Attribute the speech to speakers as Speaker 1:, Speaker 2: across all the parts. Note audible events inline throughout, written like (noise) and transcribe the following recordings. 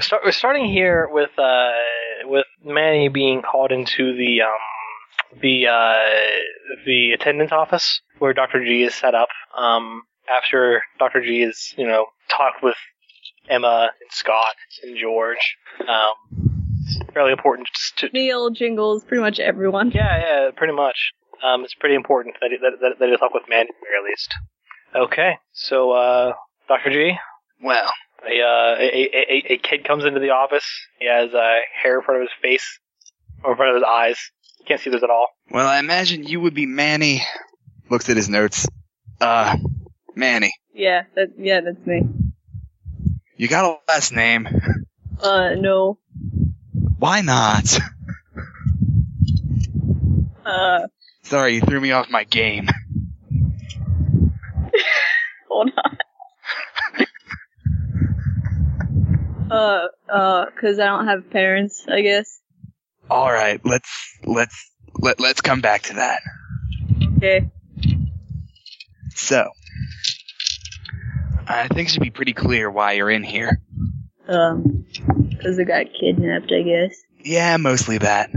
Speaker 1: start, we're starting here with uh, with Manny being called into the um, the uh, the attendance office where Doctor G is set up. Um, after Doctor G is you know talked with Emma and Scott and George. Um, it's fairly important just to
Speaker 2: Neil jingles pretty much everyone. (laughs)
Speaker 1: yeah yeah pretty much. Um, it's pretty important that he, that, that, that he talk with Manny at the very least. Okay, so uh, Doctor G,
Speaker 3: Well,
Speaker 1: a, uh, a, a, a- a kid comes into the office. He has uh, hair in front of his face, or in front of his eyes. Can't see those at all.
Speaker 3: well, I imagine you would be Manny. Looks at his notes. Uh, Manny,
Speaker 2: Yeah, that yeah, that's me.
Speaker 3: you got a last name.
Speaker 2: Uh no.
Speaker 3: Why not?
Speaker 2: Uh
Speaker 3: Sorry, you threw me off my game.
Speaker 2: hold on. (laughs) uh uh cuz I don't have parents, I guess.
Speaker 3: All right, let's let's let let's come back to that.
Speaker 2: Okay.
Speaker 3: So, I think it should be pretty clear why you're in here.
Speaker 2: Um cuz I got kidnapped, I guess.
Speaker 3: Yeah, mostly that.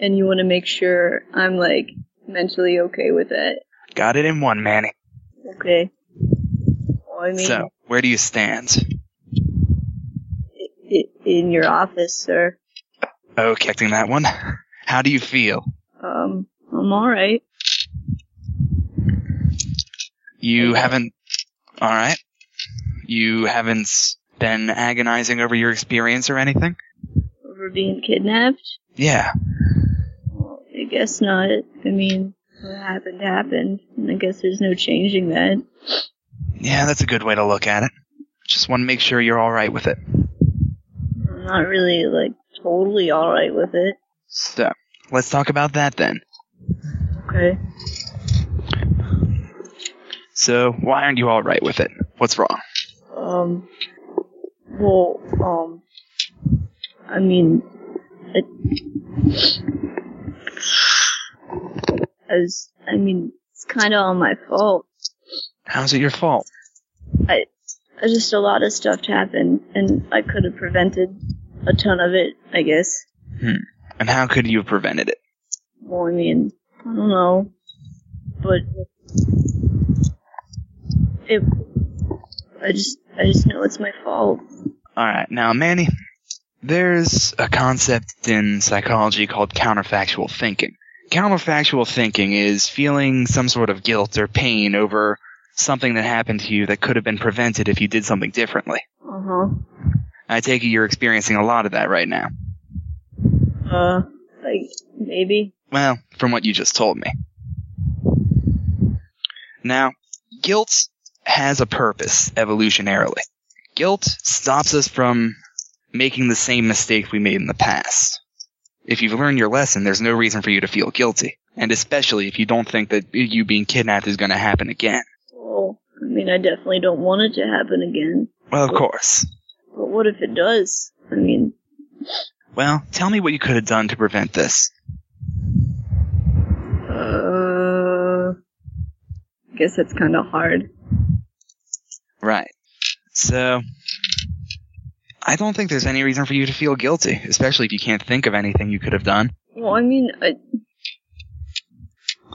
Speaker 2: And you want to make sure I'm like mentally okay with that.
Speaker 3: Got it in one, Manny.
Speaker 2: Okay. Well, I mean
Speaker 3: So, where do you stand?
Speaker 2: i- in your office, sir.
Speaker 3: Oh, kicking that one. How do you feel?
Speaker 2: Um I'm all right.
Speaker 3: You
Speaker 2: Okay.
Speaker 3: haven't. All right. You haven't s- been agonizing over your experience or anything.
Speaker 2: Over being kidnapped.
Speaker 3: Yeah.
Speaker 2: Well, I guess not. I mean, what happened happened, and I guess there's no changing that.
Speaker 3: Yeah, that's a good way to look at it. Just want to make sure you're all right with it.
Speaker 2: I'm not really like totally all right with it.
Speaker 3: So, let's talk about that then.
Speaker 2: Okay.
Speaker 3: So, why aren't you all right with it? What's wrong?
Speaker 2: Um. Well, um. I mean, it, as I mean, it's kind of all my fault.
Speaker 3: How's it your fault?
Speaker 2: Uh, Just a lot of stuff happened, and I could have prevented a ton of it, I guess.
Speaker 3: And how could you have prevented it?
Speaker 2: Well, I mean, I don't know, but it. I just, I just know it's my fault.
Speaker 3: All right, now Manny, there's a concept in psychology called counterfactual thinking. Counterfactual thinking is feeling some sort of guilt or pain over something that happened to you that could have been prevented if you did something differently.
Speaker 2: Uh huh.
Speaker 3: I take it you're experiencing a lot of that right now.
Speaker 2: Uh, like maybe.
Speaker 3: Well, from what you just told me. Now, guilt has a purpose evolutionarily. Guilt stops us from making the same mistake we made in the past. If you've learned your lesson, there's no reason for you to feel guilty. And especially if you don't think that you being kidnapped is going to happen again.
Speaker 2: Well, I mean, I definitely don't want it to happen again.
Speaker 3: Well, of course.
Speaker 2: But what if it does? I mean,
Speaker 3: Well, tell me what you could have done to prevent this.
Speaker 2: uh, I guess that's kind of hard.
Speaker 3: Right. So, I don't think there's any reason for you to feel guilty, especially if you can't think of anything you could have done.
Speaker 2: Well, I mean, I,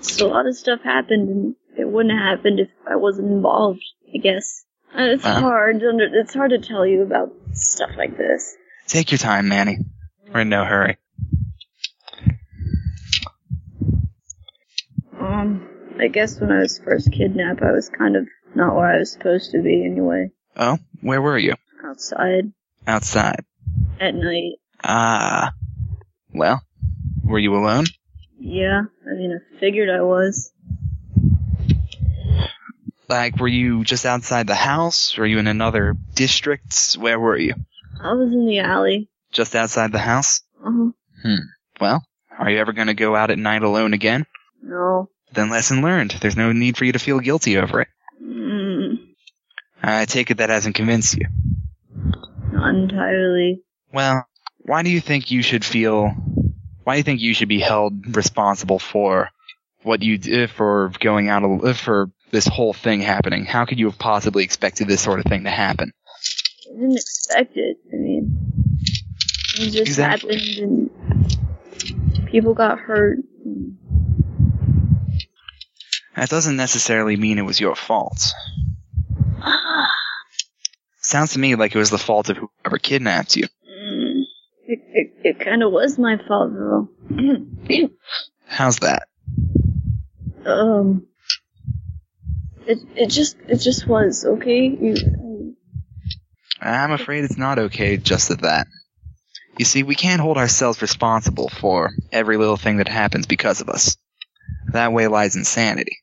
Speaker 2: so a lot of stuff happened, and it wouldn't have happened if I wasn't involved. I guess and it's
Speaker 3: Uh-huh.
Speaker 2: hard. to under- It's hard to tell you about stuff like this.
Speaker 3: Take your time, Manny. We're in no hurry.
Speaker 2: Um, I guess when I was first kidnapped, I was kind of not where I was supposed to be anyway.
Speaker 3: Oh, where were you?
Speaker 2: Outside
Speaker 3: Outside.
Speaker 2: at night.
Speaker 3: Ah. Well, were you alone?
Speaker 2: Yeah, I mean, I figured I was.
Speaker 3: Like, were you just outside the house? Were you in another district? Where were you?
Speaker 2: I was in the alley.
Speaker 3: Just outside the house?
Speaker 2: Uh-huh.
Speaker 3: Well, are you ever gonna go out at night alone again?
Speaker 2: No.
Speaker 3: Then lesson learned. There's no need for you to feel guilty over it.
Speaker 2: Mm,
Speaker 3: I take it that hasn't convinced you.
Speaker 2: not entirely.
Speaker 3: Well, why do you think you should feel? Why do you think you should be held responsible for what you did for going out of, for this whole thing happening? How could you have possibly expected this sort of thing to happen?
Speaker 2: I didn't expect it. I mean, it just
Speaker 3: Exactly.
Speaker 2: happened and people got hurt. (sighs) and-
Speaker 3: That doesn't necessarily mean it was your fault.
Speaker 2: Ah,
Speaker 3: Sounds to me like it was the fault of whoever kidnapped you.
Speaker 2: mm. it it, it kind of was my fault though. (clears throat)
Speaker 3: How's that?
Speaker 2: um, it it just it just was okay. You,
Speaker 3: I'm afraid it's not okay just at that. You see, we can't hold ourselves responsible for every little thing that happens because of us. That way lies insanity.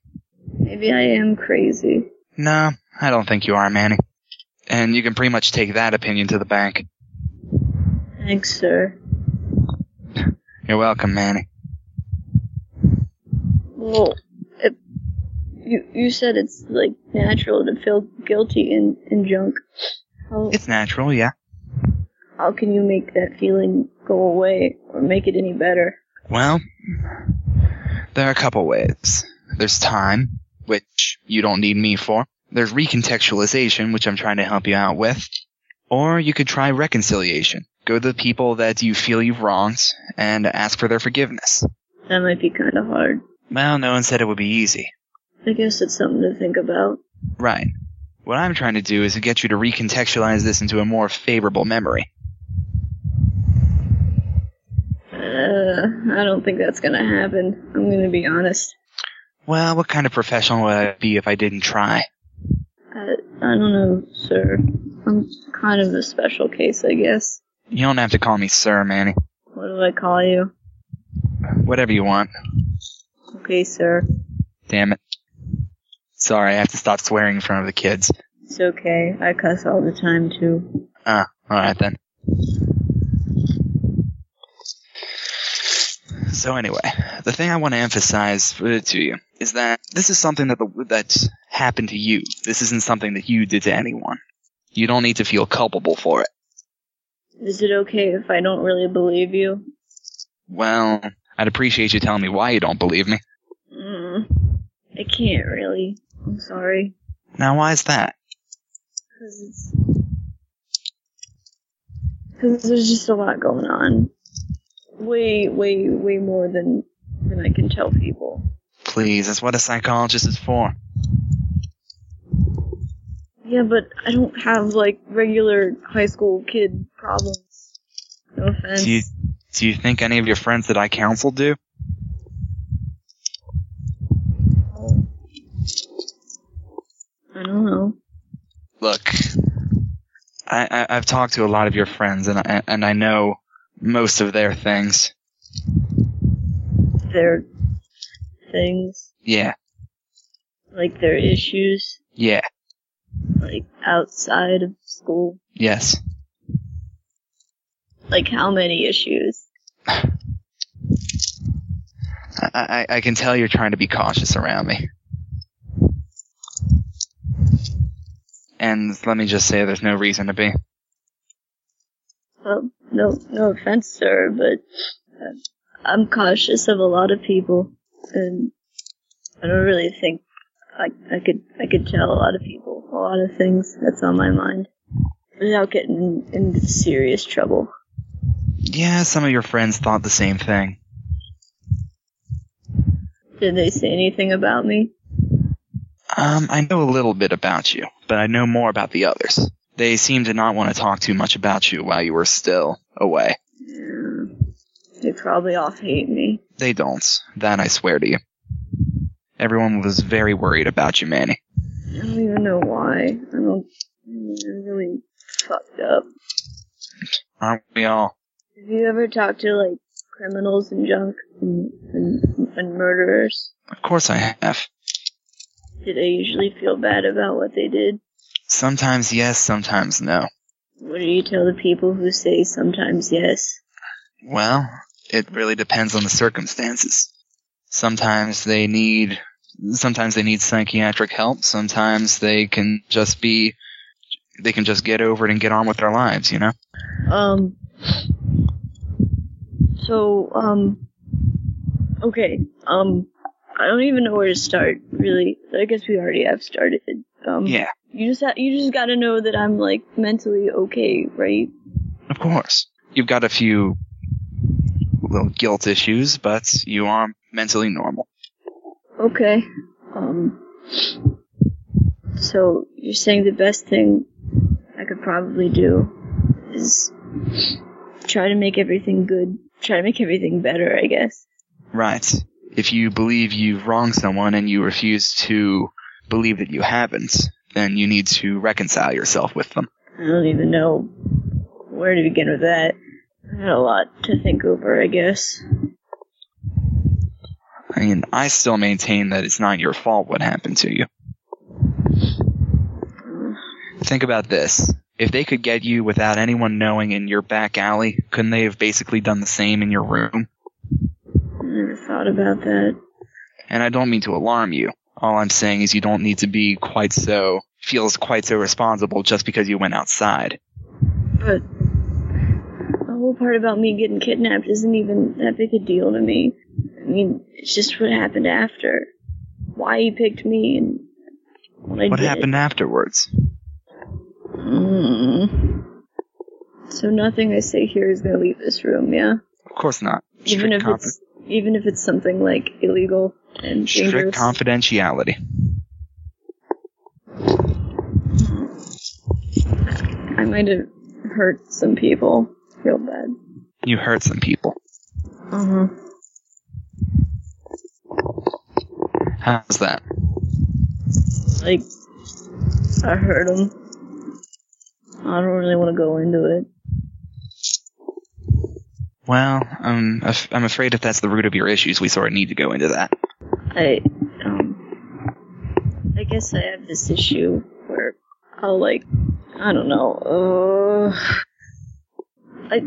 Speaker 2: maybe I am crazy.
Speaker 3: No, I don't think you are, Manny. And you can pretty much take that opinion to the bank.
Speaker 2: Thanks, sir.
Speaker 3: You're welcome, Manny.
Speaker 2: Well, it, you you said it's like natural to feel guilty in in junk. How
Speaker 3: It's natural, yeah.
Speaker 2: how can you make that feeling go away or make it any better?
Speaker 3: Well, there are a couple ways. There's time, which you don't need me for. There's recontextualization, which I'm trying to help you out with. Or you could try reconciliation. Go to the people that you feel you've wronged and ask for their forgiveness.
Speaker 2: That might be kind of hard.
Speaker 3: Well, no one said it would be easy.
Speaker 2: I guess it's something to think about.
Speaker 3: Right. What I'm trying to do is to get you to recontextualize this into a more favorable memory.
Speaker 2: Uh, I don't think that's gonna happen. I'm gonna be honest.
Speaker 3: Well, what kind of professional would I be if I didn't try?
Speaker 2: I, I don't know, sir. I'm kind of a special case, I guess.
Speaker 3: You don't have to call me sir, Manny.
Speaker 2: What do I call you?
Speaker 3: Whatever you want.
Speaker 2: Okay, sir.
Speaker 3: Damn it. Sorry, I have to stop swearing in front of the kids.
Speaker 2: It's okay. I cuss all the time too.
Speaker 3: Alright then. So anyway, the thing I want to emphasize uh, to you is that this is something that the, that's happened to you. This isn't something that you did to anyone. You don't need to feel culpable for it.
Speaker 2: Is it okay if I don't really believe you?
Speaker 3: Well, I'd appreciate you telling me why you don't believe me.
Speaker 2: Mm, I can't really. I'm sorry.
Speaker 3: Now, why is that?
Speaker 2: Cause it's. Cause there's just a lot going on. Way, way, way more than than I can tell people.
Speaker 3: Please, that's what a psychologist is for.
Speaker 2: Yeah, but I don't have like regular high school kid problems. No offense.
Speaker 3: Do you do you think any of your friends that I counsel do?
Speaker 2: I don't know.
Speaker 3: look, I, I I've talked to a lot of your friends, and I, and I know most of their things.
Speaker 2: Their things
Speaker 3: Yeah,
Speaker 2: like their issues,
Speaker 3: yeah,
Speaker 2: like outside of school.
Speaker 3: yes.
Speaker 2: Like how many issues?
Speaker 3: I, I I can tell you're trying to be cautious around me. And let me just say, there's no reason to be.
Speaker 2: Well, no, no offense, sir, but uh, I'm cautious of a lot of people, and I don't really think I, I could I could tell a lot of people a lot of things that's on my mind without getting into serious trouble.
Speaker 3: Yeah, some of your friends thought the same thing.
Speaker 2: Did they say anything about me?
Speaker 3: Um, I know a little bit about you, but I know more about the others. They seemed to not want to talk too much about you while you were still away.
Speaker 2: Yeah, they probably all hate me.
Speaker 3: They don't. That I swear to you. Everyone was very worried about you, Manny.
Speaker 2: I don't even know why. I don't. I mean, I'm really fucked up.
Speaker 3: Aren't we all?
Speaker 2: Have you ever talked to like criminals and junk and, and, and murderers?
Speaker 3: Of course I have.
Speaker 2: Do they usually feel bad about what they did?
Speaker 3: Sometimes yes, sometimes no.
Speaker 2: What do you tell the people who say sometimes yes?
Speaker 3: Well, it really depends on the circumstances. Sometimes they need, sometimes they need psychiatric help. Sometimes they can just be, they can just get over it and get on with their lives, you know?
Speaker 2: Um. So, um. Okay, um. I don't even know where to start, really. I guess we already have started. Um,
Speaker 3: Yeah.
Speaker 2: You just ha- you just got to know that I'm like mentally okay, right?
Speaker 3: Of course. You've got a few little guilt issues, but you are mentally normal.
Speaker 2: Okay. Um. So you're saying the best thing I could probably do is try to make everything good. Try to make everything better, I guess.
Speaker 3: Right. If you believe you've wronged someone and you refuse to believe that you haven't, then you need to reconcile yourself with them.
Speaker 2: I don't even know where to begin with that. I had a lot to think over, I guess.
Speaker 3: I mean, I still maintain that it's not your fault what happened to you. Think about this. If they could get you without anyone knowing in your back alley, couldn't they have basically done the same in your room?
Speaker 2: I never thought about that.
Speaker 3: And I don't mean to alarm you. All I'm saying is you don't need to be quite so, feels quite so responsible just because you went outside.
Speaker 2: But the whole part about me getting kidnapped isn't even that big a deal to me. I mean, it's just what happened after. Why he picked me and what I
Speaker 3: What
Speaker 2: did.
Speaker 3: happened afterwards?
Speaker 2: Mm. So nothing I say here is gonna leave this room, yeah.
Speaker 3: Of course not.
Speaker 2: Even if
Speaker 3: Strict confi-
Speaker 2: it's even if it's something like illegal and
Speaker 3: strict
Speaker 2: dangerous.
Speaker 3: confidentiality.
Speaker 2: I might have hurt some people real bad.
Speaker 3: You hurt some people.
Speaker 2: Uh huh.
Speaker 3: How's that?
Speaker 2: Like I hurt them. I don't really want to go into it.
Speaker 3: Well, um, af- I'm afraid if that's the root of your issues, we sort of need to go into that.
Speaker 2: I um I guess I have this issue where I'll like I don't know. Uh, I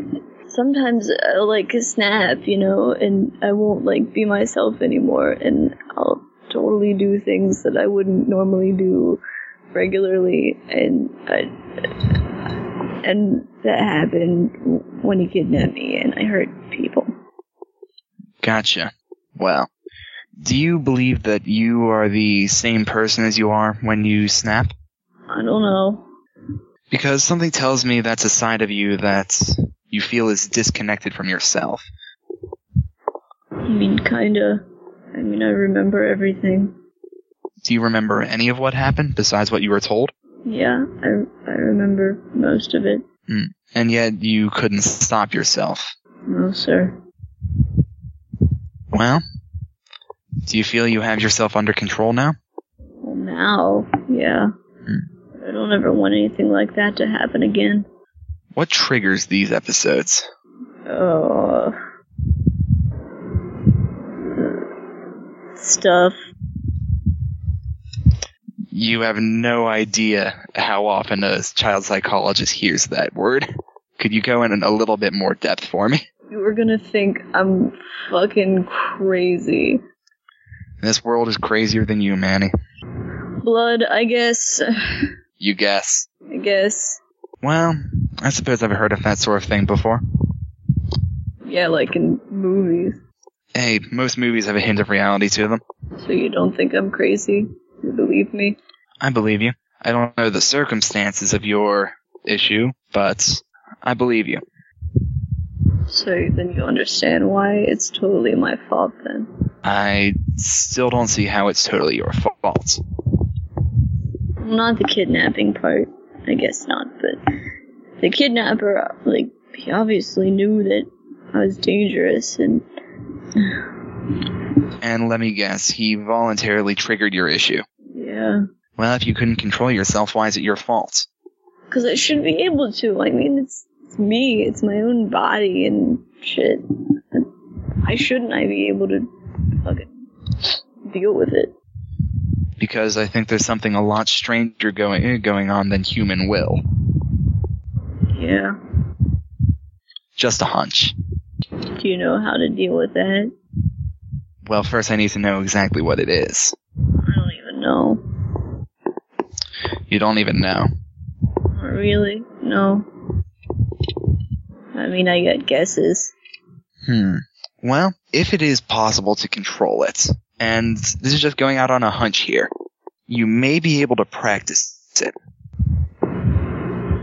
Speaker 2: sometimes I'll like snap, you know, and I won't like be myself anymore, and I'll totally do things that I wouldn't normally do regularly, and I. And that happened when he kidnapped me, and I hurt people.
Speaker 3: Gotcha. Well, do you believe that you are the same person as you are when you snap?
Speaker 2: I don't know.
Speaker 3: Because something tells me that's a side of you that you feel is disconnected from yourself.
Speaker 2: I mean, kinda. I mean, I remember everything.
Speaker 3: Do you remember any of what happened besides what you were told?
Speaker 2: Yeah, I, I remember most of it.
Speaker 3: And yet you couldn't stop yourself.
Speaker 2: No, sir.
Speaker 3: Well, do you feel you have yourself under control now?
Speaker 2: Well, now, yeah. I don't ever want anything like that to happen again.
Speaker 3: What triggers these episodes?
Speaker 2: Oh. Stuff.
Speaker 3: You have no idea how often a child psychologist hears that word. Could you go in a little bit more depth for me?
Speaker 2: You were gonna think I'm fucking crazy.
Speaker 3: This world is crazier than you, Manny.
Speaker 2: Blood, I guess.
Speaker 3: You guess.
Speaker 2: I guess.
Speaker 3: Well, I suppose I've heard of that sort of thing before.
Speaker 2: Yeah, like in movies.
Speaker 3: Hey, most movies have a hint of reality to them.
Speaker 2: So you don't think I'm crazy? You believe me?
Speaker 3: I believe you. I don't know the circumstances of your issue, but I believe you.
Speaker 2: So then you understand why it's totally my fault then.
Speaker 3: I still don't see how it's totally your fault.
Speaker 2: Not the kidnapping part. I guess not, but the kidnapper, like, he obviously knew that I was dangerous and
Speaker 3: And let me guess, he voluntarily triggered your issue.
Speaker 2: yeah.
Speaker 3: Well, if you couldn't control yourself, why is it your fault?
Speaker 2: Cause I should be able to. I mean, it's, it's me, it's my own body and shit. Why shouldn't I be able to fucking deal with it?
Speaker 3: Because I think there's something a lot stranger going eh, going on than human will.
Speaker 2: Yeah.
Speaker 3: Just a hunch.
Speaker 2: Do you know how to deal with that?
Speaker 3: Well, first I need to know exactly what it is.
Speaker 2: I don't even know.
Speaker 3: You don't even know.
Speaker 2: Not really. No. I mean, I got guesses.
Speaker 3: Hmm. Well, if it is possible to control it, and this is just going out on a hunch here, you may be able to practice accepts it.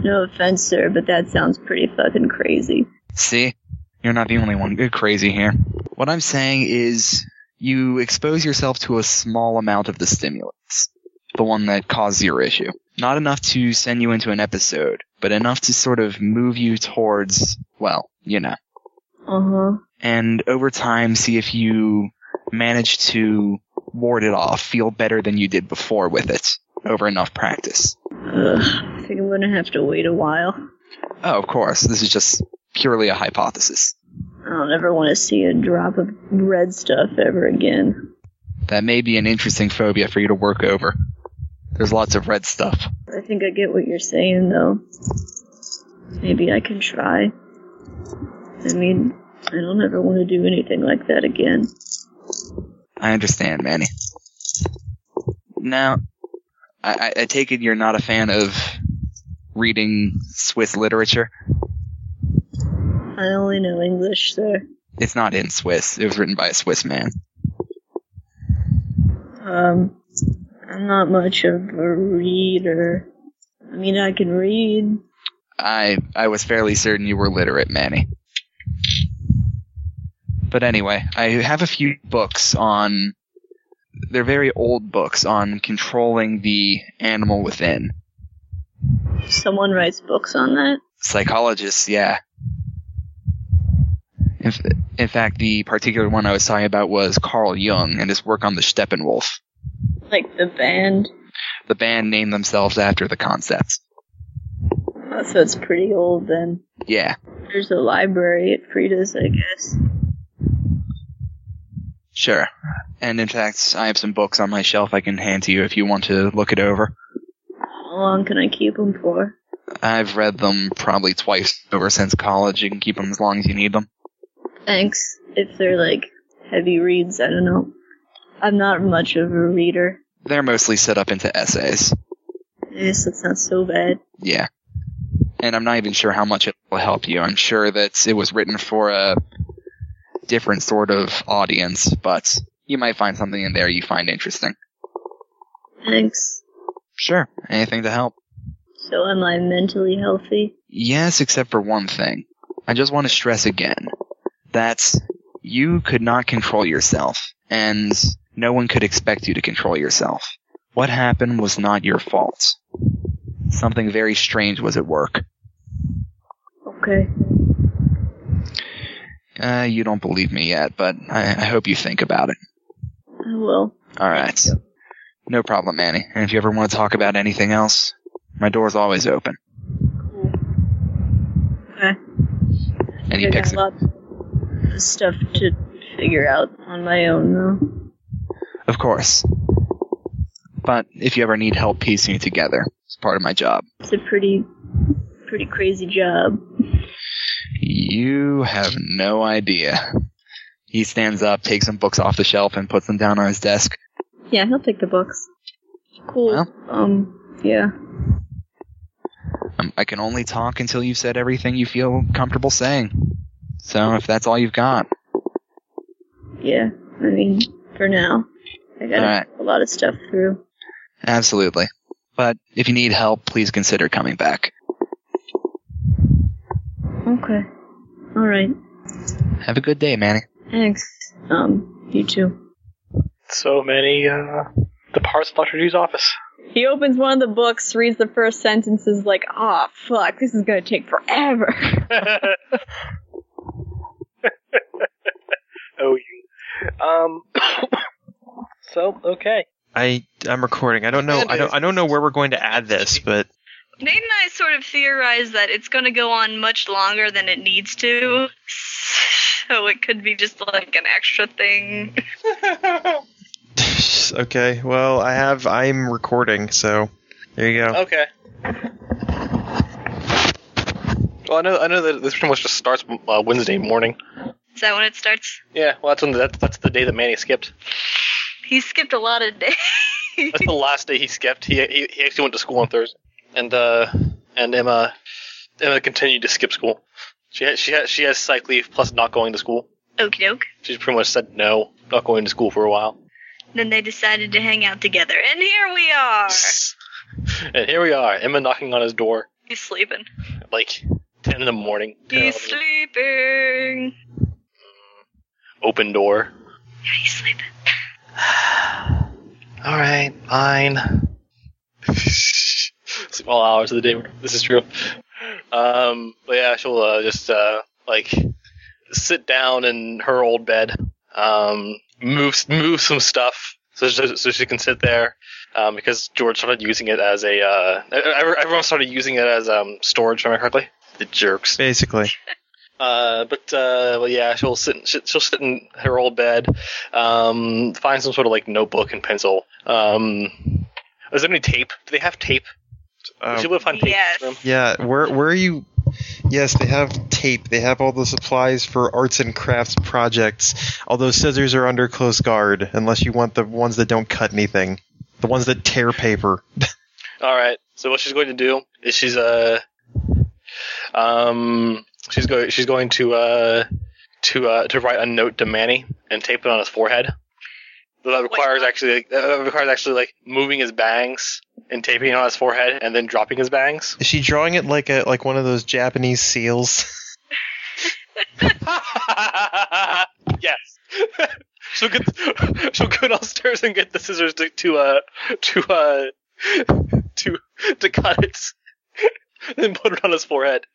Speaker 2: No offense, sir, but that sounds pretty fucking crazy.
Speaker 3: See? You're not the only one. You're crazy here. What I'm saying is you expose yourself to a small amount of the stimulants, the one that caused your issue. Not enough to send you into an episode, but enough to sort of move you towards, well, you know.
Speaker 2: Uh huh.
Speaker 3: And over time, see if you manage to ward it off, feel better than you did before with it, over enough practice.
Speaker 2: Ugh, I think I'm gonna have to wait a while.
Speaker 3: Oh, of course. This is just purely a hypothesis.
Speaker 2: I don't ever want to see a drop of red stuff ever again.
Speaker 3: That may be an interesting phobia for you to work over. There's lots of red stuff.
Speaker 2: I think I get what you're saying, though. Maybe I can try. I mean, I don't ever want to do anything like that again.
Speaker 3: I understand, Manny. Now, I, I, I take it you're not a fan of reading Swiss literature.
Speaker 2: I only know English, sir.
Speaker 3: It's not in Swiss. It was written by a Swiss man.
Speaker 2: Um, I'm not much of a reader. I mean, I can read.
Speaker 3: I I was fairly certain you were literate, Manny. But anyway, I have a few books on. They're very old books on controlling the animal within.
Speaker 2: Someone writes books on that.
Speaker 3: Psychologists, yeah. In, f- in fact, the particular one I was talking about was Carl Jung and his work on the Steppenwolf.
Speaker 2: Like the band.
Speaker 3: The band named themselves after the concept.
Speaker 2: Uh, So it's pretty old then.
Speaker 3: Yeah,
Speaker 2: There's a library at Frida's, I guess.
Speaker 3: sure. And in fact, I have some books on my shelf I can hand to you if you want to look it over.
Speaker 2: How long can I keep them for?
Speaker 3: I've read them probably twice over since college. You can keep them as long as you need them.
Speaker 2: Thanks. If they're like heavy reads, I don't know. I'm not much of a reader.
Speaker 3: They're mostly set up into essays.
Speaker 2: I guess it's not so bad.
Speaker 3: Yeah. And I'm not even sure how much it will help you. I'm sure that it was written for a different sort of audience, but you might find something in there you find interesting.
Speaker 2: Thanks.
Speaker 3: Sure. Anything to help?
Speaker 2: So am I mentally healthy?
Speaker 3: Yes, except for one thing. I just want to stress again that you could not control yourself, and no one could expect you to control yourself. What happened was not your fault. Something very strange was at work.
Speaker 2: Okay.
Speaker 3: Uh, you don't believe me yet, but I, I hope you think about it.
Speaker 2: I will.
Speaker 3: All right. No problem, Manny. And if you ever want to talk about anything else, my door's always open.
Speaker 2: Cool. Okay.
Speaker 3: And he
Speaker 2: I
Speaker 3: picks
Speaker 2: got
Speaker 3: it.
Speaker 2: lots of stuff to figure out on my own though.
Speaker 3: Of course. But if you ever need help piecing it together, it's part of my job.
Speaker 2: It's a pretty pretty crazy job.
Speaker 3: You have no idea. He stands up, takes some books off the shelf, and puts them down on his desk.
Speaker 2: Yeah, he'll take the books. Cool.
Speaker 3: Well.
Speaker 2: Um yeah.
Speaker 3: Um, I can only talk until you've said everything you feel comfortable saying. So if that's all you've got,
Speaker 2: Yeah. I mean, for now. I gotta
Speaker 3: Alright.
Speaker 2: put a lot of stuff through.
Speaker 3: absolutely. But if you need help, please consider coming back.
Speaker 2: Okay. Alright.
Speaker 3: Have a good day, Manny.
Speaker 2: Thanks. Um, you too.
Speaker 4: So many uh, departs Dr. G's
Speaker 1: (laughs)
Speaker 4: office.
Speaker 5: He opens one of the books, reads the first sentence, is like, ah, fuck, this is gonna take forever.
Speaker 2: (laughs)
Speaker 4: oh, you.
Speaker 1: (coughs)
Speaker 4: Um. so okay.
Speaker 6: I I'm recording. I don't know. I don't. I don't know where we're going to add this,
Speaker 7: (laughs)
Speaker 6: but
Speaker 8: Nate and I sort of theorized that it's going to go on much longer than it needs to. So it could be just like an extra thing.
Speaker 6: okay. Well, I have. I'm recording, so there you go.
Speaker 1: Okay. Well, I know I know that this pretty much just starts uh, Wednesday morning.
Speaker 8: Is that when it starts?
Speaker 1: Yeah, well, that's when that's, that's the day that Manny skipped.
Speaker 8: He skipped a lot of days.
Speaker 1: That's the last day he skipped. He, he he actually went to school on Thursday, and uh and Emma Emma continued to skip school. She has, she has, she has psych leave plus not going to school.
Speaker 8: (laughs) Okie doke.
Speaker 1: She's pretty much said no, not going to school for a while.
Speaker 8: Then they decided to hang out together. And here we are.
Speaker 1: and here we are, Emma knocking on his door,
Speaker 8: He's sleeping.
Speaker 1: at, like ten in the morning. 10,
Speaker 8: He's
Speaker 1: 11,
Speaker 8: sleeping.
Speaker 1: open door.
Speaker 8: Yeah, he's sleeping.
Speaker 1: All right, (laughs) fine. Sleep all hours of the day. This is true. Um, but yeah, she'll uh, just uh, like sit down in her old bed, um, move move some stuff so so, so she can sit there. Um, because George started using it as a uh, ev- everyone started using it as um, storage. Am I correctly? The jerks.
Speaker 7: Basically,
Speaker 1: Uh, but uh, well, yeah, she'll sit. she- She'll sit in her old bed, um, find some sort of like notebook and pencil. Um, is there any tape? Do they have tape?
Speaker 7: um,
Speaker 1: she would find tape.
Speaker 8: Yes.
Speaker 1: Um,
Speaker 7: yeah. Where where are you? Yes, they have tape. They have all the supplies for arts and crafts projects. Although scissors are under close guard, unless you want the ones that don't cut anything, the ones that tear paper.
Speaker 1: All right. So what she's going to do is she's uh, um, she's going she's going to uh, to uh, to write a note to Manny and tape it on his forehead. So that requires actually like, that requires actually like moving his bangs and taping it on his forehead and then dropping his bangs.
Speaker 7: Is she drawing it like a like one of those Japanese seals? (laughs)
Speaker 1: (laughs) yes. she'll get (laughs) she'll go downstairs and get the scissors to to uh to uh (laughs) to to cut it (laughs) and put it on his forehead.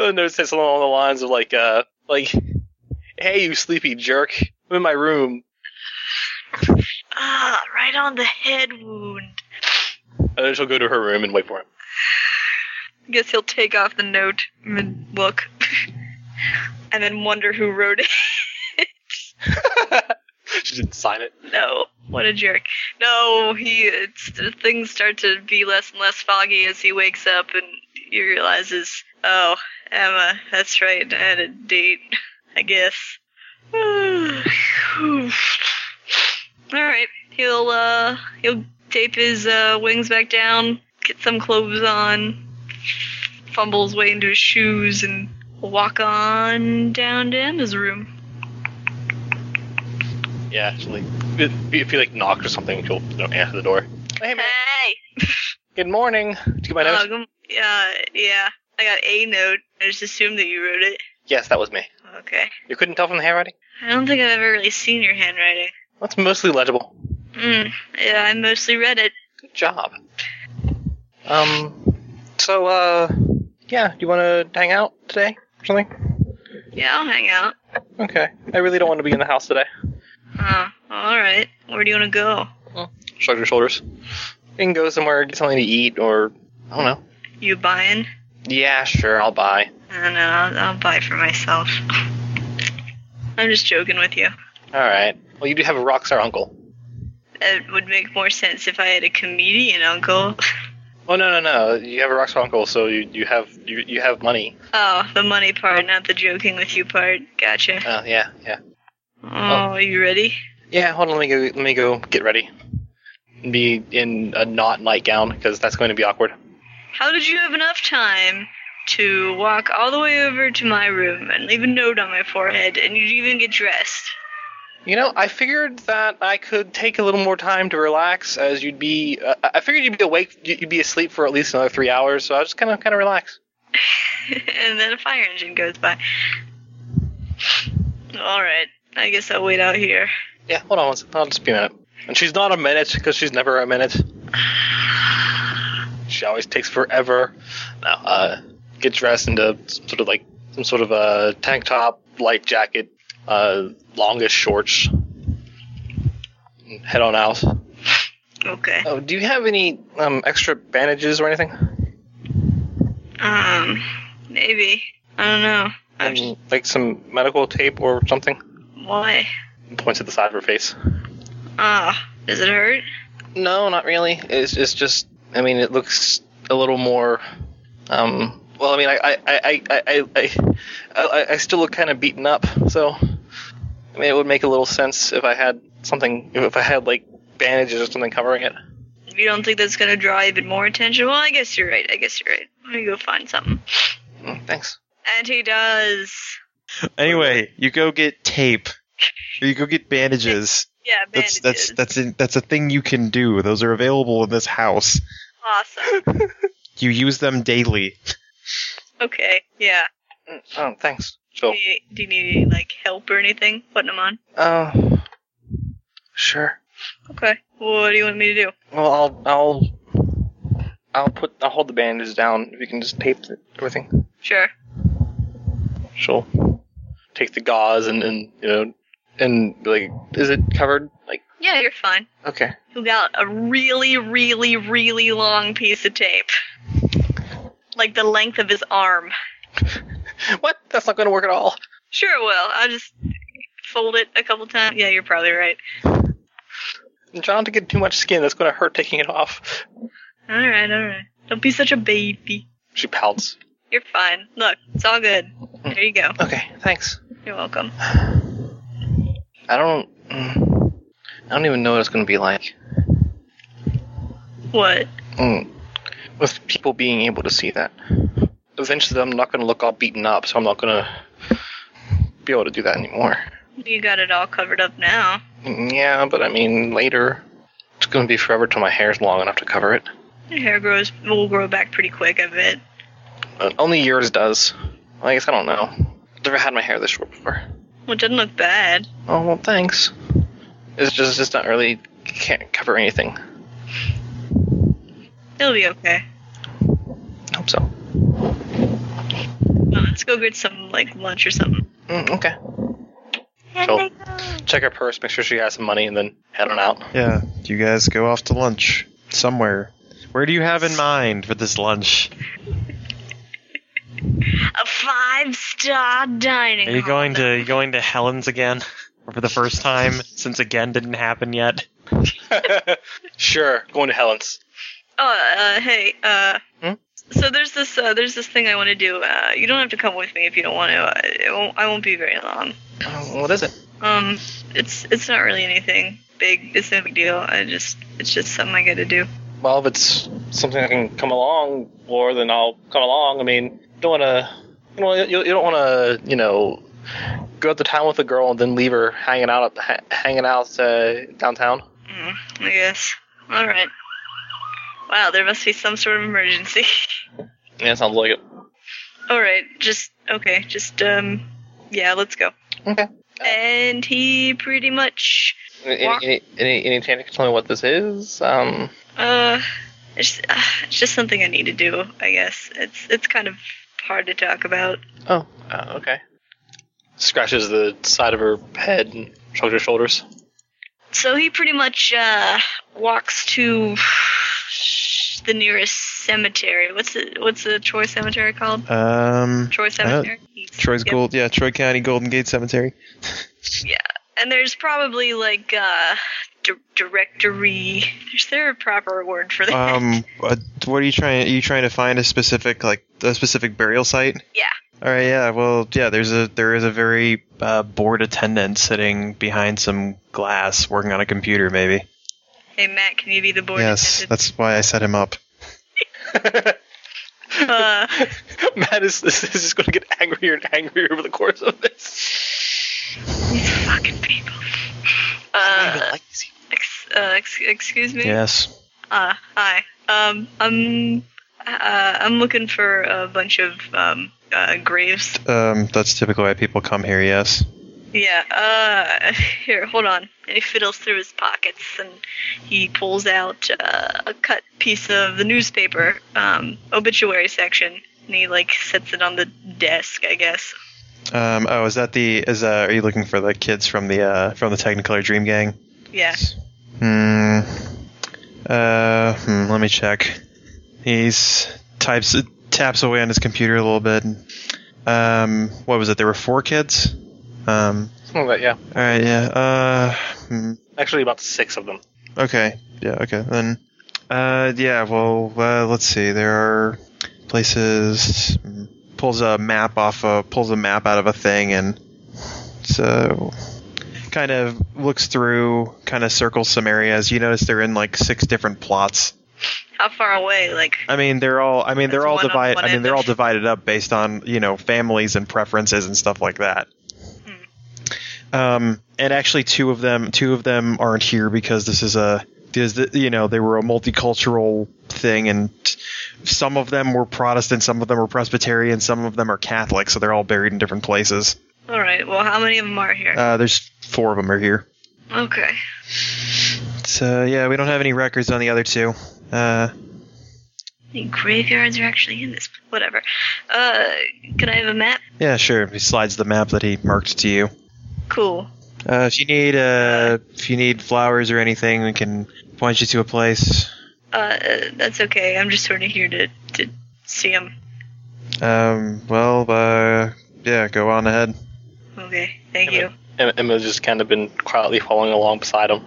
Speaker 1: And there's something along the lines of like uh like Hey you sleepy jerk, I'm in my room.
Speaker 8: Ah, right on the head wound.
Speaker 1: And then she'll go to her room and wait for him. (laughs)
Speaker 8: Guess he'll take off the note and look, (laughs) and then wonder who wrote it. (laughs)
Speaker 1: she didn't sign it.
Speaker 8: No, what a jerk. No, he. It's, things start to be less and less foggy as he wakes up and he realizes, oh, Emma, that's right, I had a date, I guess. (sighs) All right, he'll uh, he'll tape his uh, wings back down, get some clothes on, fumble his way into his shoes, and walk on down to Emma's room.
Speaker 1: Yeah, actually. If if you like knock or something, she'll you know, answer the door. Hey man,
Speaker 8: Hey.
Speaker 1: good morning. Did you get my note?
Speaker 8: Oh, good- yeah, yeah. I got a note. I just assumed that you wrote it.
Speaker 1: yes, that was me.
Speaker 8: Okay.
Speaker 1: You couldn't tell from the handwriting?
Speaker 8: I don't think I've ever really seen your handwriting.
Speaker 1: That's mostly legible.
Speaker 8: Mm, yeah, I mostly read it.
Speaker 1: Good job. Um, so, uh, yeah, do you want to hang out today or something?
Speaker 8: Yeah, I'll hang out.
Speaker 1: Okay. I really don't want to be in the house today.
Speaker 8: Huh. All right. Oh, Where do you want to go?
Speaker 1: Shrug your shoulders. We can go somewhere, get something to eat, or, I don't know.
Speaker 8: You buying?
Speaker 1: Yeah, sure, I'll buy.
Speaker 8: I don't know. I'll, I'll buy for myself. (laughs) I'm just joking with you.
Speaker 1: Alright. Well, you do have a rockstar uncle.
Speaker 8: It would make more sense if I had a comedian uncle. (laughs)
Speaker 1: Oh, no, no, no. You have a rockstar uncle, so you, you have you, you have money.
Speaker 8: Oh, the money part, not the joking with you part. Gotcha.
Speaker 1: Uh, yeah, yeah.
Speaker 8: Oh, are you ready?
Speaker 1: Yeah, hold on, let me go, let me go get ready. Be in a not nightgown, because that's going to be awkward.
Speaker 8: How did you have enough time to walk all the way over to my room and leave a note on my forehead and you didn't even get dressed? (laughs)
Speaker 1: You know, I figured that I could take a little more time to relax, as you'd be. Uh, I figured you'd be awake, you'd be asleep for at least another three hours, so I was just kind of kind of relax.
Speaker 8: and then a fire engine goes by. Alright, I guess I'll wait out here.
Speaker 1: Yeah, hold on, one sec- I'll just be a minute. And she's not a minute because she's never a minute. She always takes forever. No, uh, get dressed into some sort of like some sort of a tank top, light jacket, uh, longest shorts. and Head on out.
Speaker 8: Okay.
Speaker 1: Oh, do you have any um, extra bandages or anything?
Speaker 8: Um, maybe. I don't know. I'm just,
Speaker 1: Um, like some medical tape or something?
Speaker 8: why?
Speaker 1: Points at the side of her face.
Speaker 8: Ah, does it hurt?
Speaker 1: No, not really. It's, it's just, I mean, it looks a little more. Um, well, I mean, I, I, I, I, I, I, I, I still look kind of beaten up, so. I mean, it would make a little sense if I had something, if I had, like, bandages or something covering it.
Speaker 8: You don't think that's gonna draw even more attention? Well, I guess you're right. I guess you're right. Let me go find something.
Speaker 1: Mm, Thanks.
Speaker 8: And he does.
Speaker 7: Anyway, you go get tape, or you go get bandages.
Speaker 8: Yeah,
Speaker 7: That's
Speaker 8: bandages.
Speaker 7: that's that's a, that's a thing you can do. Those are available in this house.
Speaker 8: Awesome.
Speaker 7: (laughs)
Speaker 6: You use them daily.
Speaker 8: Okay. Yeah.
Speaker 1: Mm, Oh, thanks.
Speaker 8: Do
Speaker 1: Sure.
Speaker 8: you, do you need any, like help or anything putting them on?
Speaker 1: Uh, sure.
Speaker 8: Okay. What do you want me to do?
Speaker 1: Well, I'll, I'll, I'll put, I'll hold the bandages down. If you can just tape the, everything.
Speaker 8: Sure.
Speaker 1: She'll take the gauze and, and you know, and like, is it covered? Like,
Speaker 8: Yeah, you're fine.
Speaker 1: okay. (laughs)
Speaker 8: You got a really, really, really long piece of tape, like the length of his arm.
Speaker 1: What? That's not going to work at all.
Speaker 8: Sure, it will. I'll just fold it a couple times. Yeah, you're probably right.
Speaker 1: John, to get too much skin, that's going to hurt taking it off.
Speaker 8: All right, all right. Don't be such a baby.
Speaker 1: She pouts.
Speaker 8: You're fine. Look, it's all good. There you go.
Speaker 1: Okay, thanks.
Speaker 8: You're welcome.
Speaker 1: I don't. mm, I don't even know what it's going to be like.
Speaker 8: What?
Speaker 1: Mm, with people being able to see that. Eventually, I'm not going to look all beaten up, so I'm not going to be able to do that anymore.
Speaker 8: You got it all covered up now.
Speaker 1: Mm, Yeah, but I mean, later. It's going to be forever till my hair's long enough to cover it.
Speaker 8: Your hair grows will grow back pretty quick, I bet.
Speaker 1: Uh, only yours does. I guess I don't know. I've never had my hair this short before.
Speaker 8: Well, it doesn't look bad.
Speaker 1: Oh, well, thanks. It's just, it's just not really. Can't cover anything.
Speaker 8: It'll be okay.
Speaker 1: I hope so.
Speaker 8: Well, let's go get some like lunch or something.
Speaker 1: Mm, okay. She'll check her purse, make sure she has some money, and then head on out. (laughs)
Speaker 6: Yeah, you guys go off to lunch somewhere. Where do you have in mind for this lunch?
Speaker 8: A five star dining.
Speaker 6: Are you
Speaker 8: hall.
Speaker 6: going to you going to Helen's again? For the first time since again didn't happen yet.
Speaker 1: sure, going to Helen's.
Speaker 8: Oh, uh, hey. Uh.
Speaker 1: Hmm?
Speaker 8: So there's this uh, there's this thing I want to do. Uh, you don't have to come with me if you don't want to. Uh, it won't, I won't be very long.
Speaker 1: What is it?
Speaker 8: Um, it's it's not really anything big. It's no big deal. I just it's just something I got to do.
Speaker 1: Well, if it's something I can come along for, then I'll come along. I mean, don't want to, you know, you, you don't want to, you know, go out to town with a girl and then leave her hanging out, at the- ha- hanging out uh, downtown.
Speaker 8: Mm, I guess. All right. Wow, there must be some sort of emergency. (laughs)
Speaker 1: Yeah, sounds like it.
Speaker 8: All right, just okay, just um, yeah, let's go.
Speaker 1: Okay.
Speaker 8: And he pretty much
Speaker 1: Any,
Speaker 8: Wha-
Speaker 1: any, any, any chance you can tell me what this is? Um,
Speaker 8: uh, it's uh, it's just something I need to do. I guess it's it's kind of hard to talk about.
Speaker 1: oh, uh, okay. Scratches the side of her head and shrugs her shoulders. (laughs)
Speaker 8: So he pretty much uh walks to the nearest cemetery. What's the what's the Troy cemetery called?
Speaker 6: Um
Speaker 8: Troy cemetery.
Speaker 6: Troy's
Speaker 8: Yep.
Speaker 6: Gold yeah, Troy County Golden Gate Cemetery. (laughs)
Speaker 8: And there's probably like uh di- directory. Is there a proper word for that?
Speaker 6: Um uh, what are you trying are you trying to find a specific like a specific burial site?
Speaker 8: (laughs) Yeah.
Speaker 6: All right, yeah. Well, yeah, there's a there is a very uh, bored attendant sitting behind some glass working on a computer maybe.
Speaker 8: Hey Matt, can you be the board
Speaker 6: yes,
Speaker 8: attendant?
Speaker 6: that's why I set him up.
Speaker 8: Uh,
Speaker 1: Matt is, is just going to get angrier and angrier over the course of this.
Speaker 8: these fucking people. Uh, ex- uh, ex- excuse me.
Speaker 6: Yes.
Speaker 8: Uh, hi. Um, I'm uh, I'm looking for a bunch of um uh, graves.
Speaker 6: Um, that's typically why people come here. Yes.
Speaker 8: Yeah. Uh, (laughs) here, hold on. And he fiddles through his pockets and he pulls out uh, a cut piece of the newspaper, um, obituary section, and he like sets it on the desk, I guess.
Speaker 6: Um, oh, is that the is uh, are you looking for the kids from the uh, from the Technicolor Dream Gang?
Speaker 8: Yeah.
Speaker 6: Hmm. Uh, hmm, let me check. He's types taps away on his computer a little bit. Um, what was it? There were four kids. Um.
Speaker 1: Something like that, yeah.
Speaker 6: All right. Yeah. Uh. Hmm.
Speaker 1: Actually, about six of them.
Speaker 6: Okay. Yeah. Okay. Then. Uh. Yeah. Well. Uh, let's see. There are places. hmm, Pulls a map off. A, pulls a map out of a thing and so kind of looks through. Kind of circles some areas. You notice they're in like six different plots.
Speaker 8: How far away? Like,
Speaker 6: I mean, they're all. I mean, they're
Speaker 8: That's
Speaker 6: all
Speaker 8: one on
Speaker 6: divided.
Speaker 8: one
Speaker 6: I mean,
Speaker 8: end
Speaker 6: they're
Speaker 8: of-
Speaker 6: all divided up based on you know families and preferences and stuff like that.
Speaker 8: Hmm.
Speaker 6: Um, and actually, two of them, two of them aren't here because this is a, because the, you know, they were a multicultural everything, and some of them were Protestant, some of them were Presbyterian, some of them are Catholic, so they're all buried in different places.
Speaker 8: All right. Well, how many of them are here?
Speaker 6: Uh, there's four of them are here.
Speaker 8: okay.
Speaker 6: So yeah, we don't have any records on the other two. Uh,
Speaker 8: The graveyards are actually in this. Whatever. Uh, can I have a map?
Speaker 6: yeah, sure. He slides the map that he marked to you.
Speaker 8: Cool.
Speaker 6: Uh, if you need uh, if you need flowers or anything, we can point you to a place.
Speaker 8: Uh, that's okay. I'm just sort of here to to see him.
Speaker 6: Um, well, uh, yeah, go on ahead.
Speaker 8: Okay. Thank
Speaker 1: Yeah,
Speaker 8: you.
Speaker 1: Em- Emma's just kind of been quietly following along beside him.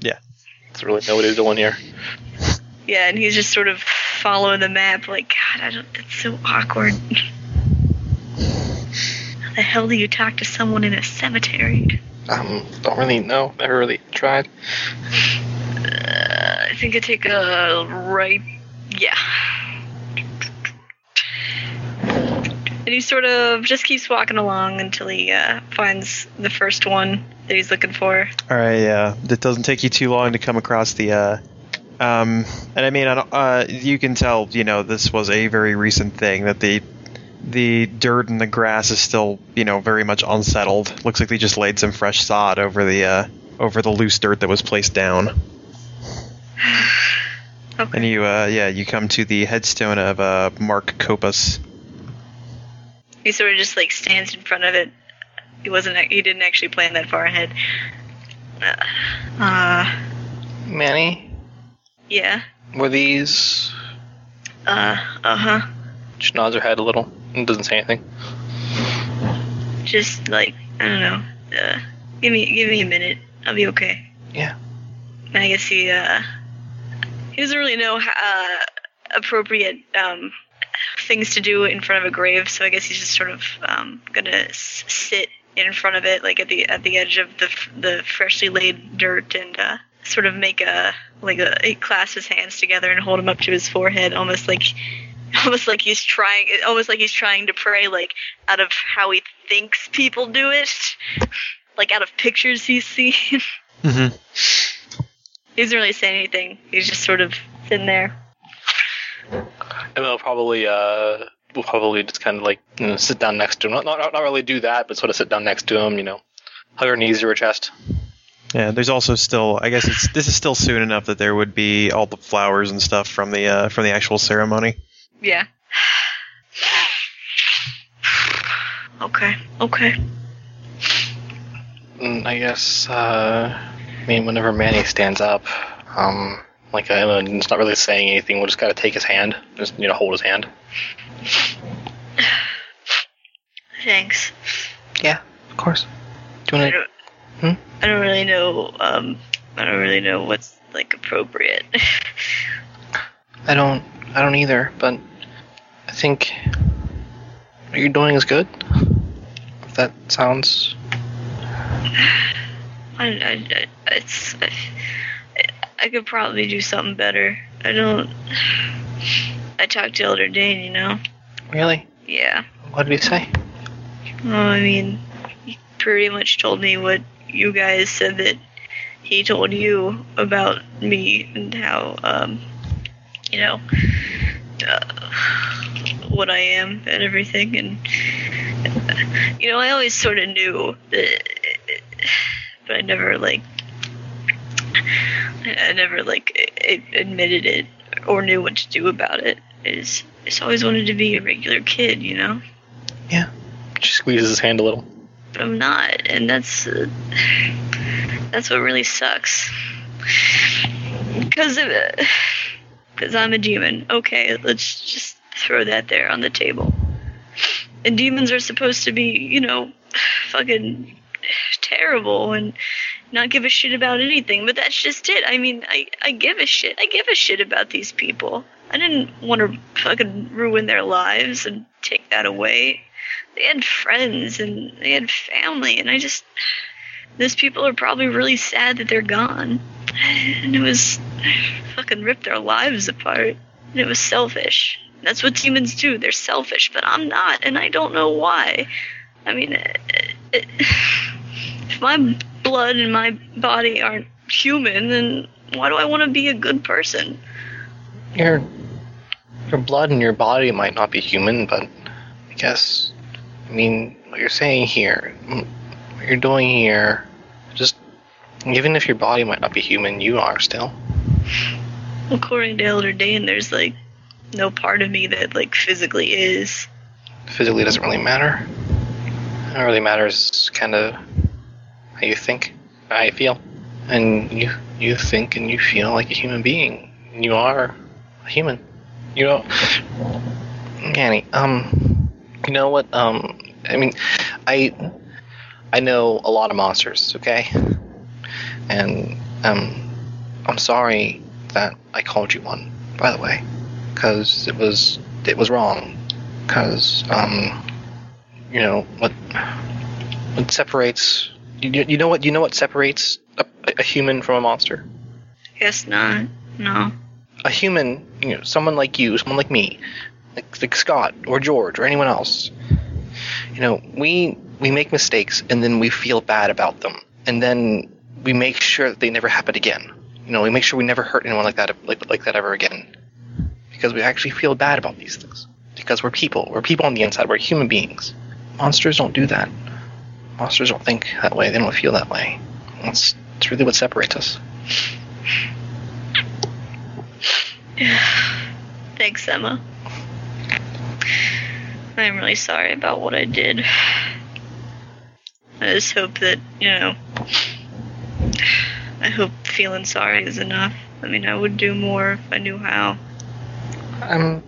Speaker 6: Yeah.
Speaker 1: Doesn't really know what he's doing here.
Speaker 8: Yeah, and he's just sort of following the map. Like, God, I don't. It's so awkward. How the hell do you talk to someone in a cemetery?
Speaker 1: Um, don't really know. Never really tried.
Speaker 8: Uh, I think I take a right. Yeah. And he sort of just keeps walking along until he uh, finds the first one that he's looking for.
Speaker 6: All right, yeah. It doesn't take you too long to come across the. Uh, um, and I mean, I don't, uh, you can tell, you know, this was a very recent thing that the the dirt and the grass is still, you know, very much unsettled. Looks like they just laid some fresh sod over the uh, over the loose dirt that was placed down.
Speaker 8: Okay.
Speaker 6: And you, uh, yeah, you come to the headstone of uh, Mark Copas.
Speaker 8: He sort of just like stands in front of it. He wasn't. ac- He didn't actually plan that far ahead. Uh, uh
Speaker 9: Manny,
Speaker 8: yeah.
Speaker 9: were these?
Speaker 8: Uh, uh huh.
Speaker 1: She nods her head a little and doesn't say anything.
Speaker 8: Just like I don't know. Uh, give me, give me a minute. I'll be okay.
Speaker 9: Yeah.
Speaker 8: And I guess he uh, he doesn't really know uh, appropriate um, things to do in front of a grave, so I guess he's just sort of um, gonna s- sit in front of it, like at the at the edge of the f- the freshly laid dirt, and uh, sort of make a like a he clasp his hands together and hold them up to his forehead, almost like (laughs) almost like he's trying almost like he's trying to pray like out of how he thinks people do it like out of pictures he's seen (laughs)
Speaker 6: Mm-hmm.
Speaker 8: He doesn't really say anything. He's just sort of sitting there.
Speaker 1: Emma will probably uh will probably just kind of like you know, sit down next to him. Not, not not really do that, but sort of sit down next to him. You know, hug her knees to her chest.
Speaker 6: Yeah, there's also still, I guess it's this is still soon enough that there would be all the flowers and stuff from the uh, from the actual ceremony.
Speaker 8: Yeah. (sighs) okay. Okay.
Speaker 1: Mm, I guess. Uh, I mean, whenever Manny stands up, um, like Emma, it's not really saying anything. We'll just gotta take his hand. Just you know, hold his hand.
Speaker 8: Thanks.
Speaker 9: Of course. Do you
Speaker 8: I
Speaker 9: want to?
Speaker 8: don't.
Speaker 9: Hmm?
Speaker 8: I don't really know. Um. I don't really know what's like appropriate. (laughs)
Speaker 9: I don't. I don't either. But I think what you're doing is good. If that sounds.
Speaker 8: I, I, I it's I, I could probably do something better. I don't. (sighs) I talked to Elder Dane, you know.
Speaker 9: Really?
Speaker 8: Yeah.
Speaker 9: What did he say?
Speaker 8: Well, I mean, he pretty much told me what you guys said that he told you about me and how, um, you know, uh, what I am and everything. And, you know, I always sort of knew that, but I never, like, I never, like, a- a- admitted it or knew what to do about it. I just, I just always wanted to be a regular kid, you know?
Speaker 1: She squeezes his hand a little.
Speaker 8: but I'm not, and that's uh, that's what really sucks. Because of it, because I'm a demon. Okay, let's just throw that there on the table. And demons are supposed to be, you know, fucking terrible and not give a shit about anything. But that's just it. I mean, I I give a shit. I give a shit about these people. I didn't want to fucking ruin their lives and take that away they had friends and they had family and i just those people are probably really sad that they're gone and it was fucking ripped their lives apart and it was selfish that's what demons do they're selfish but i'm not and i don't know why i mean it, it, if my blood and my body aren't human then why do i want to be a good person
Speaker 1: Your your blood in your body might not be human, but I guess I mean what you're saying here, mm, what you're doing here, just even if your body might not be human, you are still.
Speaker 8: According to Elder Dan, there's like no part of me that like physically is.
Speaker 1: Physically doesn't really matter. It really matters kind of how you think, how you feel, and you you think and you feel like a human being. You are a human. You know, Annie. Um, you know what? Um, I mean, I I know a lot of monsters. Okay, and um, I'm sorry that I called you one. By the way, because it was it was wrong. Because um, you know what what separates you, you know what you know what separates a, a human from a monster.
Speaker 8: Guess not. No.
Speaker 1: a human, you know, someone like you, someone like me, like, like Scott or George or anyone else, you know, we we make mistakes and then we feel bad about them, and then we make sure that they never happen again. You know, we make sure we never hurt anyone like that like like that ever again, because we actually feel bad about these things because we're people. We're people on the inside. We're human beings. Monsters don't do that. Monsters don't think that way. They don't feel that way. That's, that's really what separates us.
Speaker 8: Thanks, Emma. I'm really sorry about what I did. I just hope that, you know, I hope feeling sorry is enough. I mean, I would do more if I knew how.
Speaker 1: I'm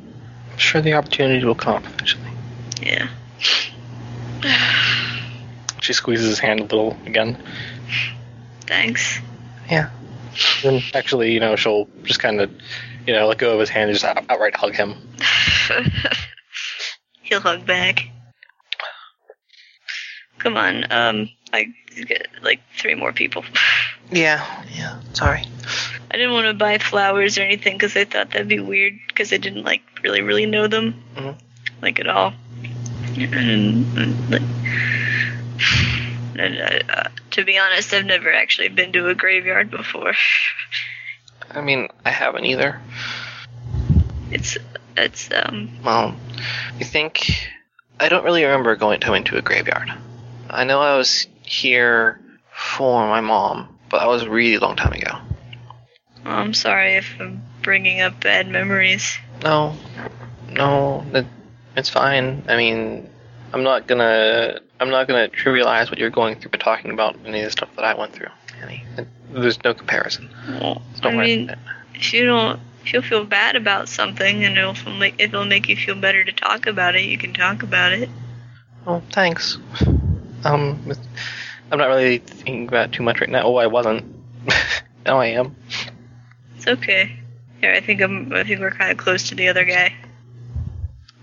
Speaker 1: sure the opportunity will come eventually.
Speaker 8: Yeah.
Speaker 10: She squeezes his hand a little again.
Speaker 8: Thanks. (laughs)
Speaker 10: Then actually, you know, she'll just kind of, you know, let go of his hand and just out- outright hug him.
Speaker 8: He'll hug back. Come on, um, I get like three more people. (laughs)
Speaker 1: Yeah, yeah. Sorry.
Speaker 8: I didn't want to buy flowers or anything because I thought that'd be weird because I didn't like really really know them
Speaker 1: Mhm.
Speaker 8: like at all. And, and, like, (sighs) and, uh, uh, to be honest, I've never actually been to a graveyard before. (laughs)
Speaker 1: I mean, I haven't either.
Speaker 8: It's it's um
Speaker 1: Well, you think I don't really remember going to into a graveyard. I know I was here for my mom, but that was a really long time ago.
Speaker 8: I'm sorry if I'm bringing up bad memories.
Speaker 1: No, no, that, it's fine. I mean, I'm not gonna, I'm not gonna trivialize what you're going through by talking about any of the stuff that I went through. Annie, It- there's no comparison.
Speaker 8: Well,
Speaker 1: It's
Speaker 8: I
Speaker 1: not worth
Speaker 8: mean,
Speaker 1: it.
Speaker 8: if you don't if you feel bad about something and it'll f- make it'll make you feel better to talk about it, you can talk about it.
Speaker 1: Oh, thanks. Um, I'm not really thinking about it too much right now. Oh, I wasn't. (laughs) now I am.
Speaker 8: It's okay. Here, I think I'm. I think we're kind of close to the other guy.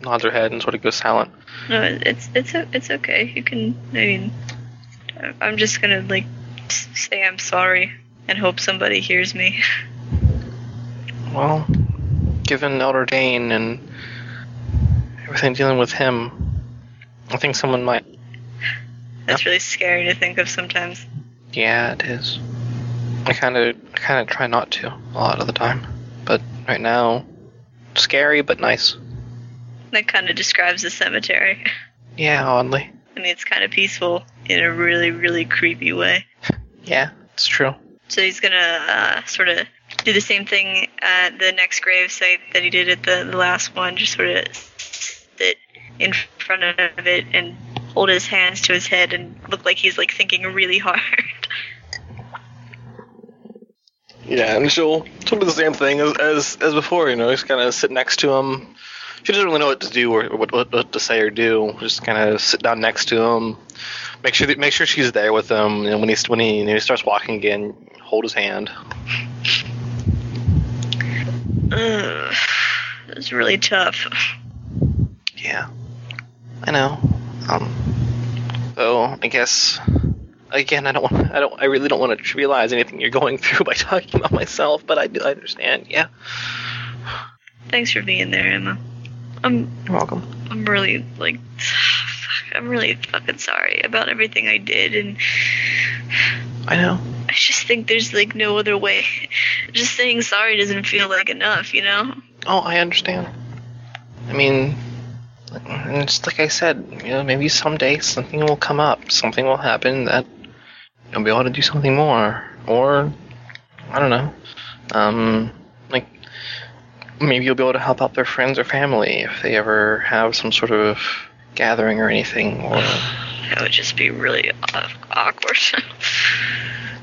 Speaker 1: Nods her head and sort of goes silent.
Speaker 8: No, it's it's o- it's okay. You can. I mean, I'm just gonna like s- say I'm sorry and hope somebody hears me. (laughs)
Speaker 1: Well, given Elder Dane and everything dealing with him, I think someone might.
Speaker 8: That's really scary to think of sometimes.
Speaker 1: Yeah, it is. I kind of, I kind of try not to a lot of the time, but right now, scary but nice.
Speaker 8: That kind of describes the cemetery. (laughs)
Speaker 1: Yeah, oddly.
Speaker 8: I mean, it's kind of peaceful in a really really creepy way.
Speaker 1: Yeah, it's true.
Speaker 8: So he's gonna uh, sort of do the same thing at the next grave site that he did at the, the last one, just sort of sit in front of it and hold his hands to his head and look like he's like thinking really hard. (laughs)
Speaker 10: Yeah, and she'll she'll do the same thing as as, as before. You know, just kind of sit next to him. She doesn't really know what to do or what what, what to say or do. Just kind of sit down next to him, make sure that, make sure she's there with him. And when he's when he, when he starts walking again, hold his hand.
Speaker 8: Ugh, it's really tough.
Speaker 1: Yeah, I know. Um, so I guess again, I don't want, I don't, I really don't want to trivialize anything you're going (laughs) through by talking about myself, but I do, I understand. Yeah,
Speaker 8: Thanks for being there, Emma. I'm
Speaker 1: you're welcome.
Speaker 8: I'm really like (sighs) fuck, I'm really fucking sorry about everything I did and
Speaker 1: I know.
Speaker 8: (laughs) I just think there's like no other way. Just saying sorry doesn't feel like enough, you know?
Speaker 1: Oh, I understand. I mean, and it's like I said, you know, maybe someday something will come up, something will happen that you'll be able to do something more, or I don't know, um, like maybe you'll be able to help out their friends or family if they ever have some sort of gathering or anything, or
Speaker 8: That would just be really aw- awkward. (laughs)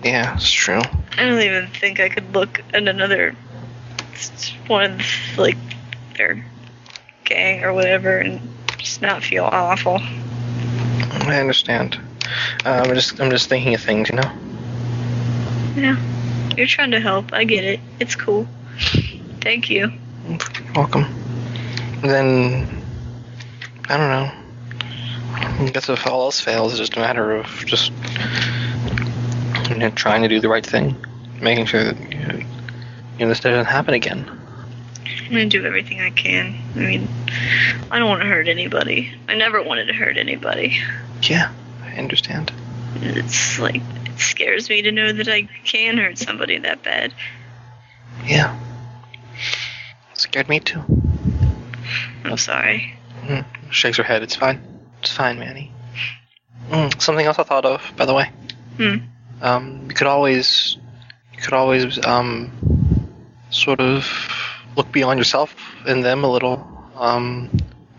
Speaker 1: yeah, it's true.
Speaker 8: I don't even think I could look at another s- one of the- like their gang or whatever and just not feel awful.
Speaker 1: I understand. Uh, I'm just I'm just thinking of things, you know.
Speaker 8: Yeah, you're trying to help. I get it. It's cool. Thank you.
Speaker 1: Welcome. Then, I don't know. I guess if all else fails, it's just a matter of just you know, trying to do the right thing, making sure that you know, you know, this doesn't happen again.
Speaker 8: I'm gonna do everything I can. I mean, I don't want to hurt anybody. I never wanted to hurt anybody.
Speaker 1: Yeah, I understand.
Speaker 8: It's like it scares me to know that I can hurt somebody that bad.
Speaker 1: Yeah, scared me too. Hmm.
Speaker 8: I'm sorry.
Speaker 1: Shakes her head. It's fine. It's fine, Manny. Mm, something else I thought of, by the way.
Speaker 8: Hmm.
Speaker 1: Um, you could always, you could always, um, sort of look beyond yourself and them a little. Um,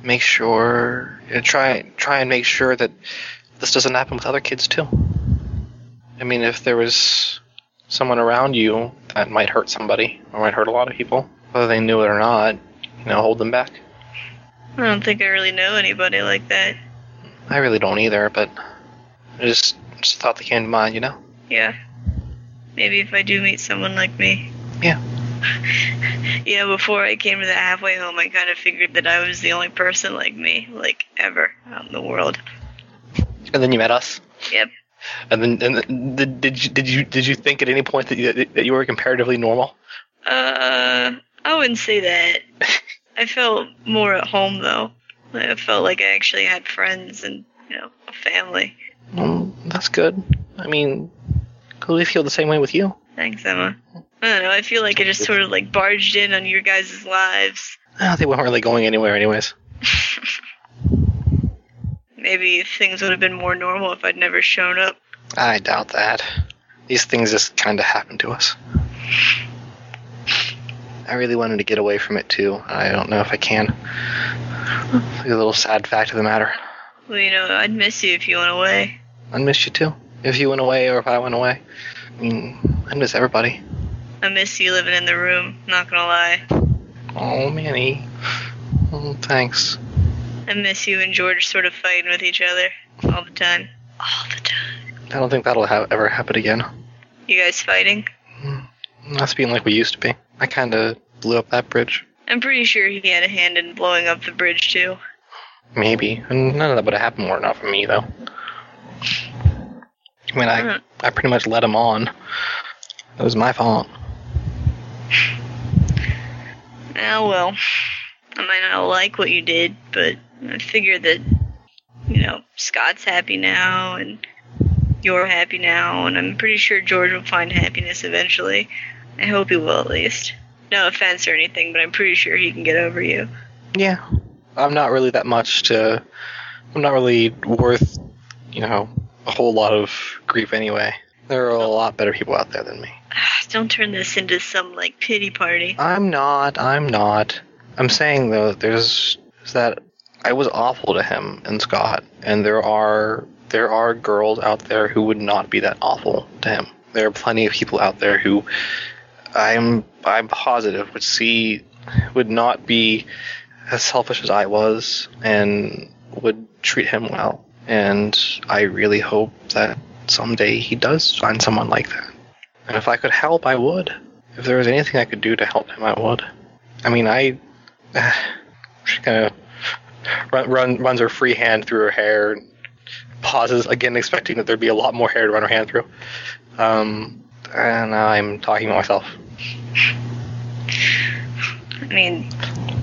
Speaker 1: make sure, you know, try, try and make sure that this doesn't happen with other kids too. I mean, if there was someone around you that might hurt somebody or might hurt a lot of people, whether they knew it or not, you know, hold them back.
Speaker 8: I don't think I really know anybody like that.
Speaker 1: I really don't either, but I just just thought they came to mind, you know.
Speaker 8: Yeah. Maybe if I do meet someone like me.
Speaker 1: Yeah.
Speaker 8: (laughs) yeah, before I came to the halfway home, I kind of figured that I was the only person like me, like ever, out in the world.
Speaker 1: And then you met us.
Speaker 8: Yep.
Speaker 1: And then and then- did, did you did you did you think at any point that you, that you were comparatively normal?
Speaker 8: Uh, I wouldn't say that. I felt more at home though. Like, I felt like I actually had friends and you know a family.
Speaker 1: Well, that's good. I mean, could we feel the same way with you?
Speaker 8: Thanks, Emma. I don't know. I feel like I just sort of like barged in on your guys' lives.
Speaker 1: Oh, they weren't really going anywhere, anyways.
Speaker 8: Maybe things would have been more normal if I'd never shown up.
Speaker 1: I doubt that. These things just kind of happen to us. I really wanted to get away from it too. I don't know if I can. A little sad fact of the matter.
Speaker 8: Well, you know, I'd miss you if you went away.
Speaker 1: I'd miss you too. If you went away or if I went away. I mean, I'd miss everybody.
Speaker 8: I miss you living in the room. Not gonna lie.
Speaker 1: Oh, Manny. Oh, thanks.
Speaker 8: I miss you and George sort of fighting with each other all the time. All the time.
Speaker 1: I don't think that'll ha- ever happen again.
Speaker 8: You guys fighting?
Speaker 1: That's being like we used to be. I kind of blew up that bridge.
Speaker 8: I'm pretty sure he had a hand in blowing up the bridge too.
Speaker 1: Maybe. And None of that would have happened more not for me, though. I mean, I, I pretty much led him on. It was my fault.
Speaker 8: Oh well. I might not like what you did, but I figure that, you know, Scott's happy now and you're happy now, and I'm pretty sure George will find happiness eventually. I hope he will at least. No offense or anything, but I'm pretty sure he can get over you.
Speaker 1: Yeah. I'm not really that much to. I'm not really worth, you know, a whole lot of grief anyway. There are a lot better people out there than me.
Speaker 8: (sighs) Don't turn this into some, like, pity party.
Speaker 1: I'm not. I'm not. I'm saying though, there's is that I was awful to him and Scott, and there are there are girls out there who would not be that awful to him. There are plenty of people out there who I'm I'm positive would see would not be as selfish as I was and would treat him well. And I really hope that someday he does find someone like that. And if I could help, I would. If there was anything I could do to help him, I would. I mean, I. uh, she kind of run, run, runs her free hand through her hair and pauses, again, expecting that there'd be a lot more hair to run her hand through. Um, and I'm talking to myself.
Speaker 8: I mean,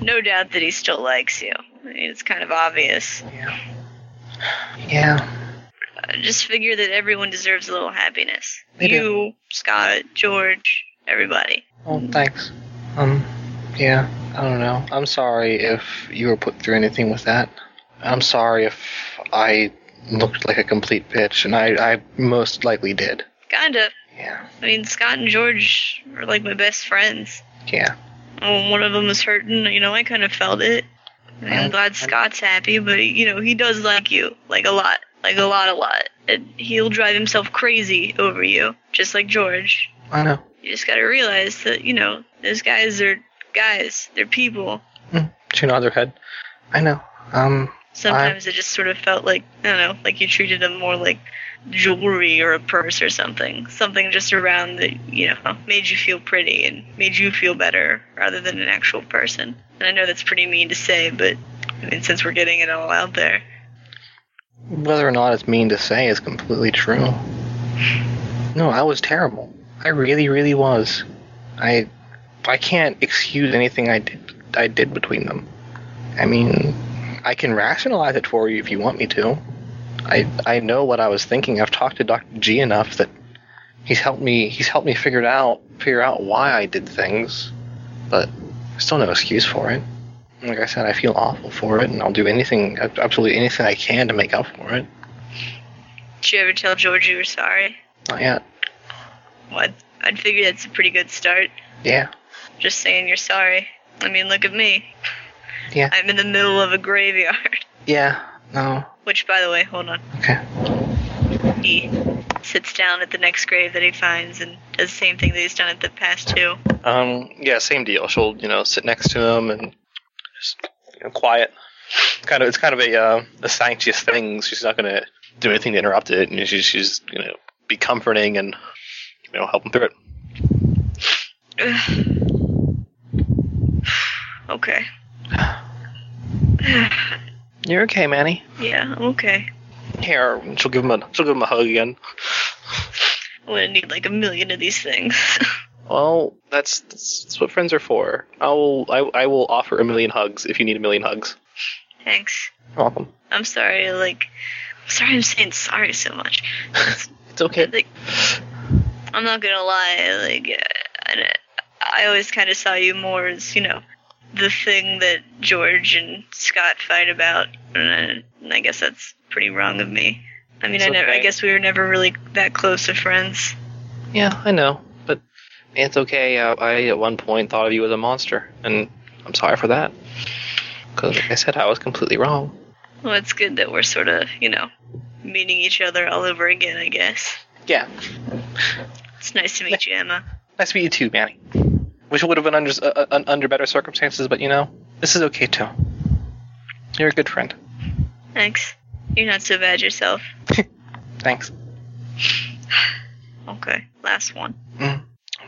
Speaker 8: no doubt that he still likes you. I mean, it's kind of obvious.
Speaker 1: Yeah.
Speaker 8: I just figure that everyone deserves a little happiness.
Speaker 1: They do.
Speaker 8: you, Scott, George, everybody.
Speaker 1: Well, thanks. Um, yeah. I don't know. I'm sorry if you were put through anything with that. I'm sorry if I looked like a complete bitch, and I, I most likely did.
Speaker 8: Kinda.
Speaker 1: Yeah.
Speaker 8: I mean, Scott and George are like my best friends.
Speaker 1: Yeah.
Speaker 8: When one of them was hurting, you know, I kind of felt it. I mean, I'm glad Scott's happy, but you know, he does like you, like a lot, like a lot, a lot. And he'll drive himself crazy over you, just like George.
Speaker 1: I know.
Speaker 8: You just gotta realize that, you know, those guys are guys, they're people.
Speaker 1: She nods her head. I know. Um,
Speaker 8: Sometimes it just sort of felt like, I don't know, like you treated them more like jewelry or a purse or something. Something just around that, you know, made you feel pretty and made you feel better rather than an actual person. And I know that's pretty mean to say, but I mean, since we're getting it all out there,
Speaker 1: whether or not it's mean to say is completely true. No, I was terrible. I really, really was. I, I can't excuse anything I did. I did between them. I mean, I can rationalize it for you if you want me to. I, I know what I was thinking. I've talked to Doctor G enough that he's helped me. He's helped me figure it out, figure out why I did things. But still, no excuse for it. Like I said, I feel awful for it, and I'll do anything, absolutely anything I can to make up for it.
Speaker 8: did you ever tell George you were sorry?
Speaker 1: Not yet.
Speaker 8: Well, I'd, I'd figure that's a pretty good start.
Speaker 1: Yeah.
Speaker 8: Just saying you're sorry. I mean, look at me.
Speaker 1: Yeah.
Speaker 8: I'm in the middle of a graveyard. (laughs)
Speaker 1: Yeah. No.
Speaker 8: Which, by the way, hold on.
Speaker 1: Okay.
Speaker 8: He sits down at the next grave that he finds and does the same thing that he's done at the past two.
Speaker 1: Um. Yeah. Same deal. She'll you know sit next to him and just you know, quiet. Kind of. It's kind of a uh, a sanctious thing. She's not gonna do anything to interrupt it, and she's she's you know be comforting and you know help him through it.
Speaker 8: (sighs) okay.
Speaker 1: You're okay, Manny.
Speaker 8: yeah, I'm okay.
Speaker 1: Here. and She'll give him a she'll give him a hug again.
Speaker 8: I'm gonna need like a million of these things. (laughs)
Speaker 1: Well, that's that's, that's what friends are for. I will I, I will offer a million hugs if you need a million hugs.
Speaker 8: Thanks.
Speaker 1: You're welcome.
Speaker 8: I'm sorry, like, I'm sorry I'm saying sorry so much. It's-
Speaker 1: It's okay.
Speaker 8: like, I'm not gonna lie, like, uh, I, I always kind of saw you more as, you know, the thing that George and Scott fight about, and I, and I guess that's pretty wrong of me. I mean,
Speaker 1: It's
Speaker 8: I never, I
Speaker 1: okay.
Speaker 8: guess we were never really that close of friends.
Speaker 1: Yeah, I know, but it's okay. Uh, I at one point thought of you as a monster, and I'm sorry for that. Because, like I said, I was completely wrong.
Speaker 8: Well, it's good that we're sort of, you know, meeting each other all over again, I guess.
Speaker 1: Yeah,
Speaker 8: It's nice to meet you, Emma.
Speaker 1: nice to meet you too, Manny. Wish it would have been under uh, uh, under better circumstances, but you know, this is okay too. You're a good friend.
Speaker 8: Thanks. You're not so bad yourself.
Speaker 1: Thanks.
Speaker 8: Okay, last one.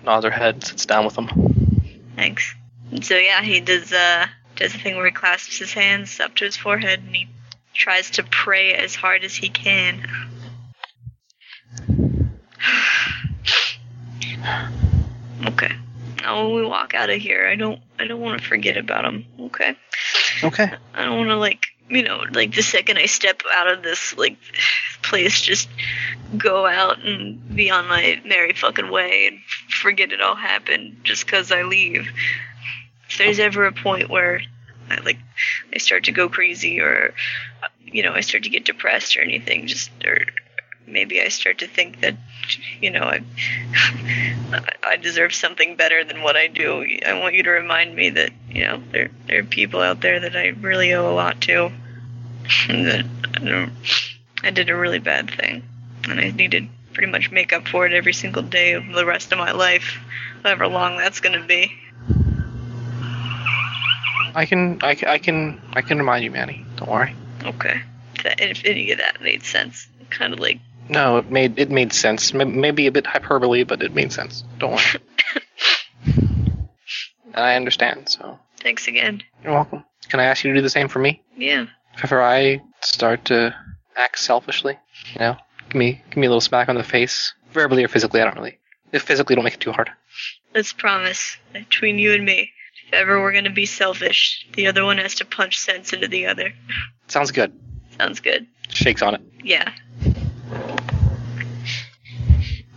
Speaker 1: Nods her head, sits down with him.
Speaker 8: Thanks. And so yeah, he does uh does the thing where he clasps his hands up to his forehead and he tries to pray as hard as he can. (sighs) okay. Now when we walk out of here, I don't I don't want to forget about him. Okay.
Speaker 1: Okay.
Speaker 8: I don't want to like you know like the second I step out of this like (sighs) place, just go out and be on my merry fucking way and forget it all happened just 'cause I leave. If there's ever a point where I like I start to go crazy or uh, you know I start to get depressed or anything, just or maybe I start to think that you know I (laughs) I deserve something better than what I do. I want you to remind me that you know there there are people out there that I really owe a lot to, (laughs) and that I, don't, I did a really bad thing, and I need to pretty much make up for it every single day of the rest of my life, however long that's gonna be.
Speaker 1: I can I, ca- I can I can remind you, Manny. Don't worry.
Speaker 8: Okay, that, if any of that made sense, kind of like
Speaker 1: No, it made it made sense. May- Maybe a bit hyperbole, but it made sense. Don't worry. I understand. So
Speaker 8: thanks again.
Speaker 1: you're welcome. Can I ask you to do the same for me?
Speaker 8: Yeah,
Speaker 1: If ever I start to act selfishly, you know, give me give me a little smack on the face, verbally or physically. I don't really. If physically, don't make it too hard.
Speaker 8: let's promise between you and me. If ever we're gonna be selfish, the other one has to punch sense into the other.
Speaker 1: Sounds good.
Speaker 8: Sounds good.
Speaker 1: Shakes on it.
Speaker 8: Yeah.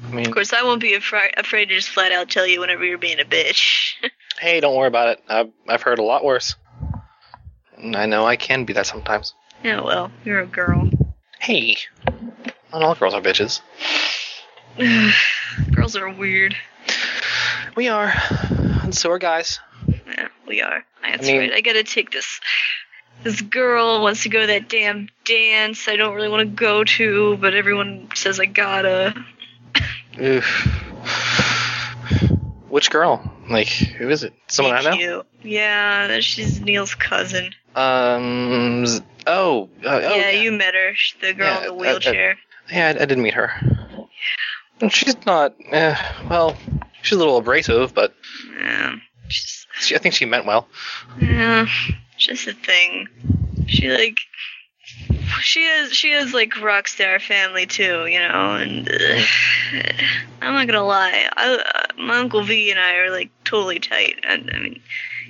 Speaker 1: I mean,
Speaker 8: Of course, I won't be afri- afraid to just flat out tell you whenever you're being a bitch. (laughs)
Speaker 1: hey, don't worry about it. I've, I've heard a lot worse. And I know I can be that sometimes.
Speaker 8: Oh well, you're a girl. (sighs)
Speaker 1: Hey, not all girls are bitches.
Speaker 8: Girls are weird.
Speaker 1: We are. And so are guys.
Speaker 8: Yeah, we are. That's
Speaker 1: mean-
Speaker 8: right. I gotta take this. This girl wants to go to that damn dance. I don't really want to go to, but everyone says I gotta.
Speaker 1: Oof. Which girl? Like, who is it? Someone I know?
Speaker 8: You. Yeah, that she's Neil's cousin.
Speaker 1: Um. z- Oh. Uh, oh.
Speaker 8: yeah, you met her. sh- The girl
Speaker 1: Yeah,
Speaker 8: in
Speaker 1: uh,
Speaker 8: the
Speaker 1: uh,
Speaker 8: wheelchair.
Speaker 1: Yeah, I, I did meet her. And she's not. Eh, well, she's a little abrasive, but
Speaker 8: yeah, she's
Speaker 1: she, I think she meant well.
Speaker 8: Yeah, just a thing. She like she is she is like rockstar family too, you know. And uh, I'm not gonna lie, I, uh, my uncle V and I are like totally tight. I, I mean,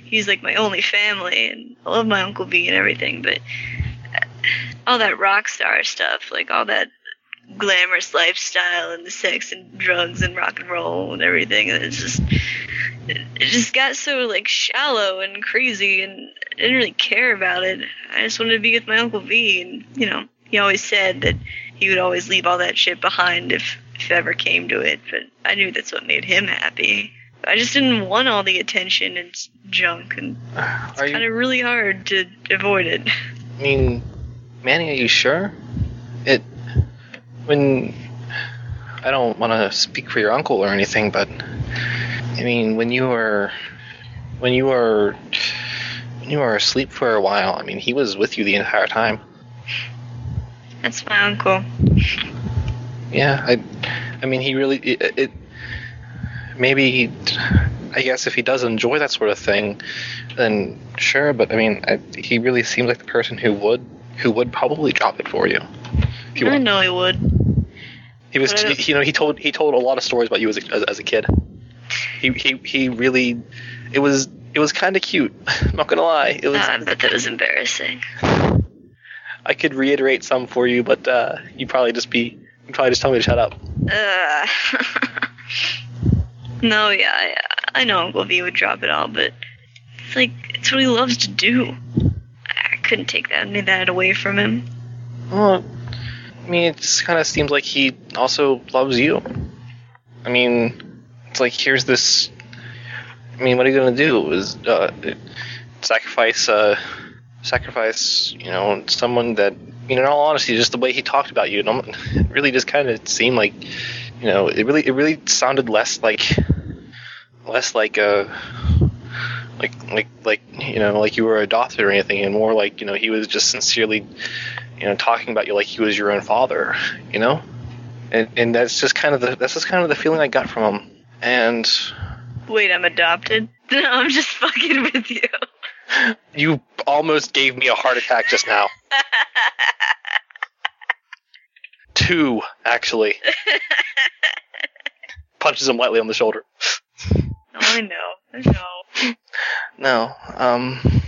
Speaker 8: he's like my only family, and I love my uncle V and everything. But uh, all that rockstar stuff, like all that glamorous lifestyle and the sex and drugs and rock and roll and everything, and it's just it it just got so like shallow and crazy and I didn't really care about it. I just wanted to be with my uncle V and you know, he always said that he would always leave all that shit behind if if ever came to it, but I knew that's what made him happy. I just didn't want all the attention and s- junk and
Speaker 1: Are
Speaker 8: kind
Speaker 1: you?
Speaker 8: of really hard to avoid it.
Speaker 1: I mean, Manny, are you sure? It. When. I don't want to speak for your uncle or anything, but. I mean, when you were. When you were. When you were asleep for a while, I mean, he was with you the entire time.
Speaker 8: That's my uncle.
Speaker 1: Yeah, I, I mean, he really it. it maybe, he, I guess, if he does enjoy that sort of thing, then sure. But I mean, I, he really seems like the person who would who would probably drop it for you. If you
Speaker 8: I
Speaker 1: want.
Speaker 8: know he would.
Speaker 1: He was,
Speaker 8: but I don't-
Speaker 1: you know, he told he told a lot of stories about you as a, as, as a kid. He, he he really, it was it was kind of cute. (laughs) I'm not gonna lie, it was.
Speaker 8: Uh, but that was embarrassing.
Speaker 1: I could reiterate some for you, but uh, you probably just be you probably just tell me to shut up.
Speaker 8: Uh, (laughs) no, yeah, I, I know Uncle V would drop it all, but it's like it's what he loves to do. I couldn't take that any of that away from him.
Speaker 1: Well, I mean, it just kind of seems like he also loves you. I mean, it's like here's this. I mean, what are you gonna do? Is uh, sacrifice, uh, sacrifice? You know, someone that. I mean, in all honesty, just the way he talked about you, and I'm- it really just kind of seemed like, you know, it really, it really sounded less like, less like a, like, like, like, you know, like you were adopted or anything, and more like, you know, he was just sincerely you know, talking about you like he was your own father, you know, and and that's just kind of the that's just kind of the feeling I got from him. And
Speaker 8: Wait, I'm adopted? (laughs) No, I'm just fucking with you. (laughs)
Speaker 1: you almost gave me a heart attack just now. Two, actually. Punches him lightly on the shoulder.
Speaker 8: Oh, I know, I know.
Speaker 1: No, um,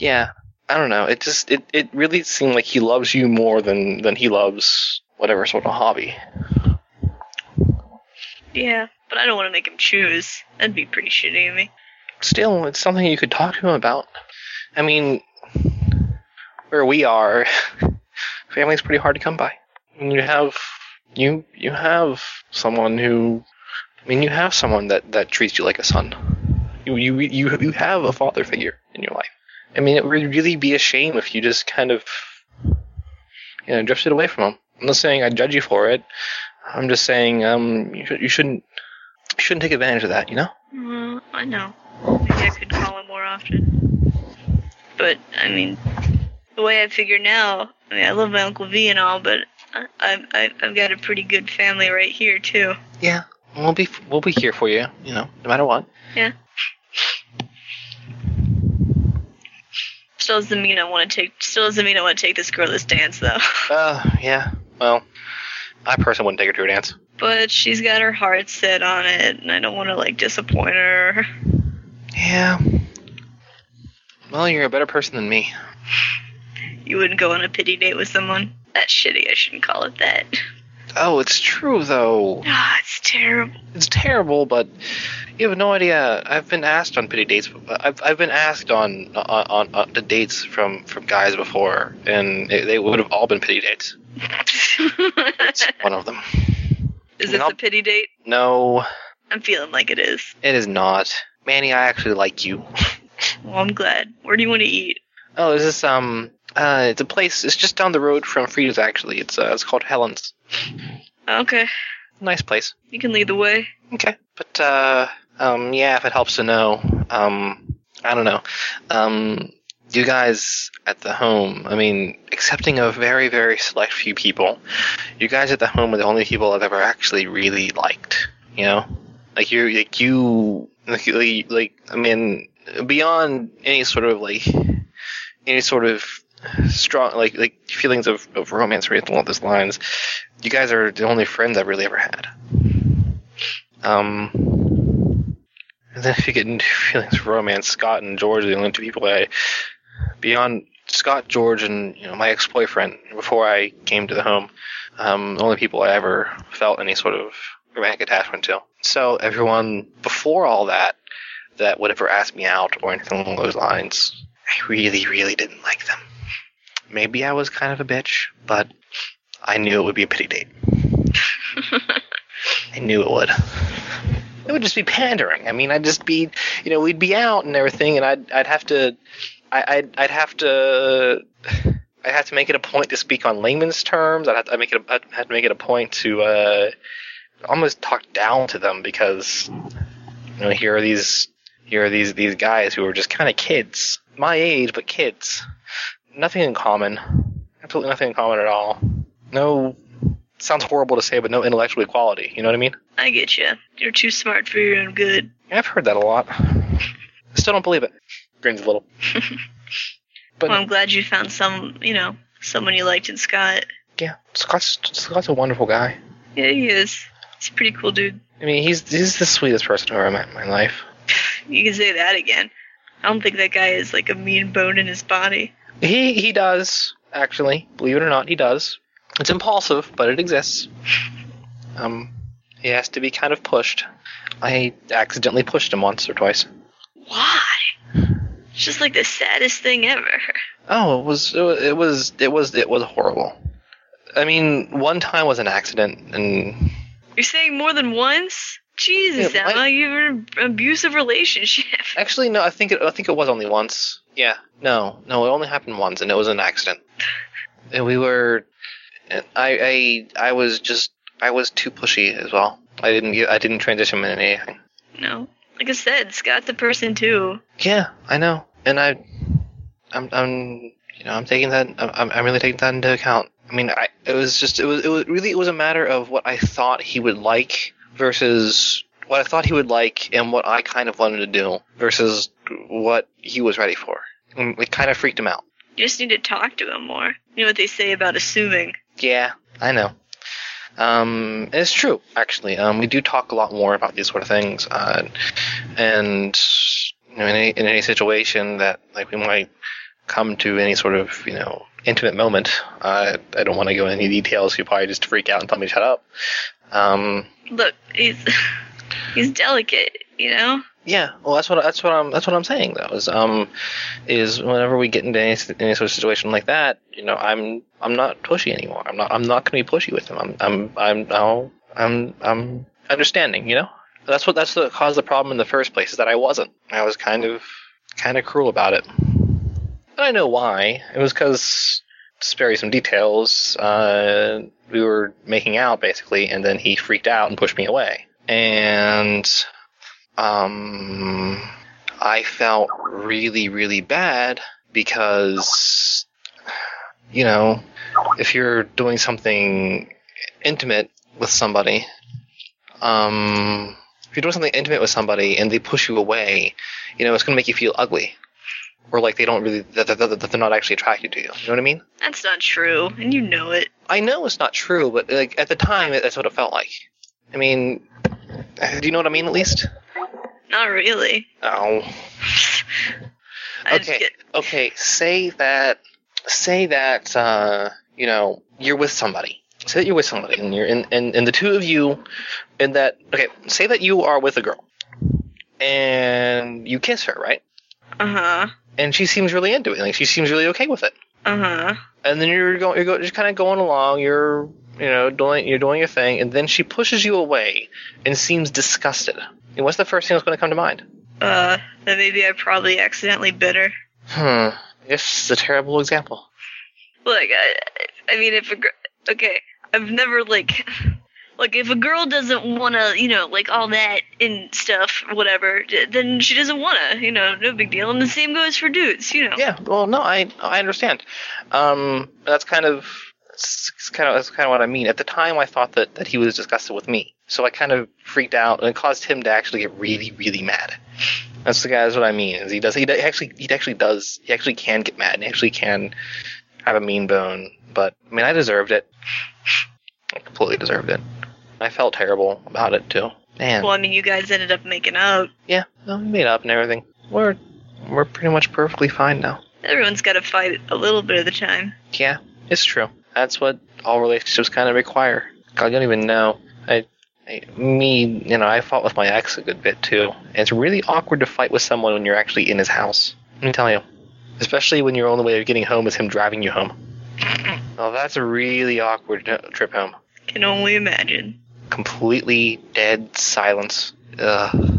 Speaker 1: yeah, I don't know. It just it it really seemed like he loves you more than than he loves whatever sort of hobby.
Speaker 8: Yeah, but I don't want to make him choose. That'd be pretty shitty of me.
Speaker 1: still, it's something you could talk to him about. I mean, where we are, (laughs) family's pretty hard to come by. And you have you you have someone who, I mean, you have someone that that treats you like a son. You you you you have a father figure in your life. I mean, it would really be a shame if you just kind of, you know, drifted away from him. I'm not saying I judge you for it. I'm just saying um you, should, you shouldn't you shouldn't take advantage of that. You know.
Speaker 8: Uh, I know. Maybe I could call him more often. But, I mean, the way I figure now, I mean, I love my Uncle V and all, but I, I, I- I've got a pretty good family right here, too.
Speaker 1: Yeah, we'll be we'll be here for you. You know, no matter what.
Speaker 8: Still doesn't mean I want to take. Still doesn't mean I want to take this girl this dance though. (laughs)
Speaker 1: Uh, yeah. Well, I personally wouldn't take her to a dance.
Speaker 8: But she's got her heart set on it, and I don't want to like disappoint her.
Speaker 1: Yeah. Well, you're a better person than me.
Speaker 8: You wouldn't go on a pity date with someone. That's shitty. I shouldn't call it that. (laughs)
Speaker 1: Oh, it's true though.
Speaker 8: Ah, it's terrible. (laughs)
Speaker 1: It's terrible, but you have no idea. I've been asked on pity dates. I've, I've been asked on on, on on the dates from from guys before, and they, they would have all been pity dates. It's one (laughs) of them.
Speaker 8: is this
Speaker 1: Nope.
Speaker 8: a pity date?
Speaker 1: No,
Speaker 8: I'm feeling like it is.
Speaker 1: it is not. Manny, I actually like you.
Speaker 8: Well, I'm glad. Where do you want to eat?
Speaker 1: Oh, is this um? Uh, it's a place. It's just down the road from Frida's. Actually, it's uh, it's called Helen's.
Speaker 8: Okay,
Speaker 1: Nice place.
Speaker 8: you can lead the way.
Speaker 1: Okay. But uh, um, yeah, if it helps to know, um, I don't know, um, you guys at the home. I mean, excepting a very very select few people, you guys at the home are the only people I've ever actually really liked. You know, like you, like you, like, you- like I mean, beyond any sort of like any sort of strong like like feelings of, of romance or anything along those lines you guys are the only friends i've really ever had um, and then if you get into (laughs) feelings of romance, Scott and George are the only two people I, beyond Scott, George, and you know my ex-boyfriend before I came to the home, um, the only people I ever felt any sort of romantic attachment to. So everyone before all that, that would ever ask me out or anything along those lines, I really, really didn't like them. Maybe I was kind of a bitch, but I knew it would be a pity date. I knew it would. It would just be pandering. I mean, I'd just be, you know, we'd be out and everything, and I'd, I'd have to, I, I'd, I'd have to, I'd have to make it a point to speak on layman's terms. I'd have to I'd make it, a, I'd have to make it a point to uh, almost talk down to them because, you know, here are these, here are these, these guys who are just kind of kids, my age, but kids. Nothing in common. Absolutely nothing in common at all. No, sounds horrible to say, but no intellectual equality. You know what I mean?
Speaker 8: I get you. You're too smart for your own good.
Speaker 1: Yeah, I've heard that a lot. Still don't believe it. Grins a little. But-
Speaker 8: well, I'm glad you found some, you know, someone you liked in Scott.
Speaker 1: Yeah, Scott's Scott's a wonderful guy.
Speaker 8: Yeah, he is. He's a pretty cool dude.
Speaker 1: I mean, he's he's the sweetest person I've ever met in my life.
Speaker 8: You can say that again. I don't think that guy is like a mean bone in his body.
Speaker 1: He he does actually, believe it or not, he does. It's impulsive, but it exists. Um, he has to be kind of pushed. I accidentally pushed him once or twice.
Speaker 8: Why? It's just like the saddest thing ever. (laughs)
Speaker 1: Oh, it was it wa- it was it was it was horrible. I mean, one time was an accident, and
Speaker 8: You're saying more than once? Jesus,
Speaker 1: Yeah, why-
Speaker 8: Emma, you're in an abusive relationship. (laughs)
Speaker 1: Actually, no. I think it, I think it was only once. Yeah. No, no. It only happened once, and it was an accident. And we were, and I, I, I was just, I was too pushy as well. I didn't, get- I didn't transition in anything.
Speaker 8: No. Like I said, Scott's a person too.
Speaker 1: Yeah, I know, and I, I'm, I'm, you know, I'm taking that, I'm, I'm really taking that into account. I mean, I, it was just, it was, it was really, it was a matter of what I thought he would like versus what I thought he would like and what I kind of wanted to do versus what he was ready for. And it kind of freaked him out.
Speaker 8: You just need to talk to him more. You know what they say about assuming.
Speaker 1: Yeah, I know. Um, it's true, actually. Um, we do talk a lot more about these sort of things, uh, and you know, in any, in any situation that like we might come to any sort of you know intimate moment, uh, I don't want to go into any details. You probably just freak out and tell me to shut up. Um,
Speaker 8: Look, he's (laughs) he's delicate, you know?
Speaker 1: yeah, well, that's what that's what I'm that's what I'm saying though is um is whenever we get into any, any sort of situation like that, you know, I'm I'm not pushy anymore. I'm not I'm not going to be pushy with them. I'm I'm I'm I'll, I'm I'm understanding. You know, that's what that's what caused the problem in the first place is that I wasn't. I was kind of kind of cruel about it. And I know why. It was because spare you some details. Uh, we were making out basically, and then he freaked out and pushed me away. And um, I felt really, really bad because, you know, if you're doing something intimate with somebody, um, if you're doing something intimate with somebody and they push you away, you know, it's going to make you feel ugly. Or like they don't really, that, that, that, that they're not actually attracted to you. You know what I mean?
Speaker 8: That's not true, and you know it.
Speaker 1: I know it's not true, but like at the time, that's what it felt like. I mean, do you know what I mean at least?
Speaker 8: Not really.
Speaker 1: Oh.
Speaker 8: I
Speaker 1: Okay.
Speaker 8: get-
Speaker 1: okay, say that, say that, uh, you know, you're with somebody. say that you're with somebody, and you're in, and, and the two of you, in that okay, say that you are with a girl, and you kiss her, right?
Speaker 8: Uh huh.
Speaker 1: And she seems really into it. Like she seems really okay with it.
Speaker 8: Uh huh.
Speaker 1: And then you're going, you're go, just kind of going along. You're you know doing you're doing your thing, and then she pushes you away and seems disgusted. And what's the first thing that's going to come to mind?
Speaker 8: Uh, then maybe I probably accidentally bit her.
Speaker 1: Hmm. This is a terrible example.
Speaker 8: Look, I, I mean, if a gr- okay, I've never like, (laughs) like if a girl doesn't wanna, you know, like all that and stuff, whatever, d- then she doesn't wanna, you know, no big deal. And the same goes for dudes, you know.
Speaker 1: Yeah. Well, no, I I understand. Um, that's kind of it's, it's kind of that's kind of what I mean. At the time, I thought that that he was disgusted with me, so I kind of freaked out, and it caused him to actually get really really mad. That's the guy. That's what I mean. Is he does he d- actually he actually does he actually can get mad and he actually can have a mean bone. But I mean, I deserved it. I completely deserved it. I felt terrible about it too. Man.
Speaker 8: Well, I mean, you guys ended up making up.
Speaker 1: Yeah, no, we made up and everything. We're we're pretty much perfectly fine now.
Speaker 8: Everyone's got to fight a little bit of the time.
Speaker 1: Yeah, it's true. That's what all relationships kind of require. God, you don't even know. I, I, me, you know, I fought with my ex a good bit too. And it's really awkward to fight with someone when you're actually in his house. Let me tell you, especially when your only way of getting home is him driving you home. Oh, that's a really awkward uh, trip home.
Speaker 8: Can only imagine.
Speaker 1: Completely dead silence. Ugh.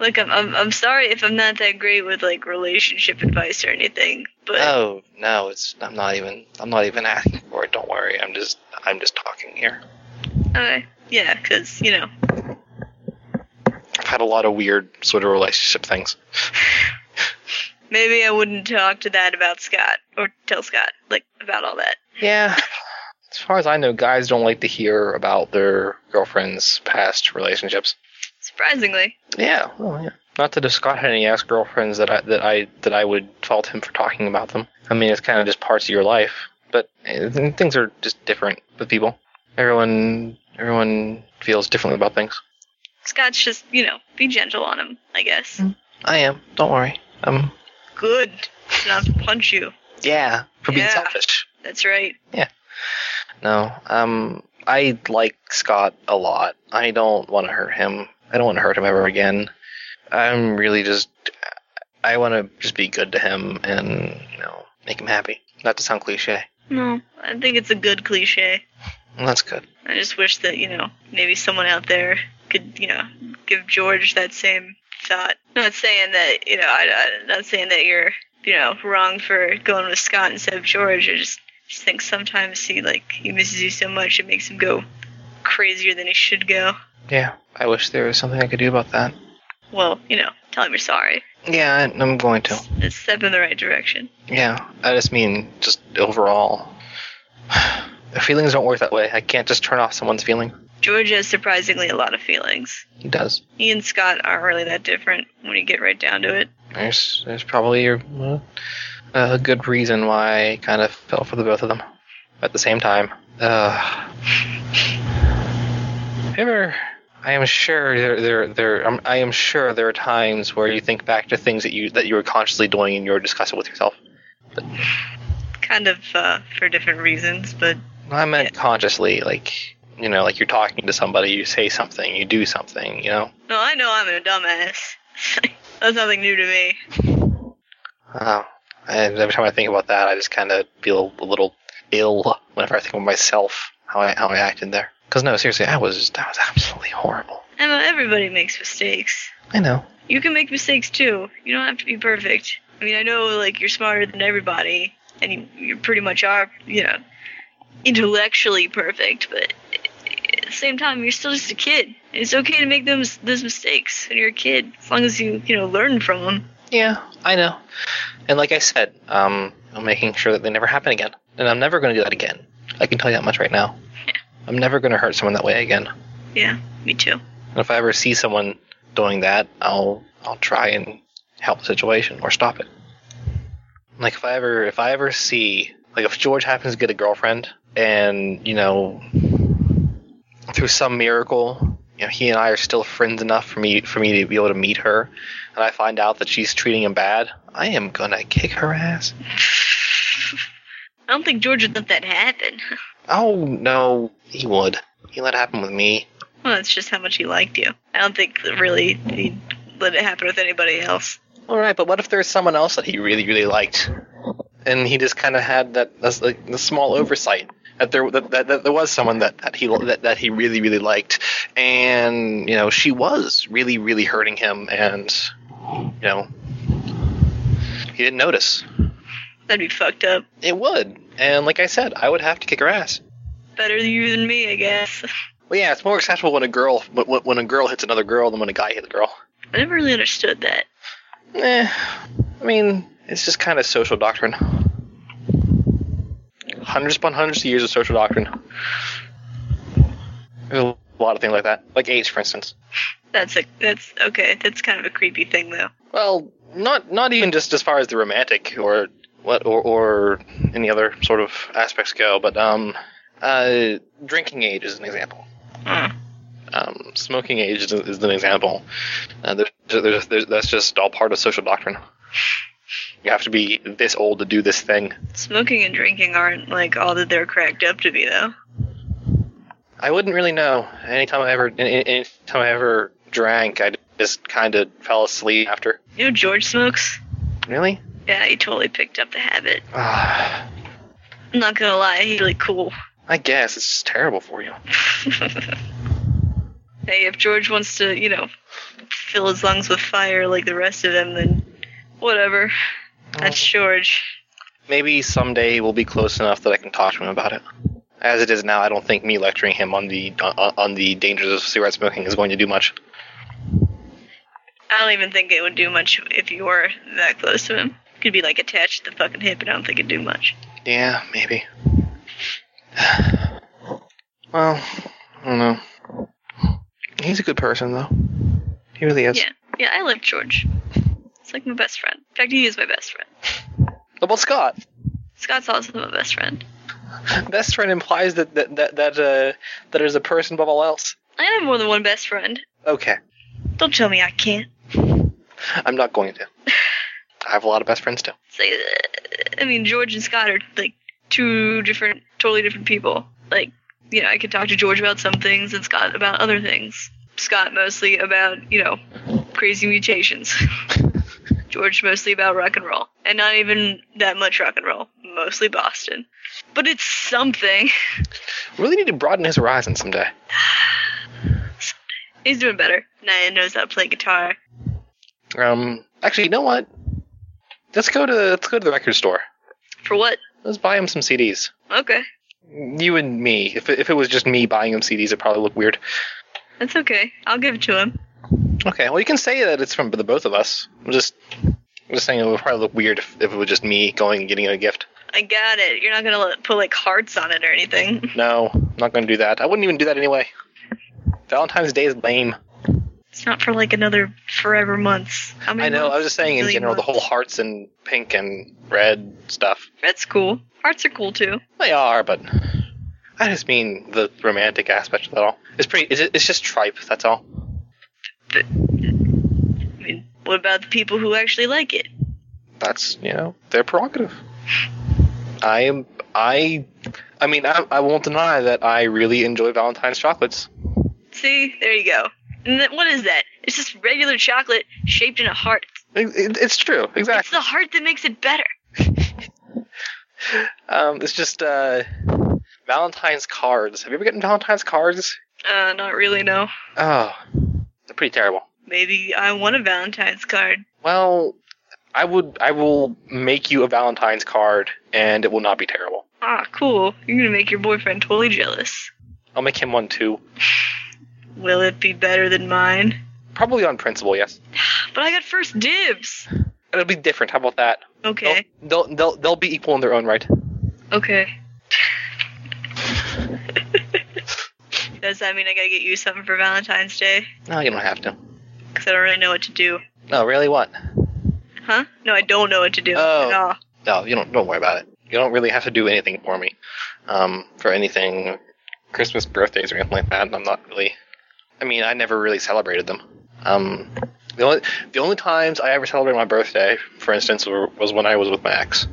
Speaker 8: Look, I'm, I'm, I'm sorry if I'm not that great with like relationship advice or anything, but
Speaker 1: Oh no, it's I'm not even I'm not even asking for it. Don't worry, I'm just I'm just talking here.
Speaker 8: uh, yeah, because you know,
Speaker 1: I've had a lot of weird sort of relationship things.
Speaker 8: maybe I wouldn't talk to that about Scott or tell Scott like about all that.
Speaker 1: Yeah. As far as I know, guys don't like to hear about their girlfriend's past relationships.
Speaker 8: Surprisingly,
Speaker 1: Yeah, well, yeah. Not that Scott had any ass girlfriends that I that I that I would fault him for talking about them. I mean, it's kind of just parts of your life, but eh, things are just different with people. Everyone everyone feels differently about things.
Speaker 8: Scott's just you know, be gentle on him, I guess.
Speaker 1: I am. Don't worry. Um.
Speaker 8: Good, Just not to punch you.
Speaker 1: Yeah. For being
Speaker 8: Yeah.
Speaker 1: selfish.
Speaker 8: That's right.
Speaker 1: No. Um. I like Scott a lot. I don't want to hurt him. I don't want to hurt him ever again. I'm really just. I want to just be good to him and you know make him happy. Not to sound cliche.
Speaker 8: No, I think it's a good cliche.
Speaker 1: Well, that's good.
Speaker 8: I just wish that, you know, maybe someone out there could, you know, give George that same thought. Not saying that, you know, I, I, not saying that you're, you know, wrong for going with Scott instead of George. I just, just think sometimes he, like, he misses you so much it makes him go crazier than he should go.
Speaker 1: Yeah. I wish there was something I could do about that.
Speaker 8: Well, you know, tell him you're sorry.
Speaker 1: Yeah, I- I'm going to.
Speaker 8: It's a step in the right direction.
Speaker 1: Yeah, I just mean just overall. (sighs) Feelings don't work that way. I can't just turn off someone's feeling.
Speaker 8: George has surprisingly a lot of feelings.
Speaker 1: He does.
Speaker 8: He and Scott aren't really that different when you get right down to it.
Speaker 1: There's there's probably a, uh, a good reason why I kind of fell for the both of them at the same time. Uh, ever, I am sure there there there um, I am sure there are times where you think back to things that you that you were consciously doing and you were discussing with yourself.
Speaker 8: Kind of uh, for different reasons, but
Speaker 1: I meant consciously, like you know, like you're talking to somebody, you say something, you do something, you know.
Speaker 8: No, I know I'm a dumbass. (laughs) That's nothing new to me.
Speaker 1: Oh, and every time I think about that, I just kind of feel a little ill whenever I think of myself how I how I acted there. Because no, seriously, I was that was absolutely horrible.
Speaker 8: Emma, uh, everybody makes mistakes.
Speaker 1: I know.
Speaker 8: You can make mistakes too. You don't have to be perfect. I mean, I know like you're smarter than everybody, and you, you pretty much are, you know, intellectually perfect. But at the same time, you're still just a kid. And it's okay to make those those mistakes, and you're a kid as long as you you know learn from them.
Speaker 1: Yeah, I know. And like I said, um, I'm making sure that they never happen again, and I'm never going to do that again. I can tell you that much right (laughs) now. I'm never going to hurt someone that way again.
Speaker 8: Yeah, me too.
Speaker 1: And if I ever see someone doing that, I'll I'll try and help the situation or stop it. Like if I ever if I ever see like if George happens to get a girlfriend and you know through some miracle you know he and I are still friends enough for me for me to be able to meet her and I find out that she's treating him bad, I am gonna kick her ass.
Speaker 8: I don't think George would let that happen.
Speaker 1: Oh no, he would. He let it happen with me.
Speaker 8: Well, it's just how much he liked you. I don't think that really he'd let it happen with anybody else.
Speaker 1: All right, but what if there's someone else that he really, really liked, and he just kind of had that that's like the small oversight that there that, that, that there was someone that, that he that, that he really, really liked, and you know she was really, really hurting him, and you know he didn't notice.
Speaker 8: That'd be fucked up.
Speaker 1: It would, and like I said, I would have to kick her ass.
Speaker 8: Better you than me, I guess.
Speaker 1: Well, yeah, it's more acceptable when a girl when, when- when a girl hits another girl than when a guy hits a girl.
Speaker 8: I never really understood that.
Speaker 1: Eh, I mean, it's just kind of social doctrine. Hundreds upon hundreds of years of social doctrine. There's a lot of things like that, like AIDS, for instance.
Speaker 8: That's a that's okay. That's kind of a creepy thing though.
Speaker 1: Well, not not even just as far as the romantic or what or, or any other sort of aspects go, but um, uh, drinking age is an example.
Speaker 8: Hmm.
Speaker 1: Um, smoking age is, is an example. Uh, there's, there's, there's, that's just all part of social doctrine. You have to be this old to do this thing.
Speaker 8: Smoking and drinking aren't like all that they're cracked up to be though.
Speaker 1: I wouldn't really know. Anytime I ever, any- anytime I ever drank, I just kind of fell asleep after.
Speaker 8: You know George smokes?
Speaker 1: Really?
Speaker 8: Yeah, he totally picked up the habit.
Speaker 1: Ah,
Speaker 8: I'm not gonna lie, he's really cool.
Speaker 1: I guess it's just terrible for you.
Speaker 8: hey, (laughs) if George wants to, you know, fill his lungs with fire like the rest of them, then whatever. That's George.
Speaker 1: Maybe someday we'll be close enough that I can talk to him about it. As it is now, I don't think me lecturing him on the on, on the dangers of cigarette smoking is going to do much.
Speaker 8: I don't even think it would do much if you were that close to him. Could be like attached to the fucking hip, and I don't think it'd do much.
Speaker 1: Yeah, maybe. (sighs) well, I don't know. He's a good person, though. He really is.
Speaker 8: Yeah, yeah, I like George. It's like my best friend. In fact, he is my best friend.
Speaker 1: What about Scott?
Speaker 8: Scott's also my best friend.
Speaker 1: (laughs) Best friend implies that that that that, uh, that is a person above all else.
Speaker 8: I have more than one best friend.
Speaker 1: Okay,
Speaker 8: Don't tell me I can't.
Speaker 1: I'm not going to. I have a lot of best friends too.
Speaker 8: Say, uh, I mean, George and Scott are like two different, totally different people. Like, you know, I could talk to George about some things and Scott about other things. Scott mostly about, you know, crazy mutations. (laughs) George mostly about rock and roll. And not even that much rock and roll. Mostly Boston. But it's something. (laughs)
Speaker 1: Really need to broaden his horizon someday.
Speaker 8: He's doing better. Naya knows how to play guitar.
Speaker 1: Um, actually, you know what? Let's go to let's go to the record store.
Speaker 8: For what?
Speaker 1: Let's buy him some CDs.
Speaker 8: Okay.
Speaker 1: You and me. If it- if it was just me buying him CDs, it'd probably look weird.
Speaker 8: That's okay. I'll give it to him.
Speaker 1: Okay, well you can say that it's from the both of us. I'm just I'm just saying it would probably look weird if, if it was just me going and getting a gift.
Speaker 8: I got it. You're not gonna let, put like hearts on it or anything. (laughs)
Speaker 1: No, I'm not going to do that. I wouldn't even do that anyway. Valentine's Day is lame.
Speaker 8: It's not for like another forever months. How many
Speaker 1: I know. I was
Speaker 8: months?
Speaker 1: just saying in
Speaker 8: Really
Speaker 1: general, the
Speaker 8: months.
Speaker 1: whole hearts and pink and red stuff.
Speaker 8: That's cool. Hearts are cool too.
Speaker 1: They are, but I just mean the romantic aspect of it all. It's pretty. It's, it's just tripe. That's all.
Speaker 8: I mean, what about the people who actually like it?
Speaker 1: That's you know their prerogative. I am. I. I mean, I, I won't deny that I really enjoy Valentine's chocolates.
Speaker 8: See, there you go. And then, what is that? It's just regular chocolate shaped in a heart.
Speaker 1: It, it- it's true.
Speaker 8: It's
Speaker 1: Exactly.
Speaker 8: the heart that makes it better.
Speaker 1: Um, it's just uh, Valentine's cards. Have you ever gotten Valentine's cards?
Speaker 8: Uh, not really. No.
Speaker 1: Oh, they're pretty terrible.
Speaker 8: Maybe I want a Valentine's card.
Speaker 1: Well, I would. I will make you a Valentine's card, and it will not be terrible.
Speaker 8: Ah, cool. You're gonna make your boyfriend totally jealous.
Speaker 1: I'll make him one too,
Speaker 8: Will it be better than mine?
Speaker 1: probably on principle. Yes,
Speaker 8: But I got first dibs.
Speaker 1: it'll be different. How about that?
Speaker 8: Okay.
Speaker 1: They'll they'll they'll, they'll be equal in their own right.
Speaker 8: Okay. Does that mean I gotta get you something for Valentine's Day?
Speaker 1: No, you don't have to.
Speaker 8: Because I don't really know what to do.
Speaker 1: No, really, what?
Speaker 8: Huh? No, I don't know what to do
Speaker 1: Oh.
Speaker 8: at all.
Speaker 1: No, you don't. Don't worry about it. You don't really have to do anything for me, um, for anything, Christmas, birthdays, or anything like that. And I'm not really. I mean, I never really celebrated them. Um, the only the only times I ever celebrated my birthday, for instance, were, was when I was with my ex.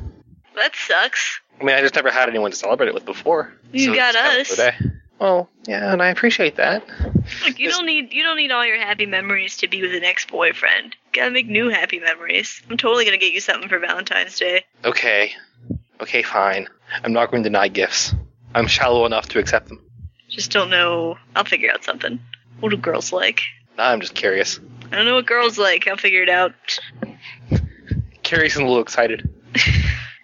Speaker 8: That sucks.
Speaker 1: I mean, I just never had anyone to celebrate it with before.
Speaker 8: You got
Speaker 1: it's kind of the day. Well, yeah, and I appreciate that.
Speaker 8: Look, you don't need you don't need all your happy memories to be with an ex boyfriend. Gotta make new happy memories. I'm totally gonna get you something for Valentine's Day.
Speaker 1: Okay, okay, fine. I'm not going to deny gifts. I'm shallow enough to accept them.
Speaker 8: Just don't know. I'll figure out something. What do girls like?
Speaker 1: Now I'm just curious.
Speaker 8: I don't know what girls like. I'll figure it out.
Speaker 1: Curious and a little excited.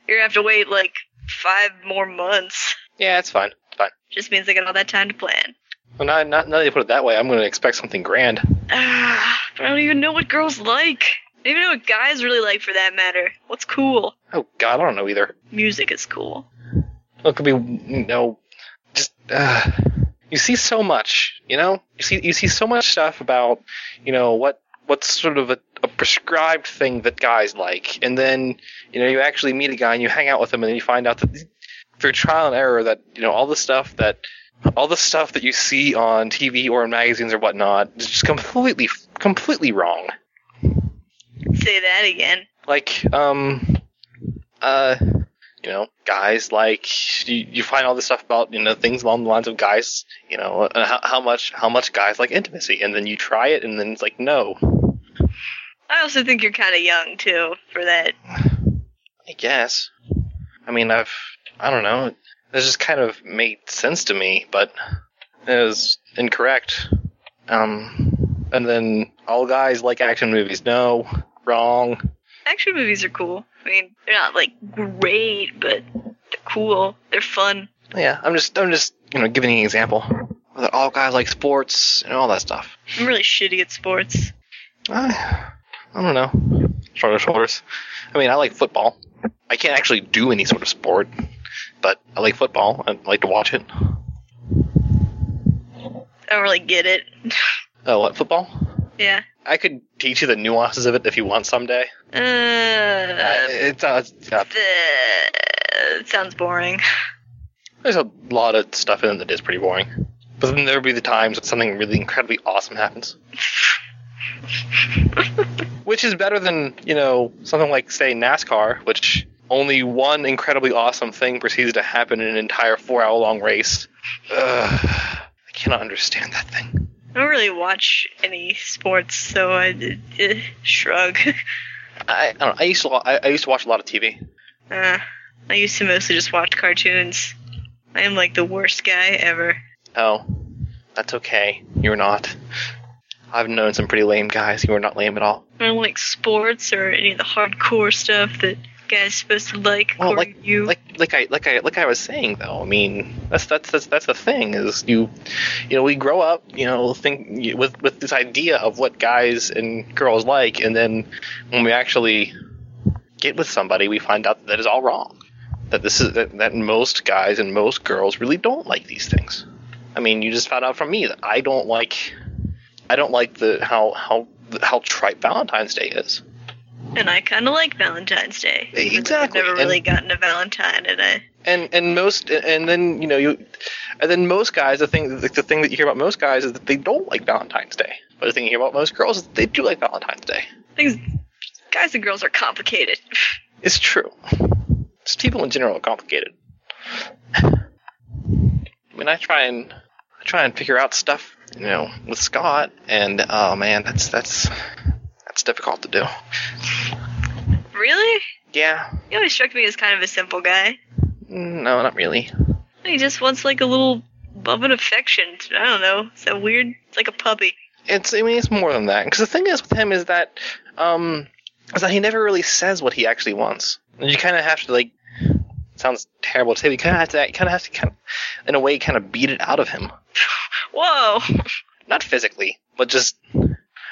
Speaker 8: You're gonna have to wait like five more months.
Speaker 1: Yeah, it's fine. It's fine.
Speaker 8: Just means I got all that time to plan.
Speaker 1: Well, now, now, now that you put it that way, I'm going to expect something grand.
Speaker 8: Ah, but (sighs) I don't even know what girls like. I don't even know what guys really like for that matter. What's cool?
Speaker 1: Oh God, I don't know either.
Speaker 8: Music is cool.
Speaker 1: It could be you know, just uh, you see so much. You know, you see you see so much stuff about you know what what's sort of a, a prescribed thing that guys like, and then you know you actually meet a guy and you hang out with him, and then you find out that through trial and error that you know all the stuff that all the stuff that you see on TV or in magazines or whatnot is just completely completely wrong
Speaker 8: Say that again.
Speaker 1: like um uh you know guys like you, you find all this stuff about you know things along the lines of guys you know uh, how, how much how much guys like intimacy and then you try it and then it's like no
Speaker 8: I also think you're kind of young too for that.
Speaker 1: i guess i mean i've i don't know this just kind of made sense to me but it was incorrect um and then all guys like action movies no wrong
Speaker 8: Action movies are cool. I mean, they're not like great, but they're cool. They're fun.
Speaker 1: Yeah, I'm just I'm just you know giving you an example. That all guys like sports and all that stuff.
Speaker 8: I'm really shitty at sports.
Speaker 1: I, I don't know. Shoulder shoulders. I mean, I like football. I can't actually do any sort of sport, but I like football. I like to watch it.
Speaker 8: I don't really get it. (sighs)
Speaker 1: Oh, what football?
Speaker 8: Yeah.
Speaker 1: I could teach you the nuances of it if you want someday. Uh,
Speaker 8: Uh,
Speaker 1: it's, uh, it's, uh,
Speaker 8: the, sounds boring.
Speaker 1: there's a lot of stuff in it that is pretty boring. But then there'll be the times that something really incredibly awesome happens. which is better than you know something like say NASCAR, which only one incredibly awesome thing proceeds to happen in an entire four-hour-long race. Ugh, I cannot understand that thing.
Speaker 8: I don't really watch any sports, so I uh, shrug. (laughs)
Speaker 1: I, I don't. Know, I used to. wa- I, I used to watch a lot of TV.
Speaker 8: Uh, I used to mostly just watch cartoons. I am like the worst guy ever.
Speaker 1: Oh, that's okay. You're not. I've known some pretty lame guys. You are not lame at all.
Speaker 8: I don't like sports or any of the hardcore stuff that guys supposed to like.
Speaker 1: Well,
Speaker 8: or
Speaker 1: like-
Speaker 8: you.
Speaker 1: like like I like I like I was saying though. I mean, that's that's that's that's the thing is you, you know, we grow up, you know, think with with this idea of what guys and girls like, and then when we actually get with somebody, we find out that that is all wrong. That this is that, that most guys and most girls really don't like these things. I mean, you just found out from me that I don't like, I don't like the how how how trite Valentine's Day is.
Speaker 8: and I kind of like Valentine's Day. even though
Speaker 1: Exactly,
Speaker 8: I've never really
Speaker 1: and-
Speaker 8: gotten a Valentine, and I
Speaker 1: and and most and then you know you and then most guys the thing the thing that you hear about most guys is that they don't like Valentine's Day. But the thing you hear about most girls is that they do like Valentine's Day.
Speaker 8: things. Guys and girls are complicated. (laughs)
Speaker 1: It's true. Just people in general are complicated. I mean, I try and I try and figure out stuff, you know, with Scott, and oh man, that's that's that's difficult to do.
Speaker 8: really?
Speaker 1: Yeah,
Speaker 8: He always struck me as kind of a simple guy.
Speaker 1: no, not really.
Speaker 8: He just wants like a little love and affection. I don't know. It's a weird. It's like a puppy.
Speaker 1: it's I mean it's more than that because the thing is with him is that um is that he never really says what he actually wants. And you kind of have to like sounds terrible to say. but You kind of have to kind of have to kind of, in a way kind of beat it out of him.
Speaker 8: Whoa. (laughs)
Speaker 1: Not physically, but just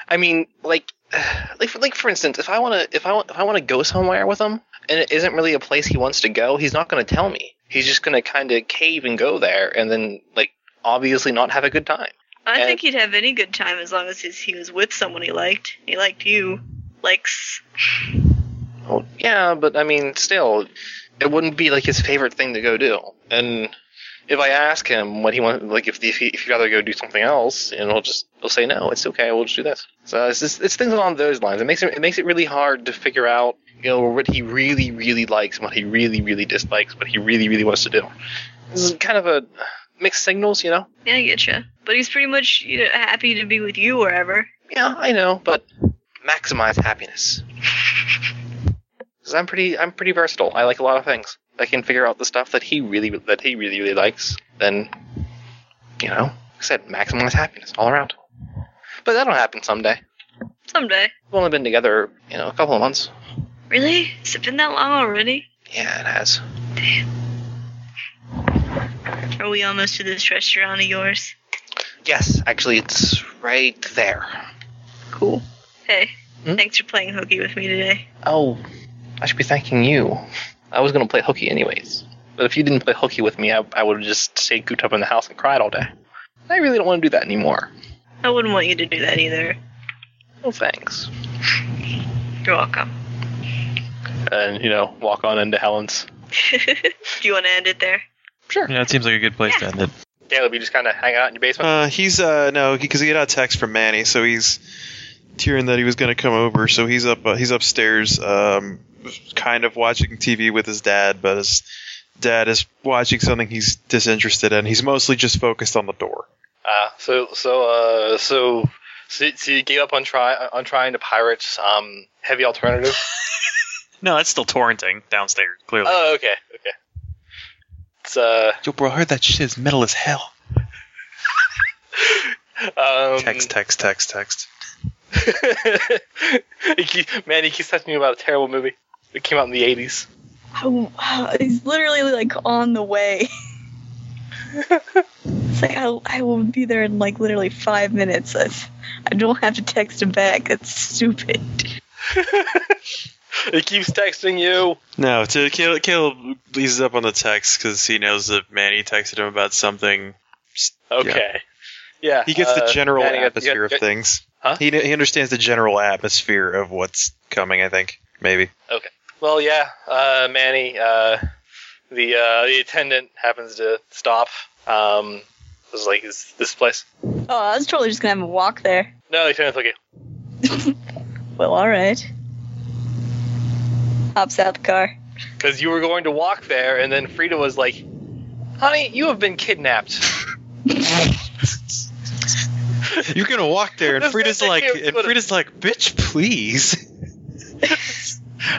Speaker 1: I mean like (sighs) like for, like for instance if I want to if I want if I want to go somewhere with him and it isn't really a place he wants to go he's not going to tell me. He's just going to kind of cave and go there and then like obviously not have a good time.
Speaker 8: I
Speaker 1: And-
Speaker 8: think he'd have any good time as long as he's, he was with someone he liked. He liked you. Likes.
Speaker 1: Well, yeah, but I mean, still, it wouldn't be like his favorite thing to go do. And if I ask him what he wants, like if if, he, if he'd rather go do something else, and he'll just he'll say no, it's okay, we'll just do this. So it's just, it's things along those lines. It makes it, it makes it really hard to figure out you know what he really really likes and what he really really dislikes what he really really wants to do it's kind of a mixed signals you know
Speaker 8: Yeah, I get you. But he's pretty much you know, happy to be with you wherever.
Speaker 1: yeah i know but maximize happiness because i'm pretty i'm pretty versatile i like a lot of things i can figure out the stuff that he really that he really really likes then you know like i said maximize happiness all around but that'll happen someday
Speaker 8: Someday.
Speaker 1: we've only been together you know a couple of months
Speaker 8: Really? Has it been that long already?
Speaker 1: yeah it has
Speaker 8: Are we almost to this restaurant of yours?
Speaker 1: Yes, actually, it's right there.
Speaker 8: Cool. Hey,
Speaker 1: Hmm?
Speaker 8: thanks for playing hooky with me today.
Speaker 1: Oh, I should be thanking you. I was gonna play hooky anyways, but if you didn't play hooky with me, I, I would have just stayed cooped up in the house and cried all day. I really don't want to do that anymore.
Speaker 8: I wouldn't want you to do that either.
Speaker 1: No thanks.
Speaker 8: You're welcome. (laughs)
Speaker 1: And you know, walk on into Helen's.
Speaker 8: do you want to end it there?
Speaker 6: Yeah, it seems like a good place to end it.
Speaker 1: Caleb, you just kind of hang out in your basement.
Speaker 6: Uh, he's uh no, because he got a text from Manny, so he's hearing that he was going to come over. So he's up uh, he's upstairs, um, kind of watching TV with his dad, but his dad is watching something he's disinterested in. He's mostly just focused on the door.
Speaker 1: Uh, so so uh, so so, so you gave up on try on trying to pirates um heavy (laughs) alternative.
Speaker 11: No, it's still torrenting downstairs, clearly.
Speaker 1: oh, okay, okay. It's uh
Speaker 6: Yo, bro, I heard that shit is metal as hell.
Speaker 1: um,
Speaker 6: Text, text, text, text.
Speaker 1: (laughs) He keep- Man, he keeps touching me about a terrible movie that came out in the 80s. (laughs)
Speaker 2: (sighs) Oh, wow, he's literally like on the
Speaker 8: (laughs)
Speaker 2: way. it's like I, I will be there in like literally five minutes. I, I don't have to text him back. That's stupid.
Speaker 1: He keeps texting you.
Speaker 6: No, to Caleb, Caleb leases up on the text because he knows that Manny texted him about something.
Speaker 1: Okay. Yeah.
Speaker 6: He gets
Speaker 1: uh,
Speaker 6: the general
Speaker 1: Manny got-
Speaker 6: atmosphere
Speaker 1: got-
Speaker 6: of things.
Speaker 1: Huh?
Speaker 6: He he understands the general atmosphere of what's coming. I think (laughs) maybe.
Speaker 1: Well, yeah. Uh, Manny, uh, the uh, the attendant happens to stop. Um, was like, is this place?
Speaker 2: Oh, I was totally just gonna have him walk there.
Speaker 1: No, he turns like,
Speaker 2: Well, all right. Hops out the car.
Speaker 1: because you were going to walk there, and then Frida was like, "Honey, you have been kidnapped."
Speaker 6: You're gonna walk there, and
Speaker 1: That's
Speaker 6: Frida's
Speaker 1: what I
Speaker 6: like,
Speaker 1: can't
Speaker 6: and
Speaker 1: put it.
Speaker 6: Frida's like, bitch, please.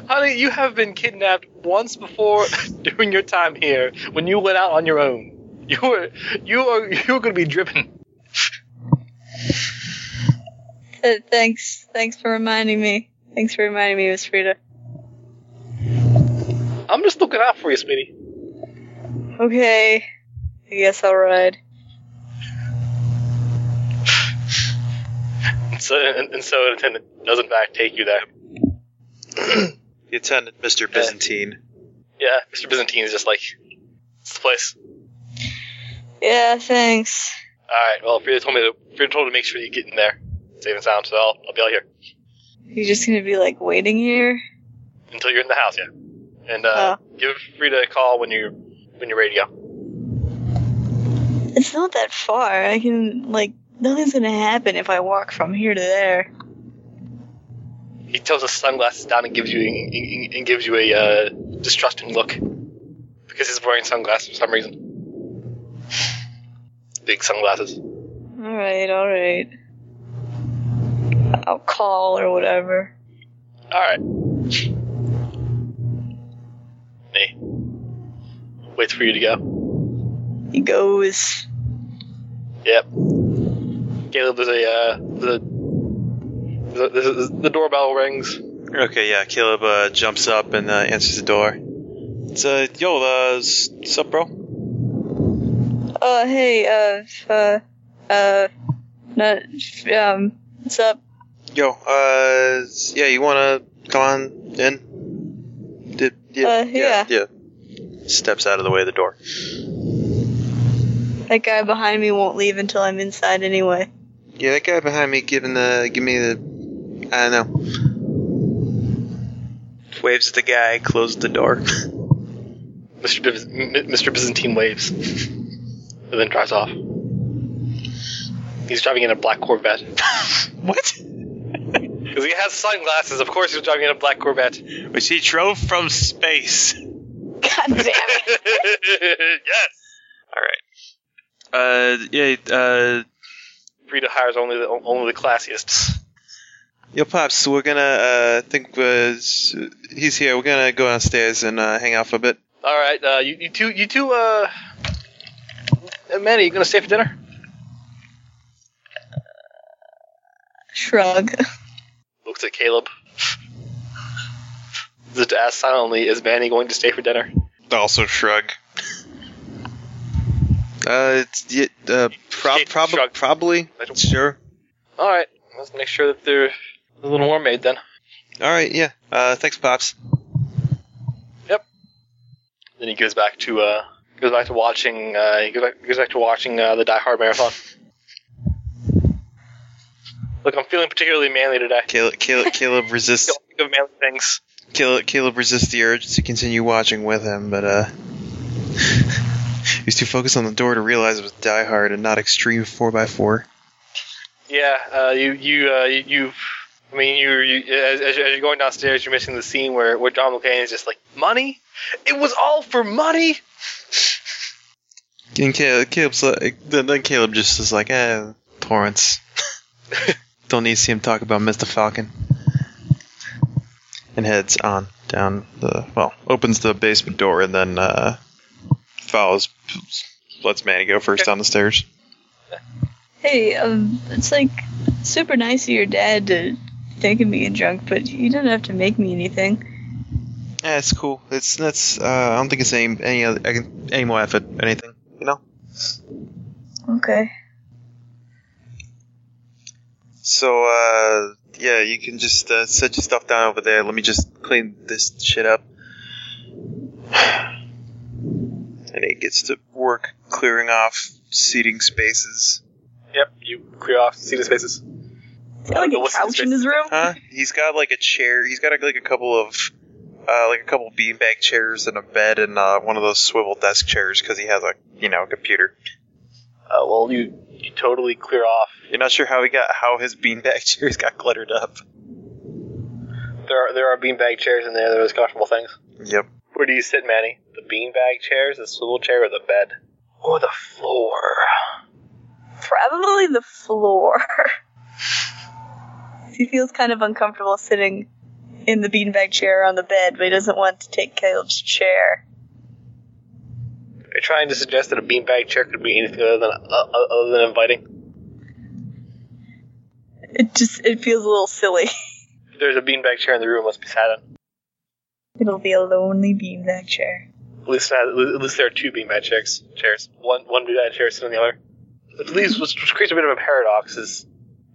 Speaker 1: Honey, you have been kidnapped once before (laughs) during your time here when you went out on your own. You were you are (laughs) you were going to be driven.
Speaker 2: Uh, thanks, thanks for reminding me. Thanks for reminding me, Miss Frida.
Speaker 1: I'm just looking out for you, sweetie.
Speaker 2: Okay, I guess I'll ride.
Speaker 1: So and, and so an attendant does in fact take you there.
Speaker 6: The attendant, Mr. Byzantine.
Speaker 1: Yeah, Mr. Byzantine is just like it's the place.
Speaker 2: Yeah, thanks.
Speaker 1: All right. Well, Frida told me to Frida told me to make sure you get in there, safe and sound. So I'll, I'll be out here
Speaker 2: You're just gonna be like waiting here? Oh.
Speaker 1: until you're in the house. Yeah. And uh, give Frida a call when you when you're ready to go.
Speaker 2: It's not that far. I can, like, nothing's gonna happen if I walk from here to there.
Speaker 1: He tells his sunglasses down and gives you and- and, and gives you a uh, distrusting look because he's wearing sunglasses for some reason. (sighs) Big sunglasses.
Speaker 2: Alright, alright. I'll call or whatever.
Speaker 1: All right. Hey. Waits for you to go.
Speaker 2: He goes.
Speaker 1: Yep. Caleb, there's a, uh, the, the, the, the doorbell rings.
Speaker 6: Okay, yeah. Caleb uh, jumps up and uh, answers the door. It's uh, yo, uh, s- sup, bro?
Speaker 2: Oh, hey, uh, uh, uh, not, um, what's up?
Speaker 6: Yo, uh, s- yeah, you wanna come on in? Did,
Speaker 2: Uh, yeah.
Speaker 6: yeah. Steps out of the way of the door.
Speaker 2: That guy behind me won't leave until I'm inside anyway.
Speaker 6: Yeah, that guy behind me giving the give me the I don't know. Waves at the guy, closes the door. (laughs)
Speaker 1: Mr. Biz- M- Mr. Byzantine waves. and then drives off. He's driving in a black Corvette.
Speaker 6: what?
Speaker 12: Because he has sunglasses. Of course, he was driving a
Speaker 1: (laughs)
Speaker 12: black Corvette.
Speaker 6: Which he drove from space.
Speaker 8: God damn it.
Speaker 12: yes.
Speaker 6: Uh, yeah, uh,
Speaker 12: Rita hires only the only the classiest.
Speaker 6: Yo, pops, we're gonna. Uh, think uh, s- he's here. We're gonna go downstairs and uh, hang out for a bit.
Speaker 12: All right, uh, you, you two, you two, uh, uh, Manny, you gonna stay for dinner?
Speaker 8: Shrug.
Speaker 12: (laughs) Looks at Caleb. Just ask silently, is Manny going to stay for dinner?
Speaker 6: Also, shrug.
Speaker 1: Uh, it's, yeah, uh, prob-
Speaker 12: Shit,
Speaker 1: prob-
Speaker 12: shrug.
Speaker 1: probably.
Speaker 12: I don't-
Speaker 1: Sure.
Speaker 12: All right, let's make sure that they're a little more made then.
Speaker 6: All right, yeah. Uh, thanks, pops.
Speaker 12: Then he goes back to uh, goes back to watching. Uh, he goes back, goes back to watching uh, the Die Hard marathon. Look, I'm feeling particularly manly today.
Speaker 6: Caleb,
Speaker 12: (laughs)
Speaker 6: Caleb, Caleb resists.
Speaker 12: Don't think of manly things.
Speaker 6: Caleb, Caleb resists the urge to continue watching with him, but uh, (laughs) he's too focused on the door to realize it was Die Hard and not Extreme Four x Four.
Speaker 12: Yeah, uh, you you uh, you. you I mean, you, you as, as you're going downstairs, you're missing the scene where, where John McClane is just like, money? It was all for money?
Speaker 6: And Caleb, Caleb's like, then then Caleb just is like, eh, (laughs) Torrance. Don't need to see him talk about Mr. Falcon. And heads on down the well, opens the basement door and then uh, follows, lets Manny go first down the stairs.
Speaker 8: Hey, um, it's like super nice of your dad to think of me a drunk, but you don't have to make me anything.
Speaker 6: Yeah, it's cool. It's that's. Uh, I don't think it's any any other, any more effort. Anything, you know.
Speaker 8: Okay.
Speaker 6: So uh, yeah, you can just uh, set your stuff down over there. Let me just clean this shit up. (sighs) And it gets to work clearing off seating spaces.
Speaker 12: Yep, you clear off, see the spaces.
Speaker 8: Got like
Speaker 12: Uh,
Speaker 8: a
Speaker 12: what's his
Speaker 8: couch in his room.
Speaker 6: Huh? He's got like a chair. He's got like a couple of. Uh, like a couple beanbag chairs and a bed and uh, one of those swivel desk chairs because he has a you know a computer.
Speaker 12: Uh, well, you, you totally clear off.
Speaker 6: You're not sure how he got how his (laughs) beanbag chairs got cluttered up.
Speaker 12: There are, there are beanbag chairs in there, those comfortable things.
Speaker 6: Yep.
Speaker 12: Where do you sit, Manny? The beanbag chairs, the swivel chair, or the bed? Or the floor?
Speaker 8: Probably the floor. (laughs) he feels kind of uncomfortable sitting in the beanbag chair on the bed, but he doesn't want to take Caleb's chair.
Speaker 12: You're trying to suggest that a beanbag chair could be anything other than uh, other than inviting.
Speaker 8: It just it feels a little silly. (laughs)
Speaker 12: If there's a beanbag chair in the room, let's be sat in.
Speaker 8: It'll be a lonely beanbag chair.
Speaker 12: At least, at least there are two beanbag chairs. Chairs. One one beanbag chair sitting on the other. At least, which which creates a bit of a paradox is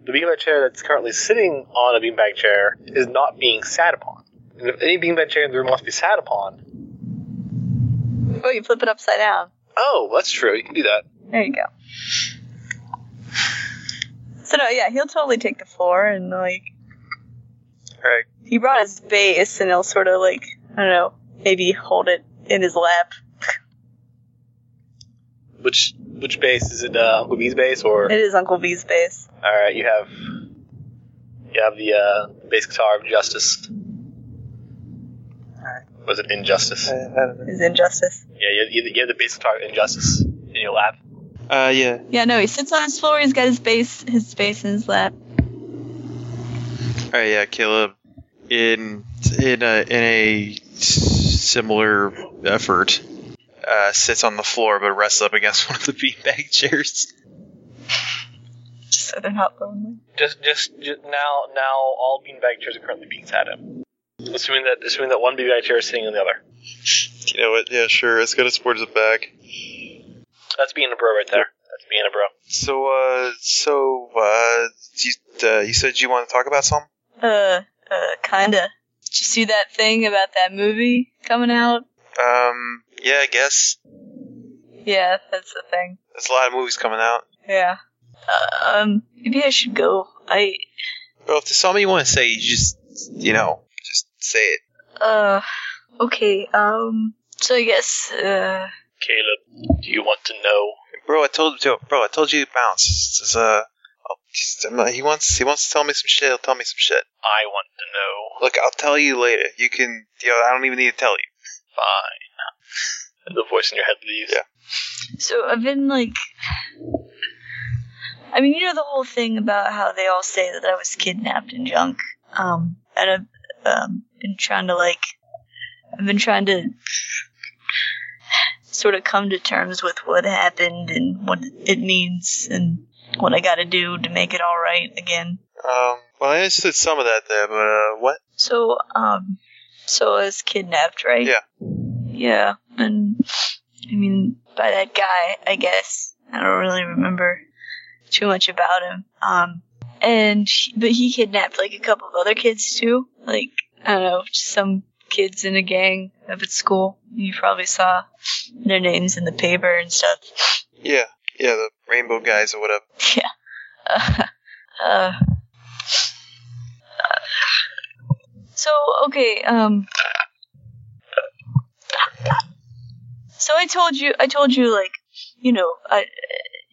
Speaker 12: the beanbag chair that's currently sitting on a beanbag chair is not being sat upon. And if any beanbag chair in the room wants to be sat upon,
Speaker 8: Oh, you flip it upside down.
Speaker 12: oh, that's true. You can do that.
Speaker 8: There you go. So no, yeah, he'll totally take the floor and like
Speaker 6: Alright.
Speaker 8: he brought his base and he'll sort of like I don't know, maybe hold it in his lap.
Speaker 12: Which which base is it? Uh, Uncle B's base or
Speaker 8: It is Uncle V's base.
Speaker 12: all right? You have you have the uh, bass guitar of Justice. Was it Injustice?
Speaker 8: Is injustice.
Speaker 12: Yeah, you, you, you have the bass guitar of Injustice in your lap.
Speaker 6: Uh, yeah.
Speaker 8: Yeah, no, he sits on his floor. He's got his base, his base in his lap.
Speaker 6: All right, yeah, Caleb. In in a in a s- similar effort, uh, sits on the floor but rests up against (laughs) one of the beanbag chairs.
Speaker 8: So they're not lonely.
Speaker 12: just, just, just now, now all beanbag chairs are currently being sat in. Assuming that, assuming that one beanbag chair is sitting in the other.
Speaker 6: You know what? Yeah, sure. It's good. It's towards the back.
Speaker 12: That's being a bro right there. That's being a bro.
Speaker 6: So, uh, so, uh, you, uh, you said you want to talk about something?
Speaker 8: Uh, uh, kinda. Did you see that thing about that movie coming out?
Speaker 6: Um, yeah, I guess.
Speaker 8: Yeah, that's the thing.
Speaker 6: There's a lot of movies coming out.
Speaker 8: Yeah. Uh, um, maybe I should go. I
Speaker 6: Well, if there's something you want to say, you just, you know, just say it.
Speaker 8: Uh, okay. Um, so I guess uh,
Speaker 12: Caleb, do you want to know?
Speaker 6: Bro, I told you, bro, I told you to bounce. It's, it's, uh, I'll Just, I'm not, he wants he wants to tell me some shit. He'll tell me some shit.
Speaker 12: I want to know.
Speaker 6: Look, I'll tell you later. You can. You know, I don't even need to tell you.
Speaker 12: Fine. And the voice in your head leaves.
Speaker 6: Yeah.
Speaker 2: So I've been like, I mean, you know the whole thing about how they all say that I was kidnapped and junk. Um, and I've um, been trying to like, I've been trying to sort of come to terms with what happened and what it means and what I got to do to make it all right again.
Speaker 6: Um, well, I understood some of that there, but uh, what?
Speaker 2: So, um, so I was kidnapped, right?
Speaker 6: Yeah.
Speaker 2: Yeah, and I mean by that guy, I guess I don't really remember too much about him. Um, and but he kidnapped like a couple of other kids too, like I don't know, just some kids in a gang up at school. You probably saw their names in the paper and stuff.
Speaker 6: Yeah, yeah, the rainbow guys or whatever.
Speaker 2: Yeah. Uh, (laughs) uh, so okay, um So I told you I told you like, you know, I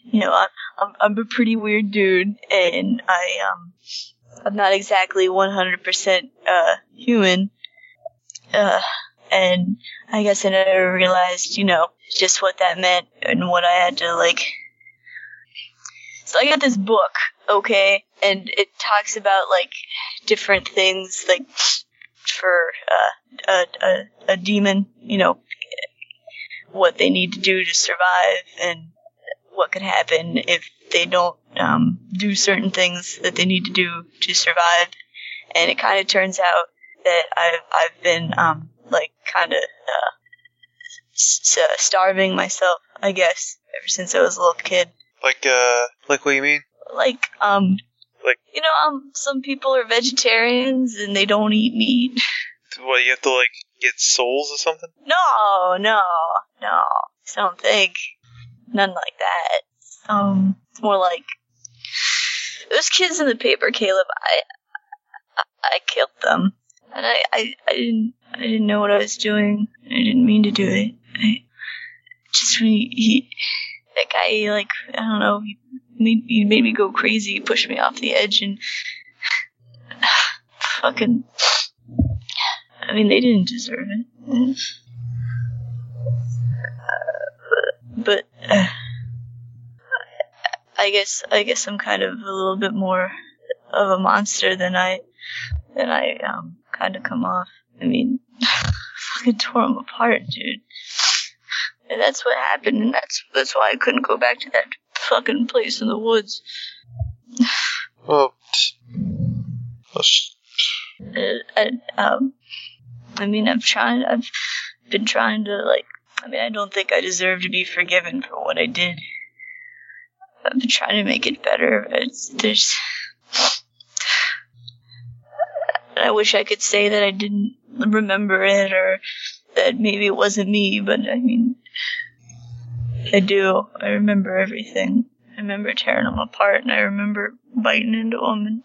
Speaker 2: you know, I, I'm I'm a pretty weird dude and I um I'm not exactly 100% uh human. Uh and I guess I never realized, you know, just what that meant and what I had to like so I got this book, okay, and it talks about like different things, like for uh, a, a a demon, you know, what they need to do to survive and what could happen if they don't um, do certain things that they need to do to survive. And it kind of turns out that I've I've been um like kind of uh, s- s- starving myself, I guess, ever since I was a little kid
Speaker 6: Like, uh, like what you mean?
Speaker 2: like um
Speaker 6: Like-
Speaker 2: you know um some people are vegetarians and they don't eat meat
Speaker 6: What you have to like get souls or something?
Speaker 2: no no no i don't think none like that um it's more like those kids in the paper caleb i i, I killed them and I, I i didn't i didn't know what i was doing i didn't mean to do it i just when he, he that guy he, like i don't know he made, he made me go crazy he pushed me off the edge and (sighs) fucking I mean, they didn't deserve it. Uh, but (sighs) uh, I I guess I guess I'm kind of a little bit more of a monster than I than I um kind of come off. I mean, (laughs) fucking tore them apart, dude. And that's what happened, and that's that's why I couldn't go back to that fucking place in the woods.
Speaker 6: (sniffs) Oh. t- oh, sh-
Speaker 2: Uh, I, um, I mean, I've tried. I've been trying to like. I mean, I don't think I deserve to be forgiven for what I did. I've been trying to make it better. but It's, there's. I wish I could say that I didn't remember it or that maybe it wasn't me, but I mean, I do. I remember everything. I remember tearing them apart and I remember biting into them and.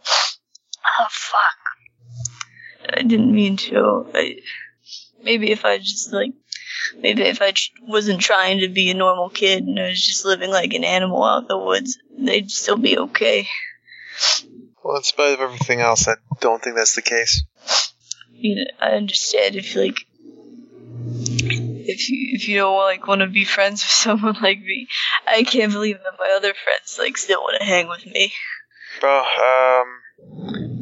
Speaker 2: Oh, fuck. I didn't mean to. I, maybe if I just like, maybe if I tr- wasn't trying to be a normal kid and I was just living like an animal out in the woods, they'd still be okay.
Speaker 6: well, in spite of everything else, I don't think that's the case.
Speaker 2: You know, I understand if like, if you if you don't like want to be friends with (laughs) someone like me, I can't believe that my other friends like still want to hang with me.
Speaker 6: Bro, um.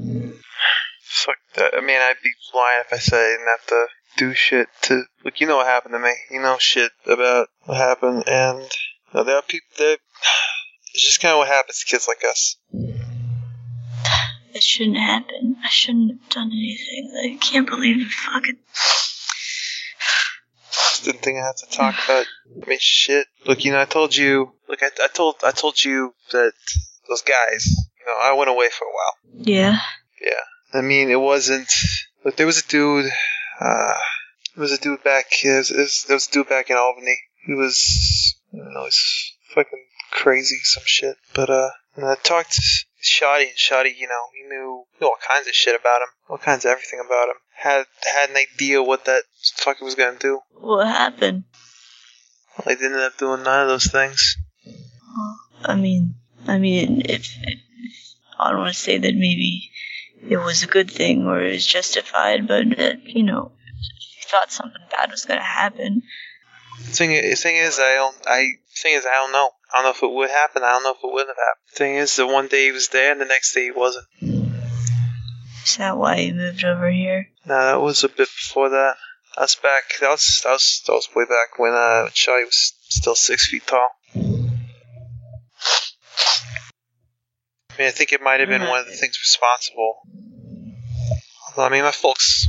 Speaker 6: Fuck that. I mean, I'd be lying if I said I didn't have to do shit to. Look, you know what happened to me. You know shit about what happened, and. you know, there are people that. It's just kind of what happens to kids like us.
Speaker 2: It shouldn't happen. I shouldn't have done anything. I can't believe it fucking.
Speaker 6: Just didn't think I had to talk about. I mean, shit. Look, you know, I told you. Look, I, I told I told you that those guys. You know, I went away for a while.
Speaker 2: Yeah.
Speaker 6: Yeah. I mean, it wasn't. Look, there was a dude. Uh, there was a dude back. There was, there was a dude back in Albany. He was. I don't know. He's fucking crazy, some shit. But uh, and I talked to Shoddy, and Shoddy, you know, he knew, knew all kinds of shit about him, all kinds of everything about him. Had had an idea what that fucker was gonna do.
Speaker 2: What happened?
Speaker 6: They didn't end up doing none of those things.
Speaker 2: I mean, I mean, if, if I don't want to say that maybe it was a good thing or it was justified, but that, you know, she thought something bad was going to happen.
Speaker 6: Thing thing is, I don't. I thing is, I don't know. I don't know if it would happen. I don't know if it wouldn't have happened. Thing is, the one day he was there, and the next day he wasn't.
Speaker 2: Is that why you moved over here?
Speaker 6: No, that was a bit before that. That's back. That was that was that was way back when uh, Charlie was still six feet tall. I mean, I think it might have been one of the things responsible. Although, I mean, my folks,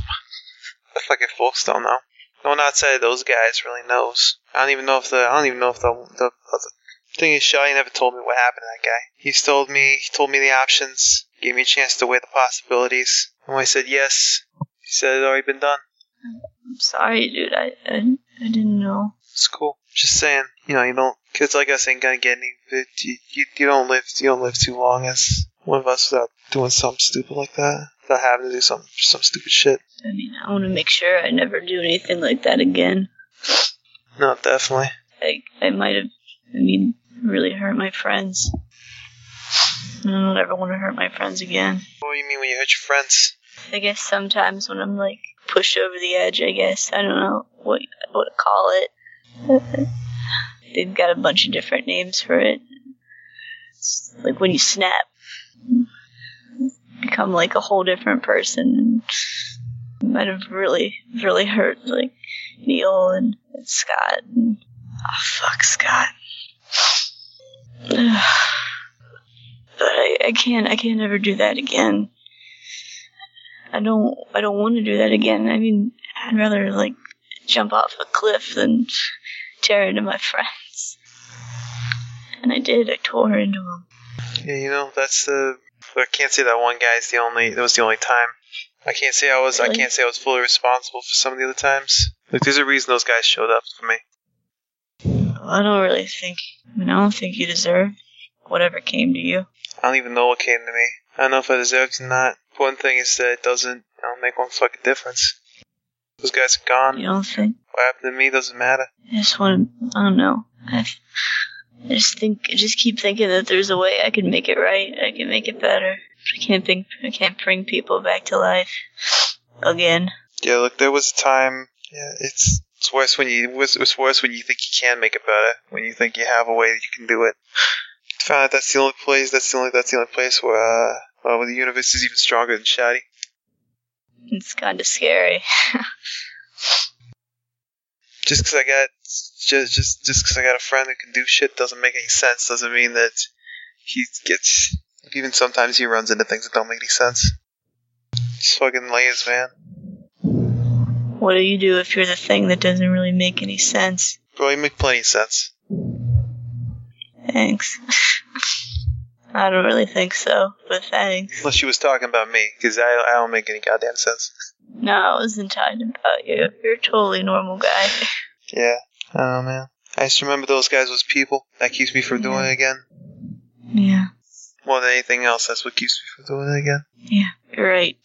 Speaker 6: my fucking folks don't know. No one outside of those guys really knows. I don't even know if the I don't even know if the the, the thing is, Shelly never told me what happened to that guy. He told me he told me the options, gave me a chance to weigh the possibilities. And when I said yes, he said it had already been done.
Speaker 2: I'm sorry, dude. I, I, I didn't know.
Speaker 6: It's cool. Just saying, you know, you don't kids like us ain't gonna get any. but You, you, you don't live you don't live too long as one of us without doing something stupid like that, without having to do some some stupid shit.
Speaker 2: I mean, I want to make sure I never do anything like that again.
Speaker 6: No, definitely.
Speaker 2: I, I might have, I mean, really hurt my friends. And I don't ever want to hurt my friends again.
Speaker 6: What do you mean when you hurt your friends?
Speaker 2: I guess sometimes when I'm like pushed over the edge, I guess I don't know what what to call it. (laughs) They've got a bunch of different names for it. It's like when you snap, become like a whole different person. And might have really really hurt like Neil and, and Scott. And, oh fuck, Scott. (sighs) but I, I can't I can't ever do that again. I don't I don't want to do that again. I mean, I'd rather like jump off a cliff than tear into my friends. And I did. I tore into them.
Speaker 6: Yeah, you know that's the. I can't say that one guy's the only. That was the only time. I can't say I was. I
Speaker 2: Really?
Speaker 6: can't say I was fully responsible for some of the other times. Like there's a reason those guys showed up for me.
Speaker 2: I don't really think. I mean, I don't think you deserve whatever came to you.
Speaker 6: I don't even know what came to me. I don't know if I deserved it or not. One thing is that it doesn't you know, make one fucking difference. Those guys are gone.
Speaker 2: You don't think?
Speaker 6: What happened to me doesn't matter.
Speaker 2: I just want to. I don't know. I, I just think. I just keep thinking that there's a way I can make it right. I can make it better. I can't think. I can't bring people back to life again.
Speaker 6: Yeah, look, there was a time. Yeah, it's it's worse when you it's, it's worse when you think you can make it better. When you think you have a way that you can do it. I found out that's the only place. That's the only that's the only place where uh, well, where the universe is even stronger than Shadi.
Speaker 2: It's kind of scary.
Speaker 6: Just 'cause I got just just just 'cause I got a friend who can do shit doesn't make any sense. Doesn't mean that he gets. Even sometimes he runs into things that don't make any sense. It's fucking layers, man.
Speaker 2: what do you do if you're the thing that doesn't really make any sense?
Speaker 6: Bro, you make plenty of sense.
Speaker 2: Thanks. I don't really think so, but thanks.
Speaker 6: Unless she was talking about me, 'cause I I don't make any goddamn sense.
Speaker 2: No, I wasn't talking about you. You're a totally normal guy.
Speaker 6: Yeah. Oh man. I just remember those guys was people. That keeps me from doing it again.
Speaker 2: Yeah.
Speaker 6: More than anything else, that's what keeps me from doing it again.
Speaker 2: Yeah, you're right.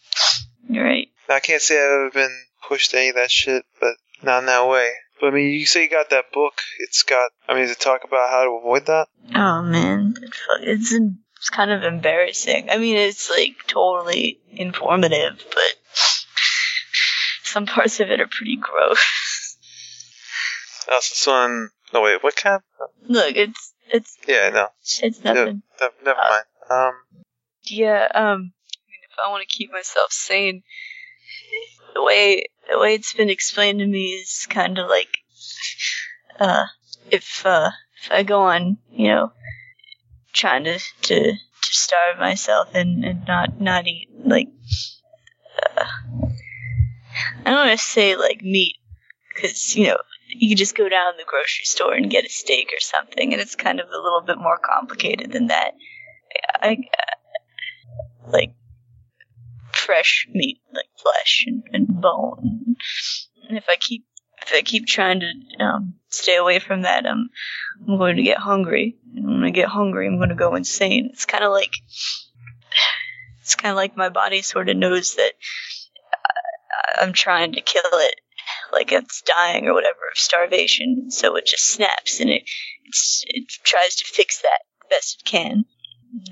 Speaker 2: You're right.
Speaker 6: Now, I can't say I've ever been pushed to any of that shit, but not in that way. But I mean, you say you got that book. It's got. I mean, does it talk about how to avoid that?
Speaker 2: Oh man, It fu- it's en- it's kind of embarrassing. I mean, it's like totally informative, but some parts of it are pretty gross. (laughs)
Speaker 6: That's this one. No wait, what kind?
Speaker 2: Look, it's it's
Speaker 6: Yeah, no,
Speaker 2: it's nothing.
Speaker 6: no never mind. Um,
Speaker 2: Yeah, um,
Speaker 8: I mean, if I want to keep myself sane,
Speaker 2: the way the way it's been explained to me is kind of like uh if uh if I go on you know trying to to, to starve myself and, and not not eat like uh, I don't want to say like meat because you know you could just go down to the grocery store and get a steak or something and it's kind of a little bit more complicated than that I, I- like fresh meat like flesh and, and bone and if I keep if I keep trying to um, stay away from that, um, I'm going to get hungry. And when I get hungry, I'm going to go insane. It's kind of like it's kind of like my body sort of knows that I, I'm trying to kill it, like it's dying or whatever of starvation. So it just snaps and it it's, it tries to fix that best it can.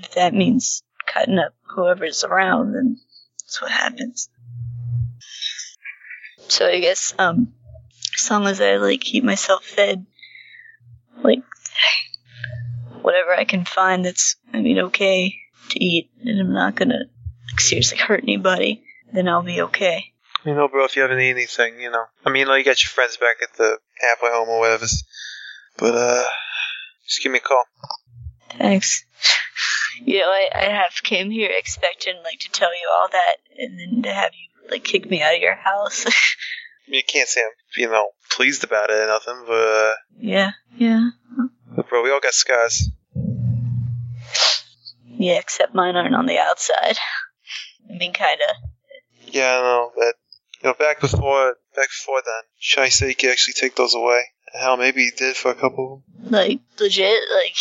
Speaker 2: If that means cutting up whoever's around, then that's what happens. So I guess um, as long as I like keep myself fed, like whatever I can find that's I mean okay to eat, and I'm not gonna like, seriously hurt anybody, then I'll be okay.
Speaker 6: You know, bro, if you haven't eaten anything, you know. I mean, like, you got your friends back at the halfway home or whatever. But, uh, just give me a call.
Speaker 2: Thanks. You know, I, I have came here expecting like to tell you all that, and then to have you like kick me out of your house. (laughs)
Speaker 6: You can't say I'm, you know, pleased about it or nothing, but, uh,
Speaker 2: yeah, yeah,
Speaker 6: but bro, we all got scars.
Speaker 2: yeah. Except mine aren't on the outside. I mean, kinda.
Speaker 6: Yeah, I know, but, you know, back before, back before then, Shy said he could actually take those away. Hell, maybe he did for a couple
Speaker 2: like legit like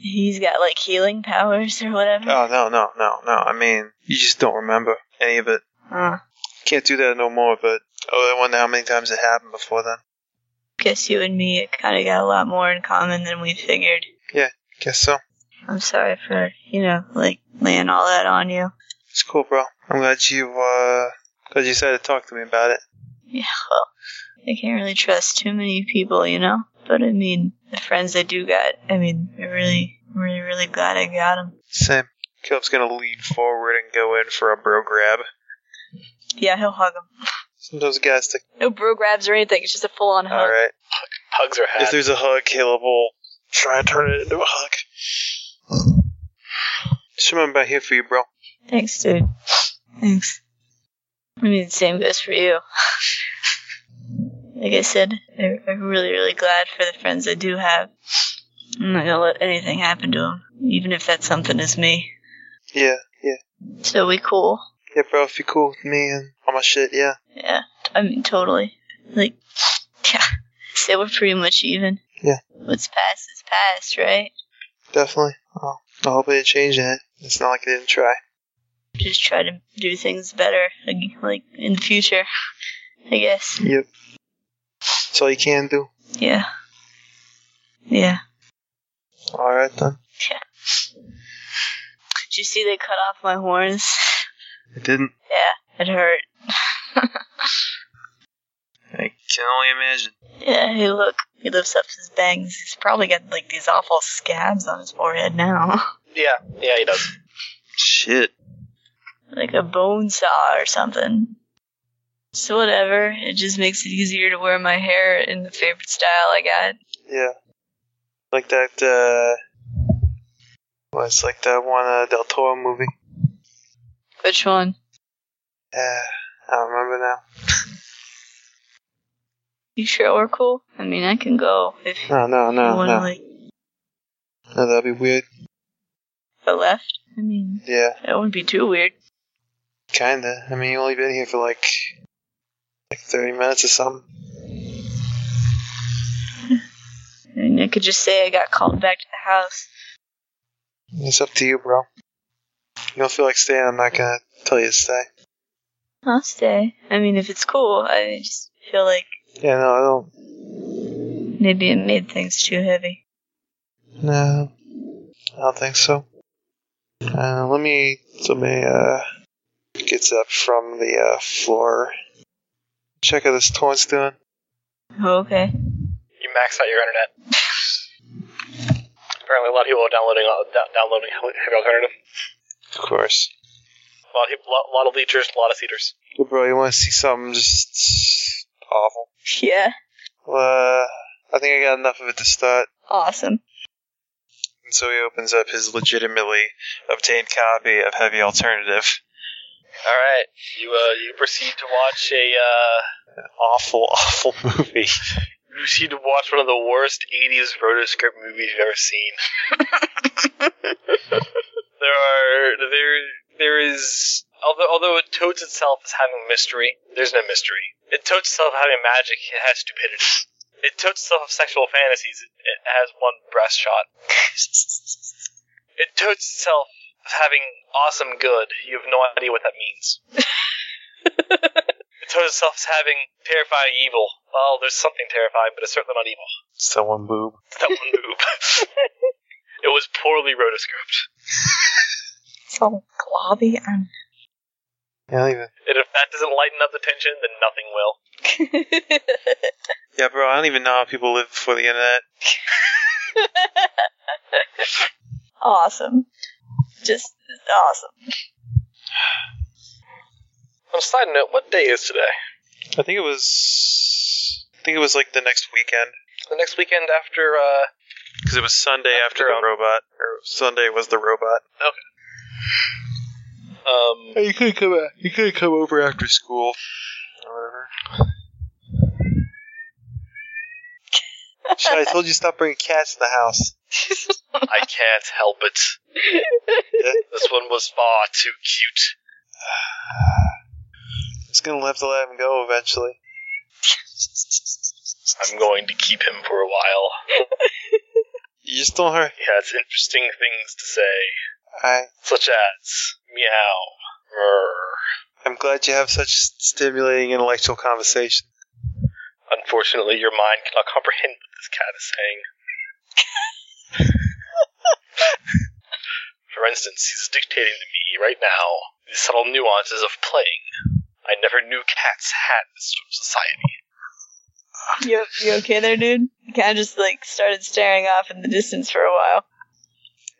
Speaker 2: he's got like healing powers or
Speaker 6: of
Speaker 2: whatever
Speaker 6: them. Oh, no, no, no, no. I mean, you just don't remember any of it.
Speaker 2: huh.
Speaker 6: Can't do that no more, but, oh, I wonder how many times it happened before then.
Speaker 2: guess you and me kind of got a lot more in common than we figured
Speaker 6: Guess so.
Speaker 2: i'm sorry for you know like laying all that on you
Speaker 6: It's cool, bro. I'm glad you, uh, glad you decided to talk to me about it.
Speaker 2: yeah well i can't really trust too many people you know but i mean the friends i do got i mean i'm really really really glad i got them
Speaker 6: Same. Caleb's gonna lean forward and go in for a bro grab.
Speaker 2: yeah he'll hug them
Speaker 6: Sometimes guys stick.
Speaker 2: no bro grabs or anything it's just a full-on hug
Speaker 6: Alright.
Speaker 1: Hugs are
Speaker 6: If
Speaker 1: had.
Speaker 6: there's a hug, Caleb will try and turn it into a hug. Just remember I'm here for you, bro.
Speaker 2: Thanks, dude. Thanks. I mean, the same goes for you. like I said, I- I'm really, really glad for the friends I do have. I'm not gonna let anything happen to them, even if that something is me.
Speaker 6: Yeah, yeah.
Speaker 2: So we cool.
Speaker 6: Yeah, bro, if you're cool with me and all my shit, yeah.
Speaker 2: Yeah, I mean, totally. Like, (laughs) yeah. So we're pretty much even.
Speaker 6: Yeah.
Speaker 2: What's past is past, right?
Speaker 6: Definitely. Oh, I hope I didn't change that. It's not like I didn't try.
Speaker 2: Just try to do things better, like- like in the future, I guess.
Speaker 6: Yep. That's all you can do.
Speaker 2: Yeah. Yeah.
Speaker 6: Alright then.
Speaker 2: Did you see they cut off my horns?
Speaker 6: It didn't.
Speaker 2: Yeah, it hurt.
Speaker 6: I can only imagine.
Speaker 2: Yeah, hey, look. He lifts up his bangs. He's probably got, like, these awful scabs on his forehead now. (laughs)
Speaker 1: Yeah, yeah, he does.
Speaker 6: Shit.
Speaker 2: like a bone saw or something. So, whatever. It just makes it easier to wear my hair in the favorite style I got.
Speaker 6: Yeah. Like that, uh. Well, it's like that one uh, Del Toro movie.
Speaker 2: Which one?
Speaker 6: Uh, I don't remember now.
Speaker 2: You sure we're cool? I mean, I can go if
Speaker 6: No, no,
Speaker 2: you
Speaker 6: no,
Speaker 2: want to,
Speaker 6: no.
Speaker 2: like,
Speaker 6: No, that'd be weird.
Speaker 2: go left. I mean,
Speaker 6: Yeah,
Speaker 2: that wouldn't be too weird. (laughs)
Speaker 6: kinda. I mean, you only been here for like. like 30 minutes or something.
Speaker 2: I mean, I could just say I got called back to the house.
Speaker 6: It's up to you, bro. You don't feel like staying, I'm not gonna tell you to stay.
Speaker 2: I'll stay. I mean, if it's cool, I just feel like
Speaker 6: Yeah, no, I don't.
Speaker 2: maybe it made things too heavy.
Speaker 6: No. I don't think so. Uh, let me. Let me, uh. Gets up from the, uh, floor. Check how this torrent's doing.
Speaker 2: Oh, Okay. (laughs)
Speaker 1: You max out your internet. Apparently, a lot of people are downloading uh, da- downloading heavy alternative.
Speaker 6: Of course.
Speaker 1: A lot of people, lot, lot of leechers, a lot of cedars.
Speaker 6: Yo, bro, you want to see something just awful?
Speaker 2: Yeah.
Speaker 6: Well, uh, I think I got enough of it to start.
Speaker 2: Awesome.
Speaker 6: And so he opens up his legitimately obtained copy of Heavy Alternative.
Speaker 1: All right, you uh, you proceed to watch a uh,
Speaker 6: Awful, (laughs) awful movie.
Speaker 1: you proceed to watch one of the worst '80s rotoscope movies you've ever seen. there are there there is although although it totes itself as having mystery, there's no mystery. It totes itself as having magic. It has stupidity. It totes itself as sexual fantasies. It, it has one breast shot. it totes itself as having awesome good. You have no idea what that means. it totes itself as having terrifying evil. Well, there's something terrifying, but it's certainly not evil.
Speaker 6: Someone boob.
Speaker 1: It's that one boob. it was poorly rotoscoped.
Speaker 2: It's all globby and.
Speaker 7: Yeah, leave it.
Speaker 12: And if that doesn't lighten up the tension, then nothing will.
Speaker 6: Yeah, bro, I don't even know how people live before the internet.
Speaker 2: (laughs) awesome. Just awesome.
Speaker 12: On a side note, what day is today?
Speaker 6: I think it was. I think it was like the next weekend
Speaker 12: The next weekend after. uh
Speaker 6: because it was Sunday after
Speaker 12: After,
Speaker 6: the
Speaker 12: um,
Speaker 6: robot, or Sunday was the robot.
Speaker 12: Um,
Speaker 6: You could come. You could come over after school. or whatever. Shit, I told you stop bringing cats in the house.
Speaker 12: I can't help it. This one was far too cute.
Speaker 6: It's gonna have to let him go eventually.
Speaker 12: I'm going to keep him for a while.
Speaker 6: You just don't hurt.
Speaker 12: He has interesting things to say,
Speaker 6: I.
Speaker 12: such as meow, murr.
Speaker 6: I'm glad you have such stimulating intellectual conversation.
Speaker 12: Unfortunately, your mind cannot comprehend what this cat is saying. For instance, he's dictating to me right now the subtle nuances of playing. I never knew cats had this sort of society.
Speaker 2: You, you okay there, dude? You kind of just like started staring off in the distance for a while.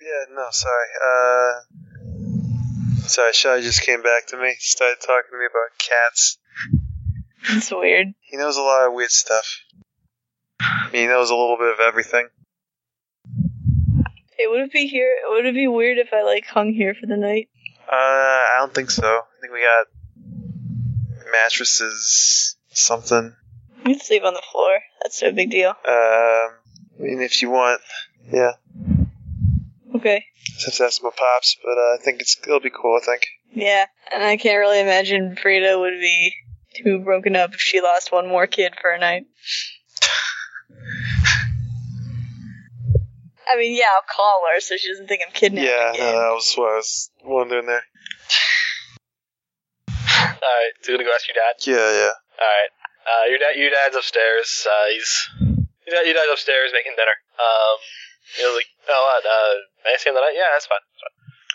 Speaker 6: Yeah, no, sorry. Uh, sorry, Shy just came back to me. Started talking to me about cats.
Speaker 2: It's weird.
Speaker 6: He knows a lot of weird stuff. He knows a little bit of everything.
Speaker 2: It would be here. It would be weird if I like hung here for the night.
Speaker 6: Uh, I don't think so. I think we got mattresses, something.
Speaker 2: You can sleep on the floor. That's no big deal.
Speaker 6: Um, I mean, if you want, yeah.
Speaker 2: Okay.
Speaker 6: Just have to ask my pops, but uh, I think it's it'll be cool. I think.
Speaker 2: Yeah, and I can't really imagine Frida would be too broken up if she lost one more kid for a night. I mean, yeah, I'll call her so she doesn't think I'm kidnapping.
Speaker 6: Yeah,
Speaker 2: you.
Speaker 6: no, that was what I was wondering there.
Speaker 12: Alright, so you gonna go ask your dad?
Speaker 6: Yeah, yeah.
Speaker 12: Alright. Uh, your dad, your dad's upstairs. Uh, he's your, dad, your dad's upstairs making dinner. Um, he was like, "Oh, what? Uh, may I stay on the night? Yeah, that's fine.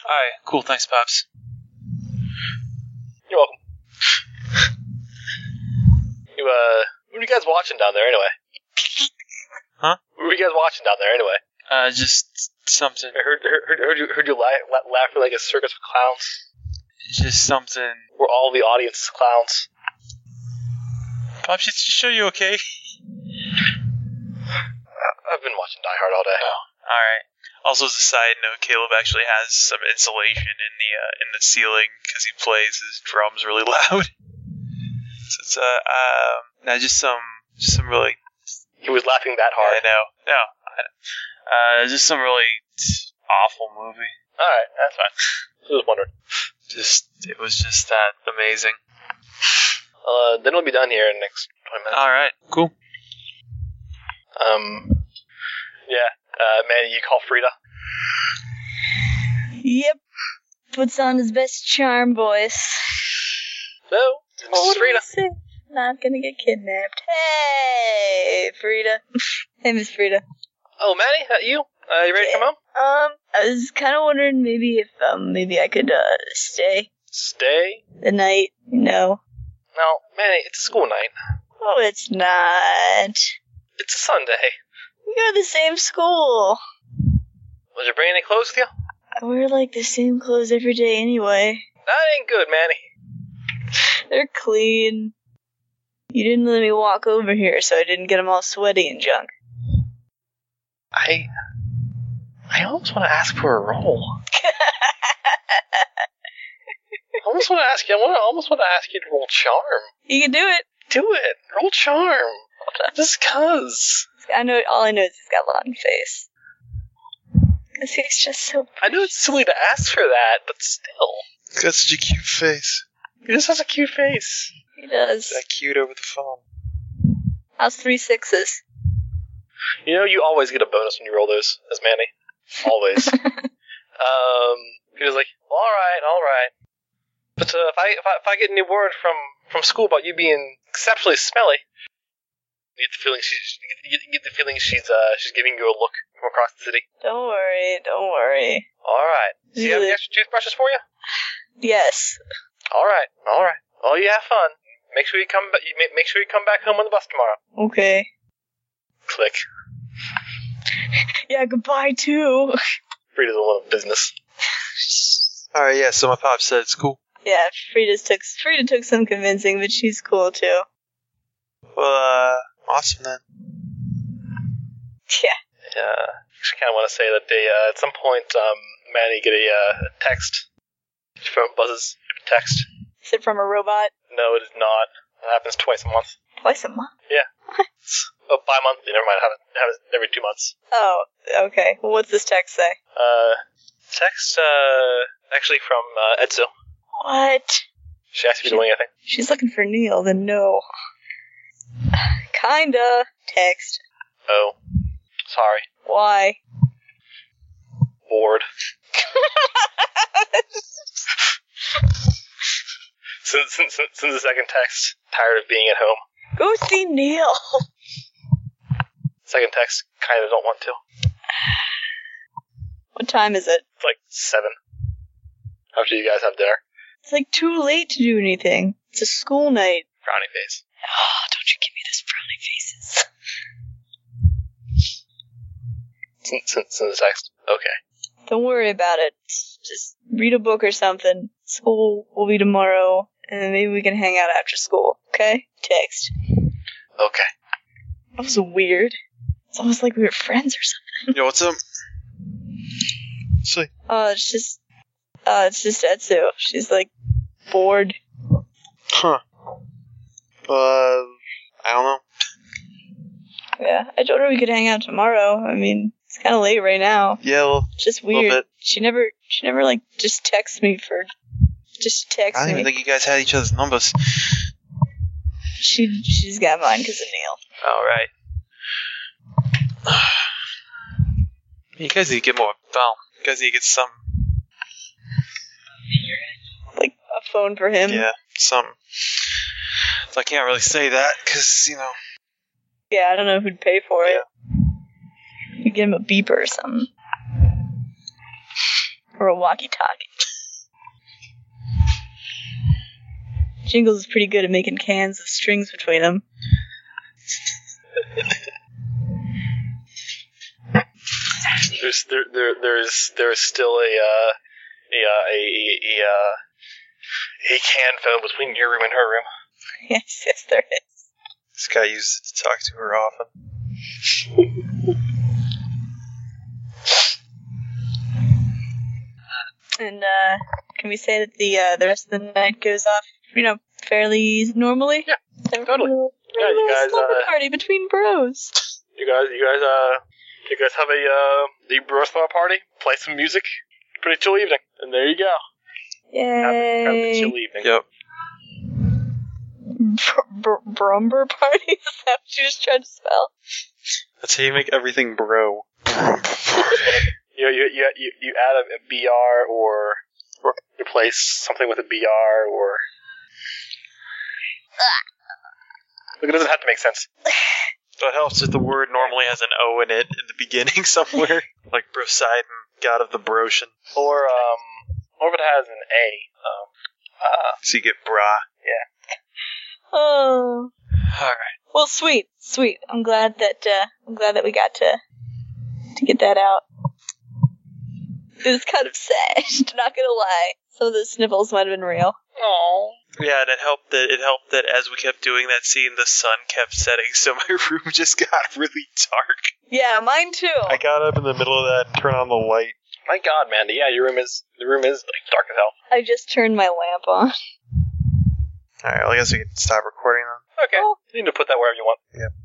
Speaker 6: All right, cool. Thanks, pops.
Speaker 12: You're welcome." You uh, what are you guys watching down there anyway?
Speaker 6: Huh?
Speaker 12: What were you guys watching down there anyway?
Speaker 6: Uh, just something,
Speaker 12: I heard heard, heard you heard you la- la- laughing like a circus of clowns.
Speaker 6: just something.
Speaker 12: Were all the audience is clowns?
Speaker 6: Pops, just show you okay?
Speaker 12: I've been watching Die Hard all day.
Speaker 6: All right. Also, as a side note, Caleb actually has some insulation in the uh, in the ceiling because he plays his drums really (laughs) loud. so it's uh, um, now just some just some really
Speaker 12: He was laughing that
Speaker 6: I
Speaker 12: hard.
Speaker 6: know no I, uh, just some really awful movie.
Speaker 12: All right, that's fine. Just wondering.
Speaker 6: Just it was just that amazing.
Speaker 12: Uh, then we'll be done here in the next twenty minutes.
Speaker 6: All right, cool. Uh.
Speaker 12: Um, yeah, uh, Manny, you call Frida.
Speaker 2: Yep. Puts on his best charm voice.
Speaker 12: No, this is Frida.
Speaker 2: Frida. Not gonna get kidnapped. Hey, Frida. (laughs) hey, Miss Frida.
Speaker 12: Oh, Manny, that you? Uh, you ready to come home?
Speaker 2: Um, I was kind of wondering maybe if um maybe I could uh stay
Speaker 12: Stay?
Speaker 2: the night. You know.
Speaker 12: No, Manny, it's school night.
Speaker 2: Oh, it's not.
Speaker 12: It's a Sunday.
Speaker 2: We go to the same school.
Speaker 12: Was you bringing any clothes with you?
Speaker 2: I wear like the same clothes every day anyway.
Speaker 12: That ain't good, Manny.
Speaker 2: They're clean. You didn't let me walk over here, so I didn't get them all sweaty and junk.
Speaker 12: I. I almost want to ask for a roll. I almost want to ask you. I, wanna, I almost want to ask you to roll charm.
Speaker 2: You can do it.
Speaker 12: Do it. Roll charm. Just cause.
Speaker 2: I know. All I know is he's got a long face. Cause he's just so.
Speaker 12: I know it's silly to ask for that, but still,
Speaker 6: That's such a cute face.
Speaker 12: he just has a cute face.
Speaker 2: He does.
Speaker 6: That cute over the phone.
Speaker 2: How's three sixes?
Speaker 12: You know, you always get a bonus when you roll those as Manny. Always. um, he was like, well, "All right, all right." But uh, if, I, if I if I get any word from from school about you being exceptionally smelly, you get the feeling she's you get, you get the feeling she's uh she's giving you a look from across the city.
Speaker 2: Don't worry. Don't worry.
Speaker 12: All right, Does he have any extra toothbrushes for you?
Speaker 2: Yes.
Speaker 12: All right, all right. Well, Oh, you have fun. Make sure you come. ba- You ma- make sure you come back home on the bus tomorrow.
Speaker 2: Okay.
Speaker 12: Click.
Speaker 2: Yeah, goodbye too. (laughs)
Speaker 12: Free to the love of business.
Speaker 6: All right, yeah. So my pop said it's cool.
Speaker 2: yeah, Frida's took Frida took some convincing, but she's cool too.
Speaker 6: Well, uh, awesome then.
Speaker 2: Yeah.
Speaker 12: Yeah. Actually, kind of want to say that they uh, at some point, um, Manny get a, uh, a text from Buzz's text.
Speaker 2: Is it from a robot?
Speaker 12: No, it is not. It happens twice a month.
Speaker 2: Twice a month.
Speaker 12: Yeah. oh, bi-monthly. Never mind. It happens, it happens every two months.
Speaker 2: Oh, okay. Well, what's this text say?
Speaker 12: Uh, text uh, actually from uh, Etsu.
Speaker 2: What?
Speaker 12: She asked if you're doing anything.
Speaker 2: She's looking for Neil, then no. Kinda. Text.
Speaker 12: Oh, sorry.
Speaker 2: Why? (laughs)
Speaker 12: Bored. Since, since, since the second text, tired of being at home.
Speaker 2: Go see Neil.
Speaker 12: Second text, kind of don't want to.
Speaker 2: What time is it?
Speaker 12: It's like seven. After you guys have dinner,
Speaker 2: It's like too late to do anything. It's a school night.
Speaker 12: brownie face.
Speaker 2: Oh, don't you give me this frowny faces. (laughs)
Speaker 12: Since, since, since the text, okay.
Speaker 2: Don't worry about it. Just read a book or something. School will be tomorrow, and then maybe we can hang out after school. Okay? Text.
Speaker 12: Okay.
Speaker 2: That was weird. It's almost like we were friends or something.
Speaker 6: Yo, what's up? See.
Speaker 2: Uh, it's just, uh, it's just Etsu. She's like bored.
Speaker 6: Huh. Uh, I don't know.
Speaker 2: Yeah, I told her we could hang out tomorrow. I mean, it's kind of late right now.
Speaker 6: Yeah, well,
Speaker 2: It's just
Speaker 6: Little
Speaker 2: weird.
Speaker 6: bit.
Speaker 2: She never, she never like just texts me for, just texts
Speaker 6: I don't
Speaker 2: me.
Speaker 6: even think you guys had each other's numbers.
Speaker 2: she, she's got mine because of Neil.
Speaker 12: All right.
Speaker 6: (sighs) You guys need to get more. Well, you guys need to get some.
Speaker 2: Like a phone for him.
Speaker 6: Yeah, some. So I can't really say that because you know.
Speaker 2: Yeah, I don't know who'd pay for it. You get him a beeper or something. Or a walkie talkie. Jingles is pretty good at making cans of strings between them.
Speaker 12: There's there, there there's there's still a uh, a uh, a a, a, uh, a can phone between your room and her room.
Speaker 2: (laughs) yes, yes, there is.
Speaker 6: This guy uses it to talk to her often.
Speaker 2: And uh, can we say that the uh, the rest of the night goes off, you know, fairly normally?
Speaker 12: Yeah, totally. Yeah, you guys,
Speaker 2: slumber
Speaker 12: uh,
Speaker 2: party between bros.
Speaker 12: You guys you guys uh you guys have a uh the birthday party. Play some music. Pretty chill evening. And there you go. Have a
Speaker 2: Yay!
Speaker 12: chill evening.
Speaker 6: Yep.
Speaker 2: Br- br- brumber party? (laughs) Is that what you just tried to spell?
Speaker 6: That's how you make everything bro.
Speaker 12: You you you you, you add a, a br or or replace something with a br or. Look, it doesn't have to make sense.
Speaker 6: That helps if the word normally has an O in it in the beginning (laughs) somewhere, like Poseidon, god of the Brocean.
Speaker 12: Or um, or if it has an a. Um, uh,
Speaker 6: So you get bra.
Speaker 2: Oh.
Speaker 6: All right.
Speaker 2: Well, sweet, sweet. I'm glad that uh, I'm glad that we got to to get that out. It was kind of sad, (laughs) not gonna lie. Some of those sniffles might have been real.
Speaker 12: oh.
Speaker 6: Yeah, and it helped that it helped that as we kept doing that scene, the sun kept setting, (laughs) so my room just got really dark.
Speaker 2: Yeah, mine too.
Speaker 6: I got up in the middle of that and turned on the light.
Speaker 12: My God, Mandy. Yeah, your room is the room is like dark as hell.
Speaker 2: I just turned my lamp on.
Speaker 6: All right, well, I guess we can stop recording then.
Speaker 12: Okay. You need to put that wherever you want.
Speaker 6: Yep.